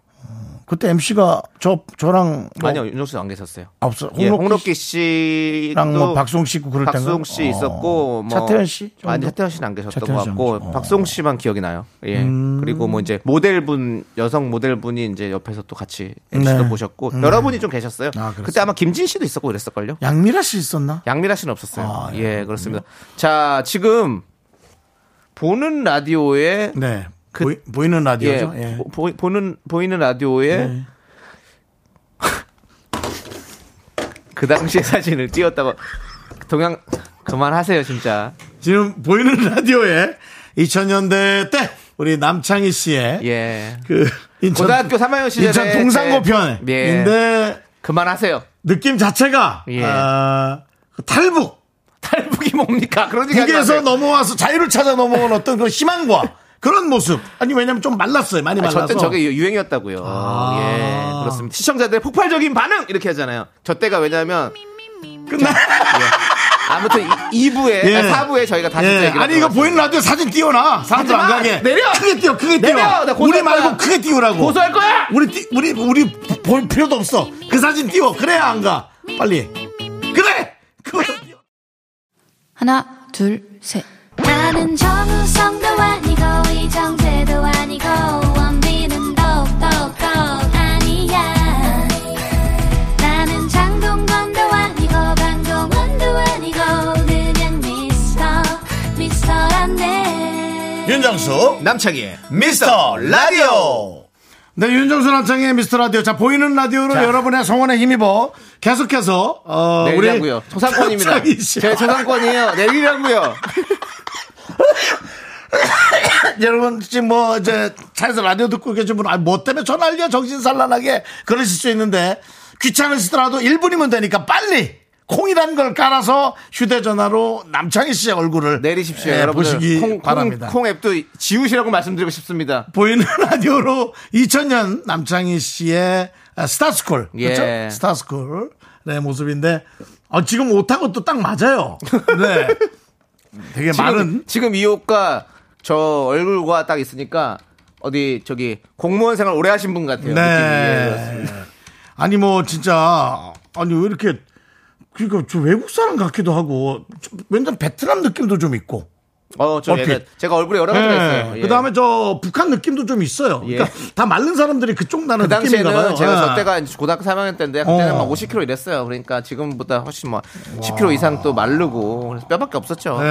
Speaker 1: 그때 MC가 저, 저랑 뭐
Speaker 2: 아니요, 윤정수 씨안 계셨어요.
Speaker 1: 없어.
Speaker 2: 예, 홍록기
Speaker 1: 홍록기
Speaker 2: 씨랑
Speaker 1: 씨랑 뭐 박수홍 씨 있고 그럴 때인가?
Speaker 2: 박수홍 씨 있었고 뭐
Speaker 1: 차태현 씨? 정도?
Speaker 2: 아니 차태현 씨는 안 계셨던
Speaker 1: 차태현
Speaker 2: 것
Speaker 1: 씨는 안
Speaker 2: 같고
Speaker 1: 음. 계셨- 어.
Speaker 2: 박수홍 씨만 기억이 나요. 예 그리고 뭐 이제 모델분 여성 모델분이 이제 옆에서 또 같이 MC도
Speaker 1: 네.
Speaker 2: 보셨고 여러 분이 좀 계셨어요.
Speaker 1: 아, 그렇습니다.
Speaker 2: 그때 아마 김진 씨도 있었고 그랬을걸요.
Speaker 1: 양미라 씨 있었나?
Speaker 2: 양미라 씨는 없었어요.
Speaker 1: 아,
Speaker 2: 예 그렇습니다. 자 지금 보는 라디오에
Speaker 1: 네.
Speaker 2: 그-
Speaker 1: 보이, 는
Speaker 2: 예,
Speaker 1: 라디오죠. 예. 네.
Speaker 2: 보, 보는 보이는 라디오에 그 당시의 사진을 띄웠다고 동양 그만하세요 진짜
Speaker 1: 지금 보이는 라디오에 2000년대 때 우리 남창희 씨의
Speaker 2: 예
Speaker 1: 그 인천,
Speaker 2: 고등학교 3학년 시절에
Speaker 1: 인천
Speaker 2: 제- 예.
Speaker 1: 동산고편인데
Speaker 2: 그만하세요
Speaker 1: 느낌 자체가
Speaker 2: 예.
Speaker 1: 아, 그 탈북
Speaker 2: 탈북이 뭡니까 그런 얘기 하지
Speaker 1: 북에서
Speaker 2: 마세요.
Speaker 1: 넘어와서 자유를 찾아 넘어온 어떤 그런 희망과 그런 모습 아니 왜냐면 좀 말랐어요 많이
Speaker 2: 아,
Speaker 1: 말라서 아.
Speaker 2: 저땐 저게 유- 유행이었다고요. 예, 그렇습니다. 시청자들의 폭발적인 반응 이렇게 하잖아요. 저 때가 왜냐하면 예.
Speaker 1: 끝나
Speaker 2: 아무튼 2부에
Speaker 1: 예.
Speaker 2: 4부에 저희가 다시
Speaker 1: 예.
Speaker 2: 얘기를
Speaker 1: 아니 이거 보이는 라디오 사진 띄워놔 사람들 안 뭐.
Speaker 2: 하지마!
Speaker 1: 가게
Speaker 2: 내려!
Speaker 1: 크게 띄워 크게 띄워
Speaker 2: 내려! 나 고소할
Speaker 1: 우리 말고
Speaker 2: 거야.
Speaker 1: 크게 띄우라고
Speaker 2: 고소할 거야.
Speaker 1: 우리 띄- 우리 우리 보- 볼 필요도 없어 그 사진 띄워 그래야 안 가 빨리 그래 그거 띄워
Speaker 7: 하나, 둘, 셋.
Speaker 11: 나는 정우성도 아니고 이정재도 아니고 원빈은 더욱더 아니야 나는 장동건도 아니고 방종원도 아니고 그냥 미스터
Speaker 1: 예,
Speaker 11: 미스터란데
Speaker 1: 윤정수
Speaker 2: 남창희의
Speaker 1: 미스터 라디오 네 윤정수 남창의 미스터 라디오 자 보이는 라디오로 여러분의 성원에 힘입어 계속해서 어,
Speaker 2: 내리라고요. 초상권입니다.
Speaker 1: 남창희 씨.
Speaker 2: 네, 제 초상권이에요. 내리라고요.
Speaker 1: 여러분 지금 뭐 이제 차에서 라디오 듣고 계신 분은 뭐 때문에 저 난리야 정신산란하게 그러실 수 있는데 귀찮으시더라도 1분이면 되니까 빨리 콩이란 걸 깔아서 휴대전화로 남창희 씨의 얼굴을
Speaker 2: 내리십시오,
Speaker 1: 예,
Speaker 2: 여러분.
Speaker 1: 보시기
Speaker 2: 콩,
Speaker 1: 바랍니다.
Speaker 2: 콩, 콩 앱도 지우시라고 말씀드리고 싶습니다.
Speaker 1: 보이는 라디오로 2000년 남창희 씨의 아, 스타스쿨 그렇죠?
Speaker 2: 예.
Speaker 1: 스타스쿨의 모습인데 어, 지금 옷하고 또 딱 맞아요. 네. 되게 많은
Speaker 2: 지금, 그- 지금 이 옷과 저 얼굴과 딱 있으니까 어디 저기 공무원 생활 오래 하신 분 같아요. 느낌이. 예, 그렇습니다.
Speaker 1: 네. 아니 뭐 진짜 아니 왜 이렇게 그러니까 저 외국 사람 같기도 하고 좀 왠지 베트남 느낌도 좀 있고.
Speaker 2: 어, 저
Speaker 1: 얼핏.
Speaker 2: 얘가 제가 얼굴에 여러 가지가 있어요. 예.
Speaker 1: 네. 그다음에 저 북한 느낌도 좀 있어요.
Speaker 2: 예.
Speaker 1: 그러니까 다 마른 사람들이 그쪽 나는
Speaker 2: 그
Speaker 1: 느낌인가 봐요.
Speaker 2: 당시에는 제가
Speaker 1: 예.
Speaker 2: 저 때가 이제 고등학교 3학년 때인데 그때는
Speaker 1: 어.
Speaker 2: 막 50kg 이랬어요. 그러니까 지금보다 훨씬 뭐 10kg 이상 또 마르고 그래서 뼈밖에 없었죠.
Speaker 1: 예.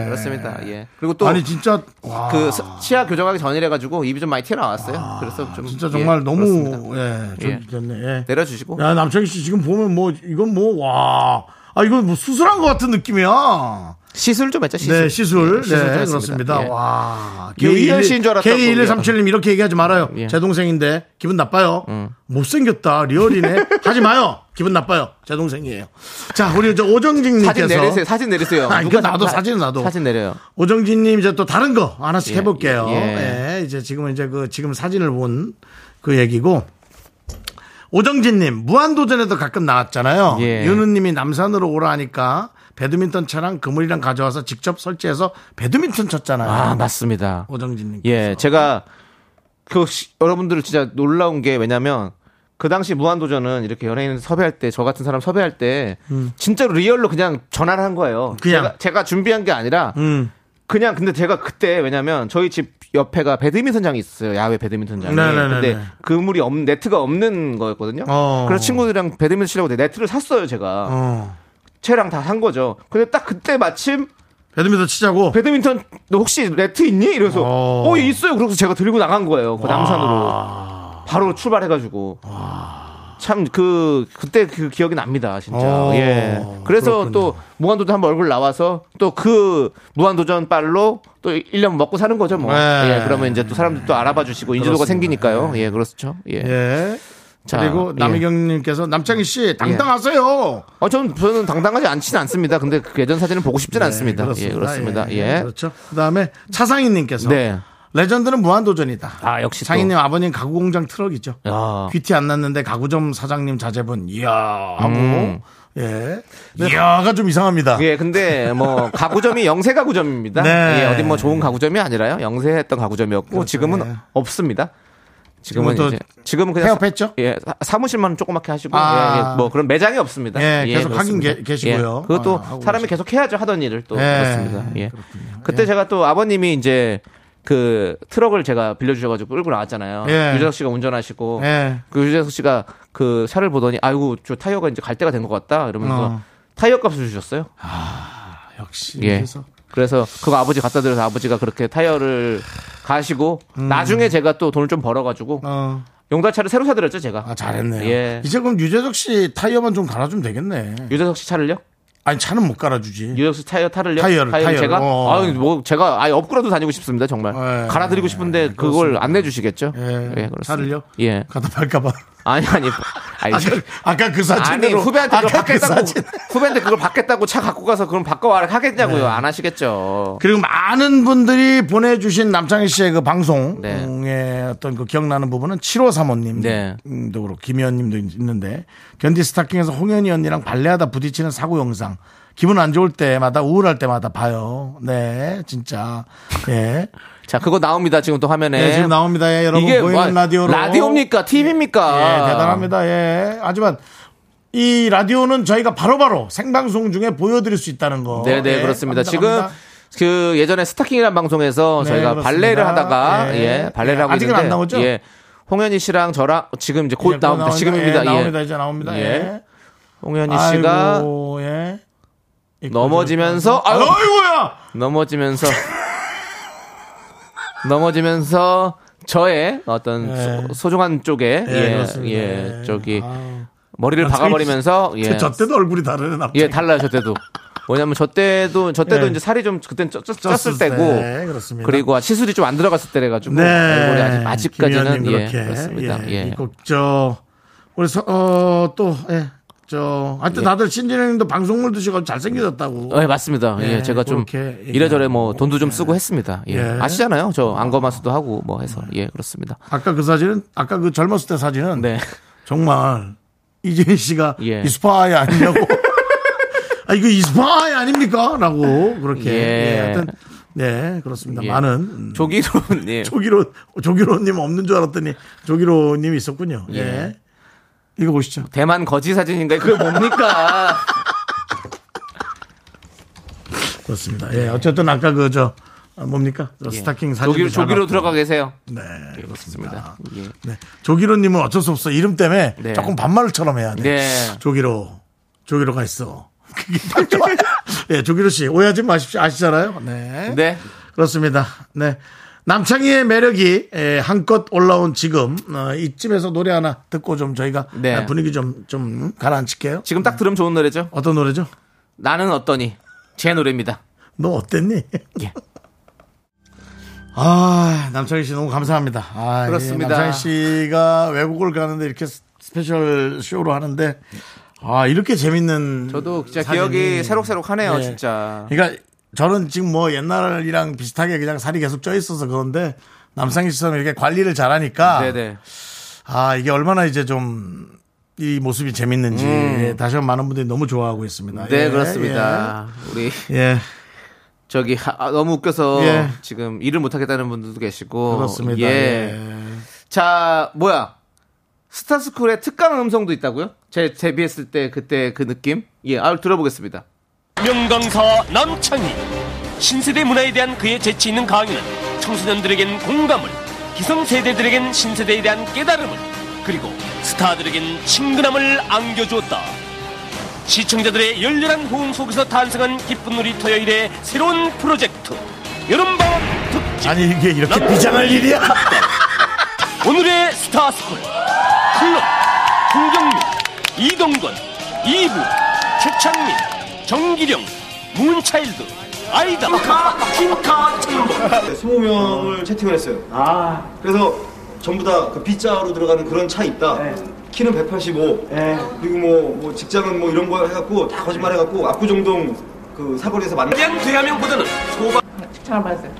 Speaker 2: 예, 그렇습니다. 예. 그리고 또
Speaker 1: 아니 진짜 와.
Speaker 2: 그 서- 치아 교정하기 전이라 가지고 입이 좀 많이 튀어나왔어요. 그래서 좀
Speaker 1: 진짜
Speaker 2: 예,
Speaker 1: 정말
Speaker 2: 그렇습니다.
Speaker 1: 너무 예, 좀
Speaker 2: 예.
Speaker 1: 좋네. 예.
Speaker 2: 내려주시고
Speaker 1: 야, 남창희 씨 지금 보면 뭐 이건 뭐 와. 아, 이건 뭐 수술한 것 같은 느낌이야.
Speaker 2: 시술 좀 했죠. 시술.
Speaker 1: 네, 시술.
Speaker 2: 예,
Speaker 1: 네,
Speaker 2: 좀 했습니다.
Speaker 1: 그렇습니다.
Speaker 2: 예.
Speaker 1: 와.
Speaker 2: 유희열 씨인 줄 알았다고.
Speaker 1: K1137님 이렇게 얘기하지 말아요.
Speaker 2: 예. 음.
Speaker 1: 제 동생인데 기분 나빠요. 못생겼다. 리얼이네. 하지 마요. 기분 나빠요. 제 동생이에요. 자, 우리 저
Speaker 2: 사진 내리세요.
Speaker 1: 오정진님께서.
Speaker 2: 사진 내리세요.
Speaker 1: 아, 이거 나도 사진은 나도.
Speaker 2: 사진 내려요.
Speaker 1: 오정진님 이제 또 다른 거 하나씩
Speaker 2: 예,
Speaker 1: 해볼게요.
Speaker 2: 예.
Speaker 1: 예, 이제 지금은 이제 그 지금 사진을 본 그 얘기고. 오정진님 무한도전에도 가끔 나왔잖아요.
Speaker 2: 예.
Speaker 1: 윤우님이 남산으로 오라 하니까 배드민턴 차랑 그물이랑 가져와서 직접 설치해서 배드민턴 쳤잖아요.
Speaker 2: 아, 맞습니다.
Speaker 1: 오정진님.
Speaker 2: 예, 제가 그 시- 여러분들을 진짜 놀라운 게 왜냐면 그 당시 무한도전은 이렇게 연예인 섭외할 때 저 같은 사람 섭외할 때 진짜로 리얼로 그냥 전화를 한 거예요.
Speaker 1: 음. 그냥.
Speaker 2: 제가, 제가 준비한 게 아니라
Speaker 1: 음.
Speaker 2: 그냥 근데 제가 그때 왜냐면 저희 집 옆에가 배드민턴장이 있어요. 야외 배드민턴장이.
Speaker 1: 네네네네.
Speaker 2: 근데 그물이 없는 네트가 없는 거였거든요.
Speaker 1: 어.
Speaker 2: 그래서 친구들이랑 배드민턴 치려고 네트를 샀어요, 제가.
Speaker 1: 어.
Speaker 2: 채랑 다 산 거죠. 근데 딱 그때 마침
Speaker 1: 배드민턴 치자고.
Speaker 2: 배드민턴 너 혹시 네트 있니? 이래서
Speaker 1: 어.
Speaker 2: 어, 있어요. 그래서 제가 들고 나간 거예요. 그 남산으로 바로 출발해가지고 참 그 그때 그 기억이 납니다 진짜
Speaker 1: 어,
Speaker 2: 예 그래서
Speaker 1: 그렇군요.
Speaker 2: 또 무한도전 한번 얼굴 나와서 또 그 무한도전 빨로 또 1년 먹고 사는 거죠 뭐
Speaker 1: 네.
Speaker 2: 예, 그러면 이제 또 사람들 또 알아봐 주시고 인지도가
Speaker 1: 그렇습니다. 네.
Speaker 2: 생기니까요 예 그렇죠 예,
Speaker 1: 예.
Speaker 2: 자,
Speaker 1: 그리고
Speaker 2: 예.
Speaker 1: 남희경님께서 남창희 씨 당당하세요.
Speaker 2: 어, 저는, 저는 당당하지 않지는 않습니다. 근데 그 예전 사진을 보고 싶진 않습니다. 예, 그렇습니다. 예.
Speaker 1: 네, 그렇죠. 그다음에 차상희님께서
Speaker 2: 네.
Speaker 1: 레전드는 무한도전이다.
Speaker 2: 아, 역시.
Speaker 1: 장인님
Speaker 2: 또.
Speaker 1: 아버님 가구 공장 트럭이죠.
Speaker 2: 야.
Speaker 1: 귀티 안 났는데 가구점 사장님 자제분 이야 하고
Speaker 2: 음. 네.
Speaker 1: 예 근데 이야가 좀 이상합니다.
Speaker 2: 예, 근데 뭐 가구점이 영세 가구점입니다.
Speaker 1: 네.
Speaker 2: 예, 어디 뭐 좋은 가구점이 아니라요. 영세했던 가구점이었고 지금은
Speaker 1: 예.
Speaker 2: 없습니다. 지금은
Speaker 1: 지금은 또
Speaker 2: 이제 지금은 그냥
Speaker 1: 폐업했죠?
Speaker 2: 사, 예, 사- 사무실만 조그맣게 하시고
Speaker 1: 아.
Speaker 2: 예, 예, 뭐 그런 매장이 없습니다.
Speaker 1: 예, 계속 하긴
Speaker 2: 그렇습니다.
Speaker 1: 계- 계시고요.
Speaker 2: 예, 그것도
Speaker 1: 아, 하고
Speaker 2: 사람이 계속 해야죠 하던 일을 또
Speaker 1: 예,
Speaker 2: 그렇습니다. 예. 그때 제가 또 아버님이 이제 그 트럭을 제가 빌려주셔가지고 끌고 나왔잖아요.
Speaker 1: 예.
Speaker 2: 유재석 씨가 운전하시고
Speaker 1: 예.
Speaker 2: 그 유재석 씨가 그 차를 보더니 아이고 저 타이어가 이제 갈 때가 된 것 같다 이러면서
Speaker 1: 어.
Speaker 2: 타이어 값을 주셨어요.
Speaker 1: 역시
Speaker 2: 예.
Speaker 1: 그래서
Speaker 2: 그래서 그거 아버지 갖다 드려서 아버지가 그렇게 타이어를 가시고
Speaker 1: 음.
Speaker 2: 나중에 제가 또 돈을 좀 벌어가지고
Speaker 1: 어,
Speaker 2: 용달차를 새로 사드렸죠 제가.
Speaker 1: 아, 잘했네요.
Speaker 2: 예.
Speaker 1: 이제 그럼 유재석 씨 타이어만 좀 갈아주면 되겠네.
Speaker 2: 유재석 씨 차를요?
Speaker 1: 아니 차는 못 갈아주지.
Speaker 2: 유재석 씨 타이어 타를요?
Speaker 1: 타이어를, 타이어를.
Speaker 2: 제가
Speaker 1: 어.
Speaker 2: 아유 뭐 제가 아예 업그라도 다니고 싶습니다 정말.
Speaker 1: 예.
Speaker 2: 갈아드리고 싶은데 그걸 안 내주시겠죠?
Speaker 1: 예,
Speaker 2: 그렇습니다.
Speaker 1: 차를요?
Speaker 2: 예.
Speaker 1: 가다 팔까봐.
Speaker 2: 아니 아니. 아니,
Speaker 1: 아까, 아까 그 사진으로
Speaker 2: 아니 후배한테 그걸
Speaker 1: 아까 그
Speaker 2: 받겠다고
Speaker 1: 사진.
Speaker 2: 후배한테 그걸 받겠다고 차 갖고 가서 그럼 바꿔와
Speaker 1: 네.
Speaker 2: 하겠냐고요? 안 하시겠죠.
Speaker 1: 그리고 많은 분들이 보내주신 남창희 씨의 그 방송의
Speaker 2: 네.
Speaker 1: 어떤 그 기억나는 부분은 7호 사모님도
Speaker 2: 네.
Speaker 1: 그렇고 김희연님도 있는데 견디 스타킹에서 홍현희 언니랑 발레하다 부딪히는 사고 영상 기분 안 좋을 때마다 우울할 때마다 봐요. 네, 진짜. 예.
Speaker 2: 자 그거 나옵니다 지금 또 화면에.
Speaker 1: 네, 지금 나옵니다. 예, 여러분
Speaker 2: 이게
Speaker 1: 보이는
Speaker 2: 와-
Speaker 1: 라디오로
Speaker 2: 라디오입니까? TV입니까?
Speaker 1: 예, 대단합니다. 예. 하지만 이 라디오는 저희가 바로바로 생방송 중에 보여드릴 수 있다는 거.
Speaker 2: 네, 네,
Speaker 1: 예,
Speaker 2: 그렇습니다. 지금
Speaker 1: 감사합니다.
Speaker 2: 그 예전에 스타킹이라는 방송에서
Speaker 1: 네,
Speaker 2: 저희가
Speaker 1: 그렇습니다.
Speaker 2: 발레를 하다가
Speaker 1: 예.
Speaker 2: 예, 발레를
Speaker 1: 예,
Speaker 2: 하고
Speaker 1: 아직은
Speaker 2: 있는데
Speaker 1: 안 나오죠?
Speaker 2: 예. 홍현희 씨랑 저랑 지금 이제
Speaker 1: 예,
Speaker 2: 곧
Speaker 1: 곧
Speaker 2: 나옵니다.
Speaker 1: 나옵니다.
Speaker 2: 지금입니다.
Speaker 1: 예,
Speaker 2: 예.
Speaker 1: 나옵니다. 이제 나옵니다.
Speaker 2: 예.
Speaker 1: 예.
Speaker 2: 홍현희 씨가
Speaker 1: 아이고, 예. 입고
Speaker 2: 넘어지면서
Speaker 1: 들어가고.
Speaker 2: 아유,
Speaker 1: 아이고야.
Speaker 2: 넘어지면서 넘어지면서 저의 어떤
Speaker 1: 예.
Speaker 2: 소- 소중한 쪽에
Speaker 1: 예,
Speaker 2: 예,
Speaker 1: 그렇습니다.
Speaker 2: 예,
Speaker 1: 예.
Speaker 2: 저기
Speaker 1: 아우.
Speaker 2: 머리를
Speaker 1: 아, 저기
Speaker 2: 박아버리면서 예,
Speaker 1: 저 때도 얼굴이 다르네. 남자.
Speaker 2: 예, 달라요, 저 때도. 왜냐면 저 때도, 저 때도
Speaker 1: 예.
Speaker 2: 이제 살이 좀 그땐 쪘,
Speaker 1: 쪘을
Speaker 2: 쪘을 때고.
Speaker 1: 때, 네, 그렇습니다.
Speaker 2: 그리고 아, 시술이 좀 안 들어갔을 때래가지고.
Speaker 1: 네.
Speaker 2: 얼굴이 아직, 아직까지는.
Speaker 1: 김희연님
Speaker 2: 예,
Speaker 1: 그렇게.
Speaker 2: 그렇습니다.
Speaker 1: 예.
Speaker 2: 예.
Speaker 1: 이거 저 우리 서, 어, 또 예. 저 하여튼 다들 신진영님도 방송물 드시고 잘생겨졌다고.
Speaker 2: 예. 어, 예, 맞습니다. 예,
Speaker 1: 예,
Speaker 2: 제가 좀
Speaker 1: 그렇게
Speaker 2: 이래저래 뭐 돈도 좀 쓰고 했습니다. 예.
Speaker 1: 예.
Speaker 2: 아시잖아요. 저 안검하수도 하고 뭐 해서.
Speaker 1: 음.
Speaker 2: 예, 그렇습니다.
Speaker 1: 아까 그 사진은 아까 그 젊었을 때 사진은
Speaker 2: 네.
Speaker 1: 정말 이재희 씨가
Speaker 2: 예.
Speaker 1: 이스파이 아니냐고. 아 이거 이스파이 아닙니까? 라고 그렇게.
Speaker 2: 예.
Speaker 1: 예, 하여튼 네, 그렇습니다.
Speaker 2: 예.
Speaker 1: 많은 음,
Speaker 2: 조기로운, 예.
Speaker 1: 조기로 조기로님 없는 줄 알았더니 조기로님 있었군요. 예.
Speaker 2: 예.
Speaker 1: 읽어 보시죠.
Speaker 2: 대만 거지 사진인가요? 그게 뭡니까?
Speaker 1: 그렇습니다. 예. 어쨌든 아까 그 저 뭡니까? 저 스타킹 사진
Speaker 2: 예. 조기로, 조기로 들어가 계세요.
Speaker 1: 네.
Speaker 2: 예, 그렇습니다. 예.
Speaker 1: 네. 조기로님은 어쩔 수 없어. 이름 때문에
Speaker 2: 네.
Speaker 1: 조금 반말처럼 해야 돼.
Speaker 2: 네.
Speaker 1: 조기로, 조기로가 있어. 그게 딱 좋아요. 네, 조기로 씨 오해하지 마십시오. 아시잖아요. 네.
Speaker 2: 네.
Speaker 1: 그렇습니다. 네. 남창희의 매력이 에, 한껏 올라온 지금 어, 이쯤에서 노래 하나 듣고 좀 저희가
Speaker 2: 네.
Speaker 1: 아, 분위기 좀 좀 가라앉힐게요.
Speaker 2: 지금 딱 들으면 좋은 노래죠?
Speaker 1: 어떤 노래죠?
Speaker 2: 나는 어떠니? 제 노래입니다.
Speaker 1: 너 어땠니?
Speaker 2: 예.
Speaker 1: 아 남창희 씨 너무 감사합니다. 아, 예,
Speaker 2: 그렇습니다.
Speaker 1: 남창희 씨가 외국을 가는데 이렇게 스- 스페셜 쇼로 하는데 아 이렇게 재밌는
Speaker 2: 저도 진짜
Speaker 1: 사진이.
Speaker 2: 기억이 새록새록하네요,
Speaker 1: 예.
Speaker 2: 진짜.
Speaker 1: 그러니까 저는 지금 뭐 옛날이랑 비슷하게 그냥 살이 계속 쪄 있어서 그런데 남상희 씨처럼 이렇게 관리를 잘하니까
Speaker 2: 네네.
Speaker 1: 아 이게 얼마나 이제 좀 이 모습이 재밌는지 예, 다시 한번 많은 분들이 너무 좋아하고 있습니다.
Speaker 2: 음. 네,
Speaker 1: 예,
Speaker 2: 그렇습니다. 우리
Speaker 1: 예. 예.
Speaker 2: 저기 아, 너무 웃겨서
Speaker 1: 예.
Speaker 2: 지금 일을 못 하겠다는 분들도 계시고.
Speaker 1: 그렇습니다.
Speaker 2: 예.
Speaker 1: 예.
Speaker 2: 자, 뭐야? 스타스쿨의 특강 음성도 있다고요? 제 데뷔했을 때 그때 그 느낌? 예, 아 들어보겠습니다.
Speaker 5: 명강사와 남창희 신세대 문화에 대한 그의 재치 있는 강의는 청소년들에겐 공감을 기성세대들에겐 신세대에 대한 깨달음을 그리고 스타들에겐 친근함을 안겨주었다 시청자들의 열렬한 호응 속에서 탄생한 기쁜 우리 토요일의 새로운 프로젝트 여름방학 특집
Speaker 1: 아니 이게 이렇게 비장할 일이야?
Speaker 5: 오늘의 스타스쿨 클럽, 홍경민, 이동건, 이부, 최창민, 정기령, 문차일드, 아이다, 킹카 팀버.
Speaker 12: 네, 20명을 채팅을 했어요. 그래서 전부 다 그 B자로 들어가는 그런 차 있다. 키는 185. 그리고 뭐, 뭐 직장은 뭐 이런 거 해갖고 다 거짓말 해갖고 압구정동 그 사거리에서 만나.
Speaker 5: 그냥 대화명보다는 소바.
Speaker 12: 칭찬 받았어요.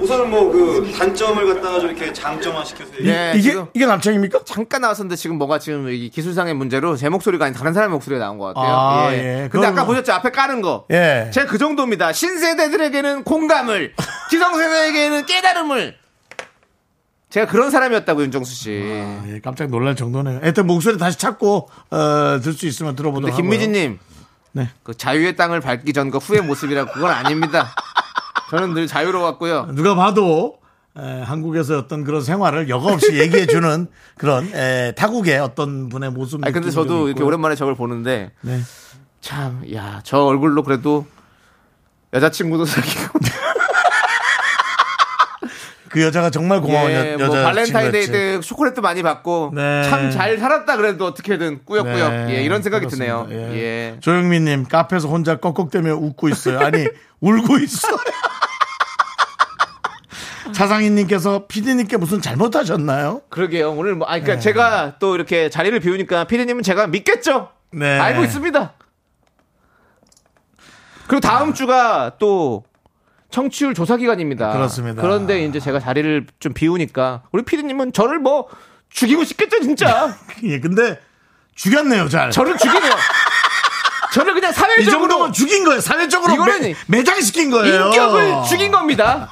Speaker 12: 우선은 뭐 그 단점을 갖다가 좀 이렇게 장점화 시켜서.
Speaker 2: 이게 이게 남창입니까? 네, 잠깐 나왔었는데 지금 뭔가 지금 이 기술상의 문제로 제 목소리가 아닌 다른 사람의 목소리가 나온 것 같아요.
Speaker 1: 아, 예.
Speaker 2: 근데 아까
Speaker 1: 그건-
Speaker 2: 보셨죠 앞에 까는 거.
Speaker 1: 예.
Speaker 2: 제 그 정도입니다. 신세대들에게는 공감을, 기성세대에게는 깨달음을. 제가 그런 사람이었다고 윤정수 씨.
Speaker 1: 예, 깜짝 놀랄 정도네요. 일단 목소리 다시 찾고 어, 들 수 있으면
Speaker 2: 근데
Speaker 1: 들어보도록 하고요.
Speaker 2: 김미진님,
Speaker 1: 네.
Speaker 2: 그 자유의 땅을 밟기 전과 후의 모습이라 그건 아닙니다. 저는 늘 자유로웠고요.
Speaker 1: 누가 봐도 에, 한국에서 어떤 그런 생활을 여과 없이 얘기해 주는 그런 에, 타국의 어떤 분의 모습.
Speaker 2: 아니 근데
Speaker 1: 느낌이 좀
Speaker 2: 저도 이렇게
Speaker 1: 있고요.
Speaker 2: 오랜만에 저걸 보는데
Speaker 1: 네.
Speaker 2: 참, 야, 저 얼굴로 그래도 여자친구도 사귀고
Speaker 1: 그 여자가 정말 고마운 여,
Speaker 2: 예,
Speaker 1: 여자
Speaker 2: 뭐 발렌타인데이
Speaker 1: 친구였지.
Speaker 2: 때 초콜릿도 많이 받고
Speaker 1: 네.
Speaker 2: 참 잘 살았다 그래도 어떻게든 꾸역꾸역
Speaker 1: 네,
Speaker 2: 예, 이런 생각이
Speaker 1: 그렇습니다.
Speaker 2: 드네요.
Speaker 1: 예.
Speaker 2: 예.
Speaker 1: 조영민님 카페에서 혼자 꺽꺽대며 웃고 있어요. 아니 울고 있어. 차상희님께서 피디님께 무슨 잘못하셨나요?
Speaker 2: 그러게요. 오늘 뭐 아니 그러니까
Speaker 1: 네.
Speaker 2: 제가 또 이렇게 자리를 비우니까 피디님은 제가 믿겠죠.
Speaker 1: 네.
Speaker 2: 알고 있습니다. 그리고
Speaker 1: 아.
Speaker 2: 다음 주가 또 청취율 조사 기간입니다.
Speaker 1: 그렇습니다.
Speaker 2: 그런데 이제 제가 자리를 좀 비우니까 우리 피디님은 저를 뭐 죽이고 싶겠죠 진짜.
Speaker 1: 예, 근데 죽였네요 잘.
Speaker 2: 저를 죽이네요. 저를 그냥
Speaker 1: 이
Speaker 2: 사회적으로
Speaker 1: 정도면 죽인 거예요. 사회적으로
Speaker 2: 이거는
Speaker 1: 매, 매장시킨 거예요.
Speaker 2: 인격을 죽인 겁니다.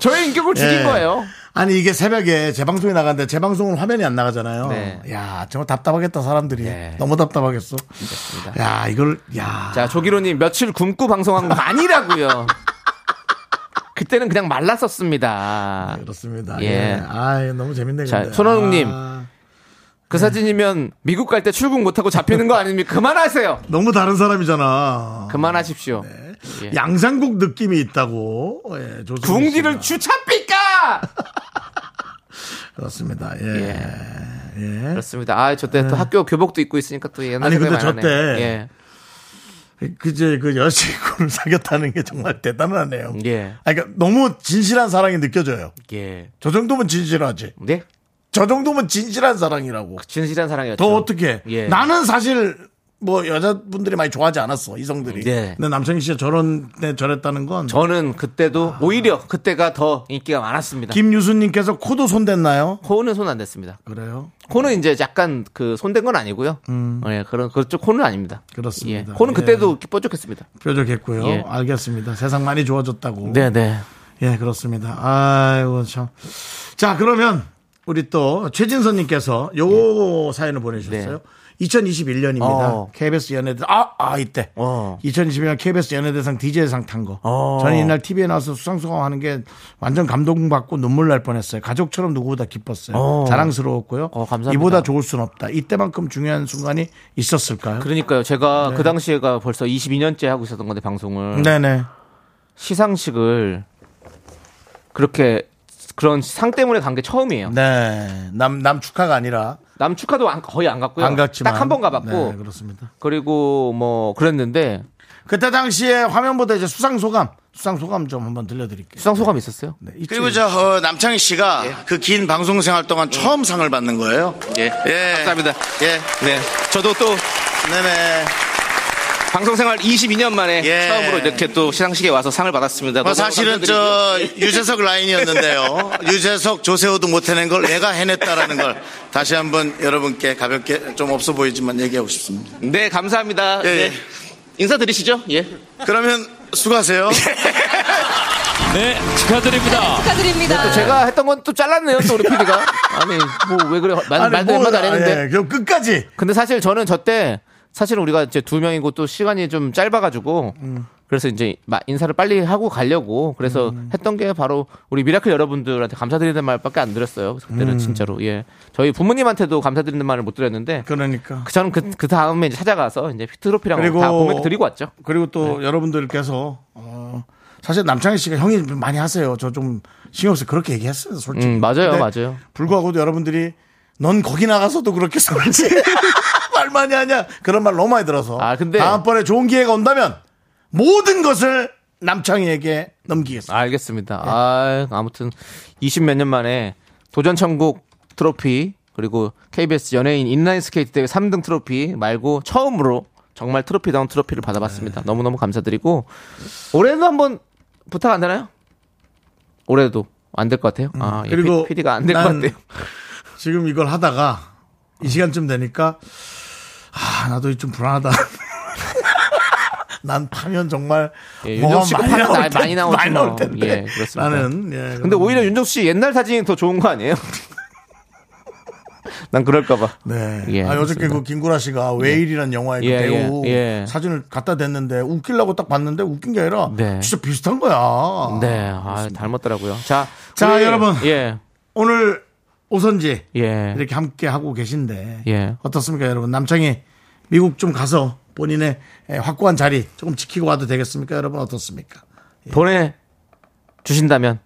Speaker 2: 저의 인격을 죽인
Speaker 1: 예.
Speaker 2: 거예요.
Speaker 1: 아니 이게 새벽에 재방송이 나가는데 재방송은 화면이 안 나가잖아요.
Speaker 2: 네.
Speaker 1: 야 정말 답답하겠다 사람들이 너무 답답하겠어. 야 이걸 야
Speaker 2: 자 조기로님 며칠 굶고 방송한 거 아니라고요. 그때는 그냥 말랐었습니다.
Speaker 1: 네, 그렇습니다.
Speaker 2: 예.
Speaker 1: 예. 아 너무 재밌네.
Speaker 2: 자,
Speaker 1: 근데.
Speaker 2: 손원웅님.
Speaker 1: 아,
Speaker 2: 그 사진이면 미국 갈 때 출국 못하고 잡히는 거 아닙니까? 그만하세요.
Speaker 1: 너무 다른 사람이잖아.
Speaker 2: 그만하십시오.
Speaker 1: 네,
Speaker 2: 예.
Speaker 1: 양상국 느낌이 있다고. 예, 조승우
Speaker 2: 궁지를
Speaker 1: 씨가.
Speaker 2: 주차삐까!
Speaker 1: 그렇습니다. 예.
Speaker 2: 그렇습니다. 아, 저때 또
Speaker 1: 예.
Speaker 2: 학교 교복도 입고 있으니까 또 옛날
Speaker 1: 아니 근데
Speaker 2: 생각이 많이 나네요. 예.
Speaker 1: 저때 그제 그 여자친구를 사귀었다는 게 정말 대단하네요.
Speaker 2: 예. 예.
Speaker 1: 아, 그러니까 너무 진실한 사랑이 느껴져요.
Speaker 2: 예.
Speaker 1: 저 정도면 진실하지.
Speaker 2: 네?
Speaker 1: 저 정도면 진실한 사랑이라고.
Speaker 2: 진실한 사랑이었죠.
Speaker 1: 더 어떻게?
Speaker 2: 예.
Speaker 1: 나는 사실 뭐 여자분들이 많이 좋아하지 않았어 이성들이.
Speaker 2: 네.
Speaker 1: 근데 남창희 씨가 저런 때 저랬다는 건.
Speaker 2: 저는 그때도 오히려 그때가 더 인기가 많았습니다.
Speaker 1: 아. 김유수님께서 코도 손댔나요?
Speaker 2: 코는 손 안 댔습니다.
Speaker 1: 그래요?
Speaker 2: 코는 이제 약간 그 손댄 건 아니고요.
Speaker 1: 음.
Speaker 2: 예, 그런 그쪽 코는 아닙니다.
Speaker 1: 그렇습니다.
Speaker 2: 예, 코는
Speaker 1: 예.
Speaker 2: 그때도 뾰족했습니다.
Speaker 1: 뾰족했고요.
Speaker 2: 예.
Speaker 1: 알겠습니다. 세상 많이 좋아졌다고.
Speaker 2: 네, 네.
Speaker 1: 예, 그렇습니다. 아이고, 참. 자, 그러면 우리 또 최진선님께서 요 사연을 보내주셨어요. 2021년입니다.
Speaker 2: 네. 어.
Speaker 1: KBS 연예대 아, 아, 이때. 2021년 KBS 연예대상 DJ상 탄 거.
Speaker 2: 어.
Speaker 1: 저는 이날 TV에 나와서 수상소감하는 게 완전 감동받고 눈물 날 뻔했어요. 가족처럼 누구보다 기뻤어요.
Speaker 2: 어.
Speaker 1: 자랑스러웠고요.
Speaker 2: 감사합니다.
Speaker 1: 이보다 좋을 순 없다. 이때만큼 중요한 순간이 있었을까요?
Speaker 2: 그러니까요. 제가
Speaker 1: 네.
Speaker 2: 그 당시에가 벌써 22년째 하고 있었던 건데 방송을
Speaker 1: 네네.
Speaker 2: 시상식을 그렇게 그런 상 때문에 간 게 처음이에요.
Speaker 1: 네. 남, 남 축하가 아니라.
Speaker 2: 남 축하도 안- 거의 안 갔고요.
Speaker 1: 안 갔지만.
Speaker 2: 딱 한 번 가봤고
Speaker 1: 네, 그렇습니다.
Speaker 2: 그리고 뭐 그랬는데
Speaker 1: 그때 당시에 화면보다 이제 수상 소감, 수상 소감 좀 한번 들려드릴게요. 네,
Speaker 2: 수상 소감 있었어요?
Speaker 3: 그리고 저 어, 남창희 씨가
Speaker 2: 예.
Speaker 3: 그 긴 방송 생활 동안 처음 상을 받는 거예요.
Speaker 5: 예. 감사합니다.
Speaker 3: 예.
Speaker 5: 네. 저도 또
Speaker 3: 네네.
Speaker 5: 방송 생활 22년 만에
Speaker 3: 예.
Speaker 5: 처음으로 이렇게 또 시상식에 와서 상을 받았습니다.
Speaker 3: 뭐
Speaker 5: 너무
Speaker 3: 사실은 저 유재석 라인이었는데요. 유재석 조세호도 못 해낸 걸 내가 해냈다라는 걸 다시 한번 여러분께 가볍게 좀 없어 보이지만 얘기하고 싶습니다.
Speaker 5: 네, 감사합니다.
Speaker 3: 예, 예.
Speaker 5: 네. 인사드리시죠. 예.
Speaker 3: 그러면 수고하세요.
Speaker 5: 네, 축하드립니다.
Speaker 13: 축하드립니다.
Speaker 2: 또 제가 했던 건 또 잘랐네요, 또 우리 PD가. 아니, 뭐 왜 그래. 말, 말도 얼마도 안 했는데.
Speaker 1: 아, 예, 그럼 끝까지.
Speaker 2: 근데 사실 저는 저때 사실 우리가 이제 두 명이고 또 시간이 좀 짧아가지고
Speaker 1: 음.
Speaker 2: 그래서 이제 마- 인사를 빨리 하고 가려고 그래서
Speaker 1: 음.
Speaker 2: 했던 게 바로 우리 미라클 여러분들한테 감사드리는 말밖에 안 드렸어요. 그래서 그때는
Speaker 1: 음.
Speaker 2: 진짜로 예 저희 부모님한테도 감사드리는 말을 못 드렸는데
Speaker 1: 그러니까.
Speaker 2: 그 저는 그, 그 다음에 이제 찾아가서 이제 트로피랑 다 보면 드리고 왔죠.
Speaker 1: 그리고 또
Speaker 2: 네.
Speaker 1: 여러분들께서 어, 사실 남창희 씨가 형이 좀 많이 하세요. 저 좀 신경 없어 그렇게 얘기했어요, 솔직히.
Speaker 2: 음, 맞아요,
Speaker 1: 근데
Speaker 2: 맞아요.
Speaker 1: 불구하고도 여러분들이 넌 거기 나가서도 그렇게 살지. 말 많이 하냐. 그런 말 너무 많이 들어서.
Speaker 2: 아,
Speaker 1: 다음번에 좋은 기회가 온다면 모든 것을 남창희에게 넘기겠습니다. 예.
Speaker 2: 알겠습니다. 아, 아무튼 20 몇 년 만에 도전 천국 트로피 그리고 KBS 연예인 인라인 스케이트 대회 3등 트로피 말고 처음으로 정말 트로피다운 트로피를 받아봤습니다.
Speaker 1: 네.
Speaker 2: 너무너무 감사드리고 올해도 한번 부탁 안 되나요? 올해도 안 될 것 같아요. 아, 예,
Speaker 1: 음, 그리고
Speaker 2: PD가 안 될 것
Speaker 1: 난
Speaker 2: 같아요.
Speaker 1: 지금 이걸 하다가 이 시간쯤 되니까 아 나도 좀 불안하다. 난 파면 정말
Speaker 2: 예,
Speaker 1: 뭐가
Speaker 2: 윤정 씨가 파면 나-
Speaker 1: 텐-
Speaker 2: 많이 나오지
Speaker 1: 많이
Speaker 2: 뭐.
Speaker 1: 나올 텐데.
Speaker 2: 예, 그렇습니다.
Speaker 1: 나는 예,
Speaker 2: 근데 오히려 윤정 씨 옛날 사진이 더 좋은 거 아니에요? 난 그럴까봐.
Speaker 1: 네.
Speaker 2: 예,
Speaker 1: 아, 여저께
Speaker 2: 알겠습니다.
Speaker 1: 그 김구라 씨가 웨일이란 영화의 그
Speaker 2: 예,
Speaker 1: 배우
Speaker 2: 예, 예.
Speaker 1: 사진을 갖다 댔는데 웃기려고 딱 봤는데 웃긴 게 아니라
Speaker 2: 네.
Speaker 1: 진짜 비슷한 거야.
Speaker 2: 네, 아, 닮았더라고요. 자,
Speaker 1: 자,
Speaker 2: 우리-
Speaker 1: 여러분.
Speaker 2: 예,
Speaker 1: 오늘 오선지
Speaker 2: 예,
Speaker 1: 이렇게 함께 하고 계신데
Speaker 2: 예.
Speaker 1: 어떻습니까, 여러분? 남창이 미국 좀 가서 본인의 에, 확고한 자리 조금 지키고 와도 되겠습니까, 여러분? 어떻습니까? 예.
Speaker 2: 보내 주신다면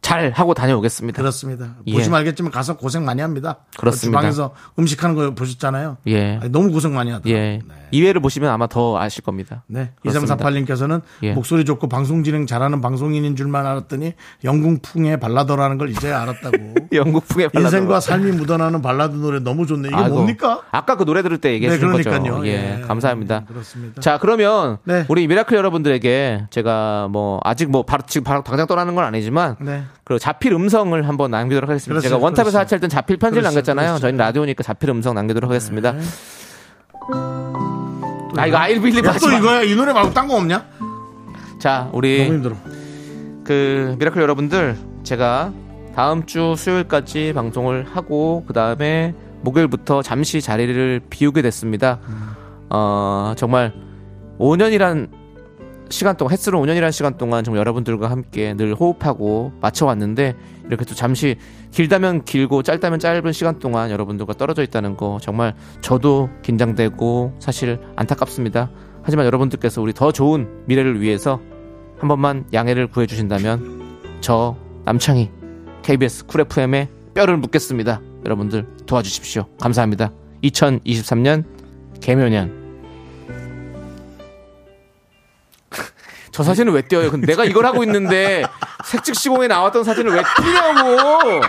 Speaker 2: 잘 하고 다녀오겠습니다.
Speaker 1: 그렇습니다.
Speaker 2: 예.
Speaker 1: 보시면 알겠지만 가서 고생 많이 합니다.
Speaker 2: 그렇습니다.
Speaker 1: 방에서 음식하는 거 보셨잖아요.
Speaker 2: 예,
Speaker 1: 아니, 너무 고생 많이 하다.
Speaker 2: 예. 이회를 보시면 아마 더 아실 겁니다.
Speaker 1: 네.
Speaker 2: 그렇습니다.
Speaker 1: 2348님께서는
Speaker 2: 예.
Speaker 1: 목소리 좋고 방송 진행 잘하는 방송인인 줄만 알았더니 영국풍의 발라더라는 걸 이제 알았다고.
Speaker 2: 영국풍의 발라드.
Speaker 1: 인생과 삶이 묻어나는 발라드 노래 너무 좋네. 이게
Speaker 2: 아이고.
Speaker 1: 뭡니까?
Speaker 2: 아까 그 노래 들을 때 얘기해
Speaker 1: 네,
Speaker 2: 주신
Speaker 1: 그러니까요.
Speaker 2: 거죠. 예,
Speaker 1: 예.
Speaker 2: 감사합니다.
Speaker 1: 그렇습니다.
Speaker 2: 자, 그러면
Speaker 1: 네.
Speaker 2: 우리 미라클 여러분들에게 제가 뭐 아직 뭐 바로 지금 바로 당장 떠나는 건 아니지만
Speaker 1: 네.
Speaker 2: 그 자필 음성을 한번 남기도록 하겠습니다.
Speaker 1: 그렇죠,
Speaker 2: 제가 원탑에서
Speaker 1: 그렇죠.
Speaker 2: 하차할 땐 자필 편지를
Speaker 1: 그렇죠,
Speaker 2: 남겼잖아요.
Speaker 1: 그렇죠.
Speaker 2: 저희는 라디오니까 자필 음성 남기도록 하겠습니다. 아 이거 아이빌리
Speaker 1: 야, 네. 또
Speaker 2: 마지막.
Speaker 1: 이거야. 이 노래 말고 딴 거 없냐?
Speaker 2: 자, 우리
Speaker 1: 너무 힘들어.
Speaker 2: 그 미라클 여러분들 제가 다음 주 수요일까지 방송을 하고 그 다음에 목요일부터 잠시 자리를 비우게 됐습니다.
Speaker 1: 음.
Speaker 2: 어 정말 5년이란 시간 동안 햇수로 5년이란 시간 동안 정말 여러분들과 함께 늘 호흡하고 맞춰왔는데 이렇게 또 잠시 길다면 길고 짧다면 짧은 시간 동안 여러분들과 떨어져 있다는 거 정말 저도 긴장되고 사실 안타깝습니다. 하지만 여러분들께서 우리 더 좋은 미래를 위해서 한 번만 양해를 구해주신다면 저 남창희 KBS 쿨 FM에 뼈를 묻겠습니다. 여러분들 도와주십시오. 감사합니다. 2023년 개묘년 저 사진을 왜 띄어요? 근데 내가 이걸 하고 있는데 색즉 시공에 나왔던 사진을 왜 띄냐고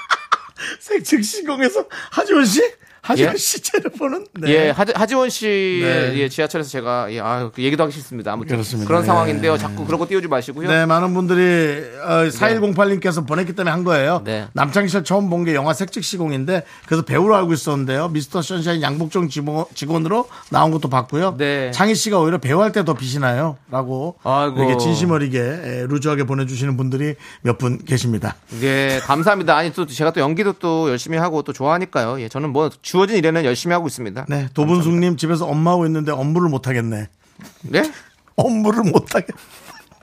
Speaker 1: 색즉 시공에서 하지원 씨? 하지원
Speaker 2: 예?
Speaker 1: 씨 tele폰은? 네.
Speaker 2: 예, 하지, 하지원 씨의
Speaker 1: 네.
Speaker 2: 예, 지하철에서 제가 예, 아, 그 얘기도 하기 싫습니다. 아무튼
Speaker 1: 그렇습니다.
Speaker 2: 그런
Speaker 1: 네.
Speaker 2: 상황인데요. 자꾸 그런 거 띄우지 마시고요.
Speaker 1: 네, 많은 분들이 어, 4108님께서 보냈기 때문에 한 거예요.
Speaker 2: 네.
Speaker 1: 남창희 씨를 처음 본 게 영화 색즉시공인데 그래서 배우로 알고 있었는데요. 미스터 션샤인 양복종 직원- 직원으로 나온 것도 봤고요.
Speaker 2: 네.
Speaker 1: 창희 씨가 오히려 배우 할 때 더 비시나요? 라고
Speaker 2: 아이고.
Speaker 1: 이렇게 진심 어리게 에, 루즈하게 보내주시는 분들이 몇 분 계십니다.
Speaker 2: 예, 감사합니다. 아니 또 제가 또 연기도 또 열심히 하고 또 좋아하니까요. 예, 저는 뭐 주어진 일에는 열심히 하고 있습니다.
Speaker 1: 네, 도분숙님 집에서 엄마하고 있는데 업무를 못하겠네.
Speaker 2: 네?
Speaker 1: 업무를 못하겠네.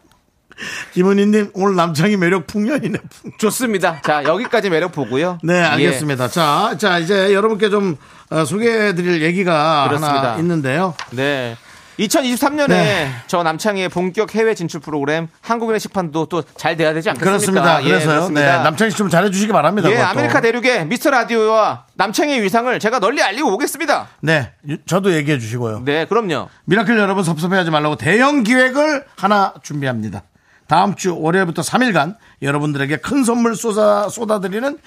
Speaker 1: 김은희님 오늘 남창희 매력 풍년이네.
Speaker 2: 좋습니다. 자, 여기까지 매력 보고요.
Speaker 1: 네, 알겠습니다. 자, 자 이제 여러분께 좀 어, 소개해드릴 얘기가
Speaker 2: 그렇습니다.
Speaker 1: 하나 있는데요.
Speaker 2: 예, 네. 2023년에
Speaker 1: 네.
Speaker 2: 저 남창희의 본격 해외 진출 프로그램 한국인의 식판도 또 잘 돼야 되지 않겠습니까?
Speaker 1: 그렇습니다.
Speaker 2: 예,
Speaker 1: 그래서요.
Speaker 2: 그렇습니다.
Speaker 1: 네, 남창희 씨 좀 잘해주시기 바랍니다.
Speaker 2: 예,
Speaker 1: 그것도.
Speaker 2: 아메리카 대륙의 미스터 라디오와 남창희의 위상을 제가 널리 알리고 오겠습니다.
Speaker 1: 네, 유- 저도 얘기해 주시고요.
Speaker 2: 네, 그럼요.
Speaker 1: 미라클 여러분 섭섭해하지 말라고 대형 기획을 하나 준비합니다. 다음 주 월요일부터 3일간 여러분들에게 큰 선물 쏟아, 쏟아드리는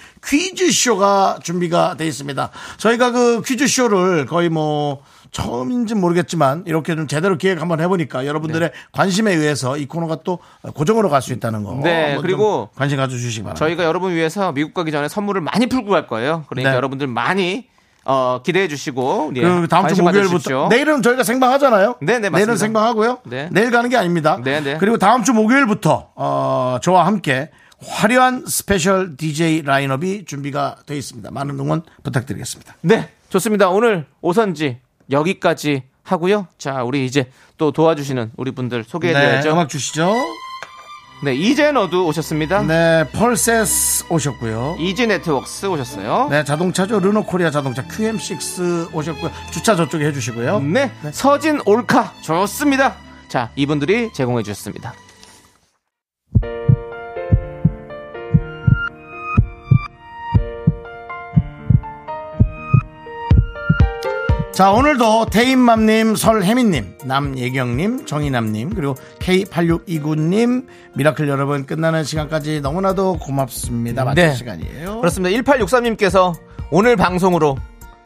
Speaker 1: 퀴즈쇼가 준비가 되어 있습니다. 저희가 그 퀴즈쇼를 거의 뭐 처음인지 모르겠지만 이렇게 좀 제대로 기획 한번 해보니까
Speaker 2: 네.
Speaker 1: 여러분들의 관심에 의해서 이 코너가 또 고정으로 갈 수 있다는 거.
Speaker 2: 네,
Speaker 1: 한번 좀
Speaker 2: 그리고
Speaker 1: 관심 가져주시기 바랍니다.
Speaker 2: 저희가 여러분 위해서 미국 가기 전에 선물을 많이 풀고 갈 거예요. 그러니까
Speaker 1: 네.
Speaker 2: 여러분들 많이 어, 기대해 주시고 예,
Speaker 1: 그 다음 주
Speaker 2: 관심
Speaker 1: 목요일부터
Speaker 2: 가져주십시오.
Speaker 1: 내일은 저희가 생방하잖아요.
Speaker 2: 네, 네, 맞습니다.
Speaker 1: 내일은 생방하고요.
Speaker 2: 네.
Speaker 1: 내일 가는 게 아닙니다.
Speaker 2: 네, 네.
Speaker 1: 그리고 다음 주 목요일부터 어, 저와 함께 화려한 스페셜 DJ 라인업이 준비가 되어 있습니다. 많은 응원 부탁드리겠습니다.
Speaker 2: 네, 좋습니다. 오늘 오선지 여기까지 하고요. 자, 우리 이제 또 도와주시는 우리 분들
Speaker 1: 네,
Speaker 2: 소개해드려야죠.
Speaker 1: 음악 주시죠.
Speaker 2: 네, 이제 너도 오셨습니다.
Speaker 1: 네, 펄세스 오셨고요.
Speaker 2: 이지 네트웍스 오셨어요.
Speaker 1: 네, 자동차죠. 르노 코리아 자동차 QM6 오셨고요. 주차 저쪽에 해주시고요.
Speaker 2: 네, 서진 올카 좋습니다. 자, 이분들이 제공해 주셨습니다.
Speaker 1: 자, 오늘도 태인맘님, 설혜민님, 남예경님, 정희남님, 그리고 K8629님, 미라클 여러분 끝나는 시간까지 너무나도 고맙습니다. 마칠
Speaker 2: 네.
Speaker 1: 시간이에요.
Speaker 2: 그렇습니다. 1863님께서 오늘 방송으로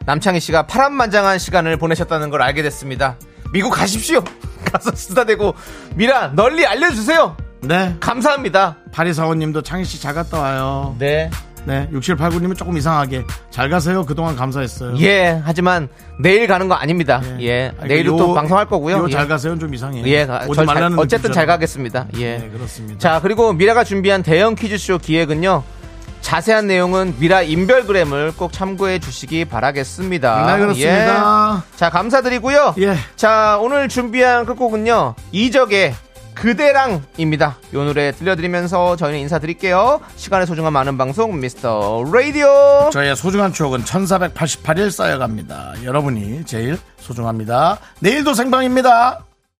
Speaker 2: 남창희 씨가 파란만장한 시간을 보내셨다는 걸 알게 됐습니다. 미국 가십시오. 가서 쓰다대고 미라 널리 알려주세요.
Speaker 1: 네.
Speaker 2: 감사합니다.
Speaker 1: 파리사원님도 창희씨 잘 갔다 와요.
Speaker 2: 네.
Speaker 1: 네. 6789님은 조금 이상하게 잘 가세요. 그동안 감사했어요.
Speaker 2: 예, 하지만 내일 가는 거 아닙니다. 예,
Speaker 1: 네. 아니,
Speaker 2: 내일도
Speaker 1: 요-
Speaker 2: 또 방송할 거고요.
Speaker 1: 요
Speaker 2: 예.
Speaker 1: 잘 가세요는 좀 이상해요.
Speaker 2: 예, 가-
Speaker 1: 오지
Speaker 2: 절 잘-
Speaker 1: 말라는
Speaker 2: 어쨌든
Speaker 1: 느낌처럼.
Speaker 2: 잘 가겠습니다. 예.
Speaker 1: 네, 그렇습니다.
Speaker 2: 자, 그리고 미라가 준비한 대형 퀴즈쇼 기획은요. 자세한 내용은 미라 인별그램을 꼭 참고해 주시기 바라겠습니다.
Speaker 1: 네, 그렇습니다.
Speaker 2: 예. 자, 감사드리고요.
Speaker 1: 예.
Speaker 2: 자, 오늘 준비한 끝곡은요. 이적의 그대랑입니다. 이 노래 들려드리면서 저희는 인사드릴게요. 시간의 소중한 많은 방송 미스터 라디오.
Speaker 1: 저희의 소중한 추억은 1488일 쌓여갑니다. 여러분이 제일 소중합니다. 내일도 생방입니다.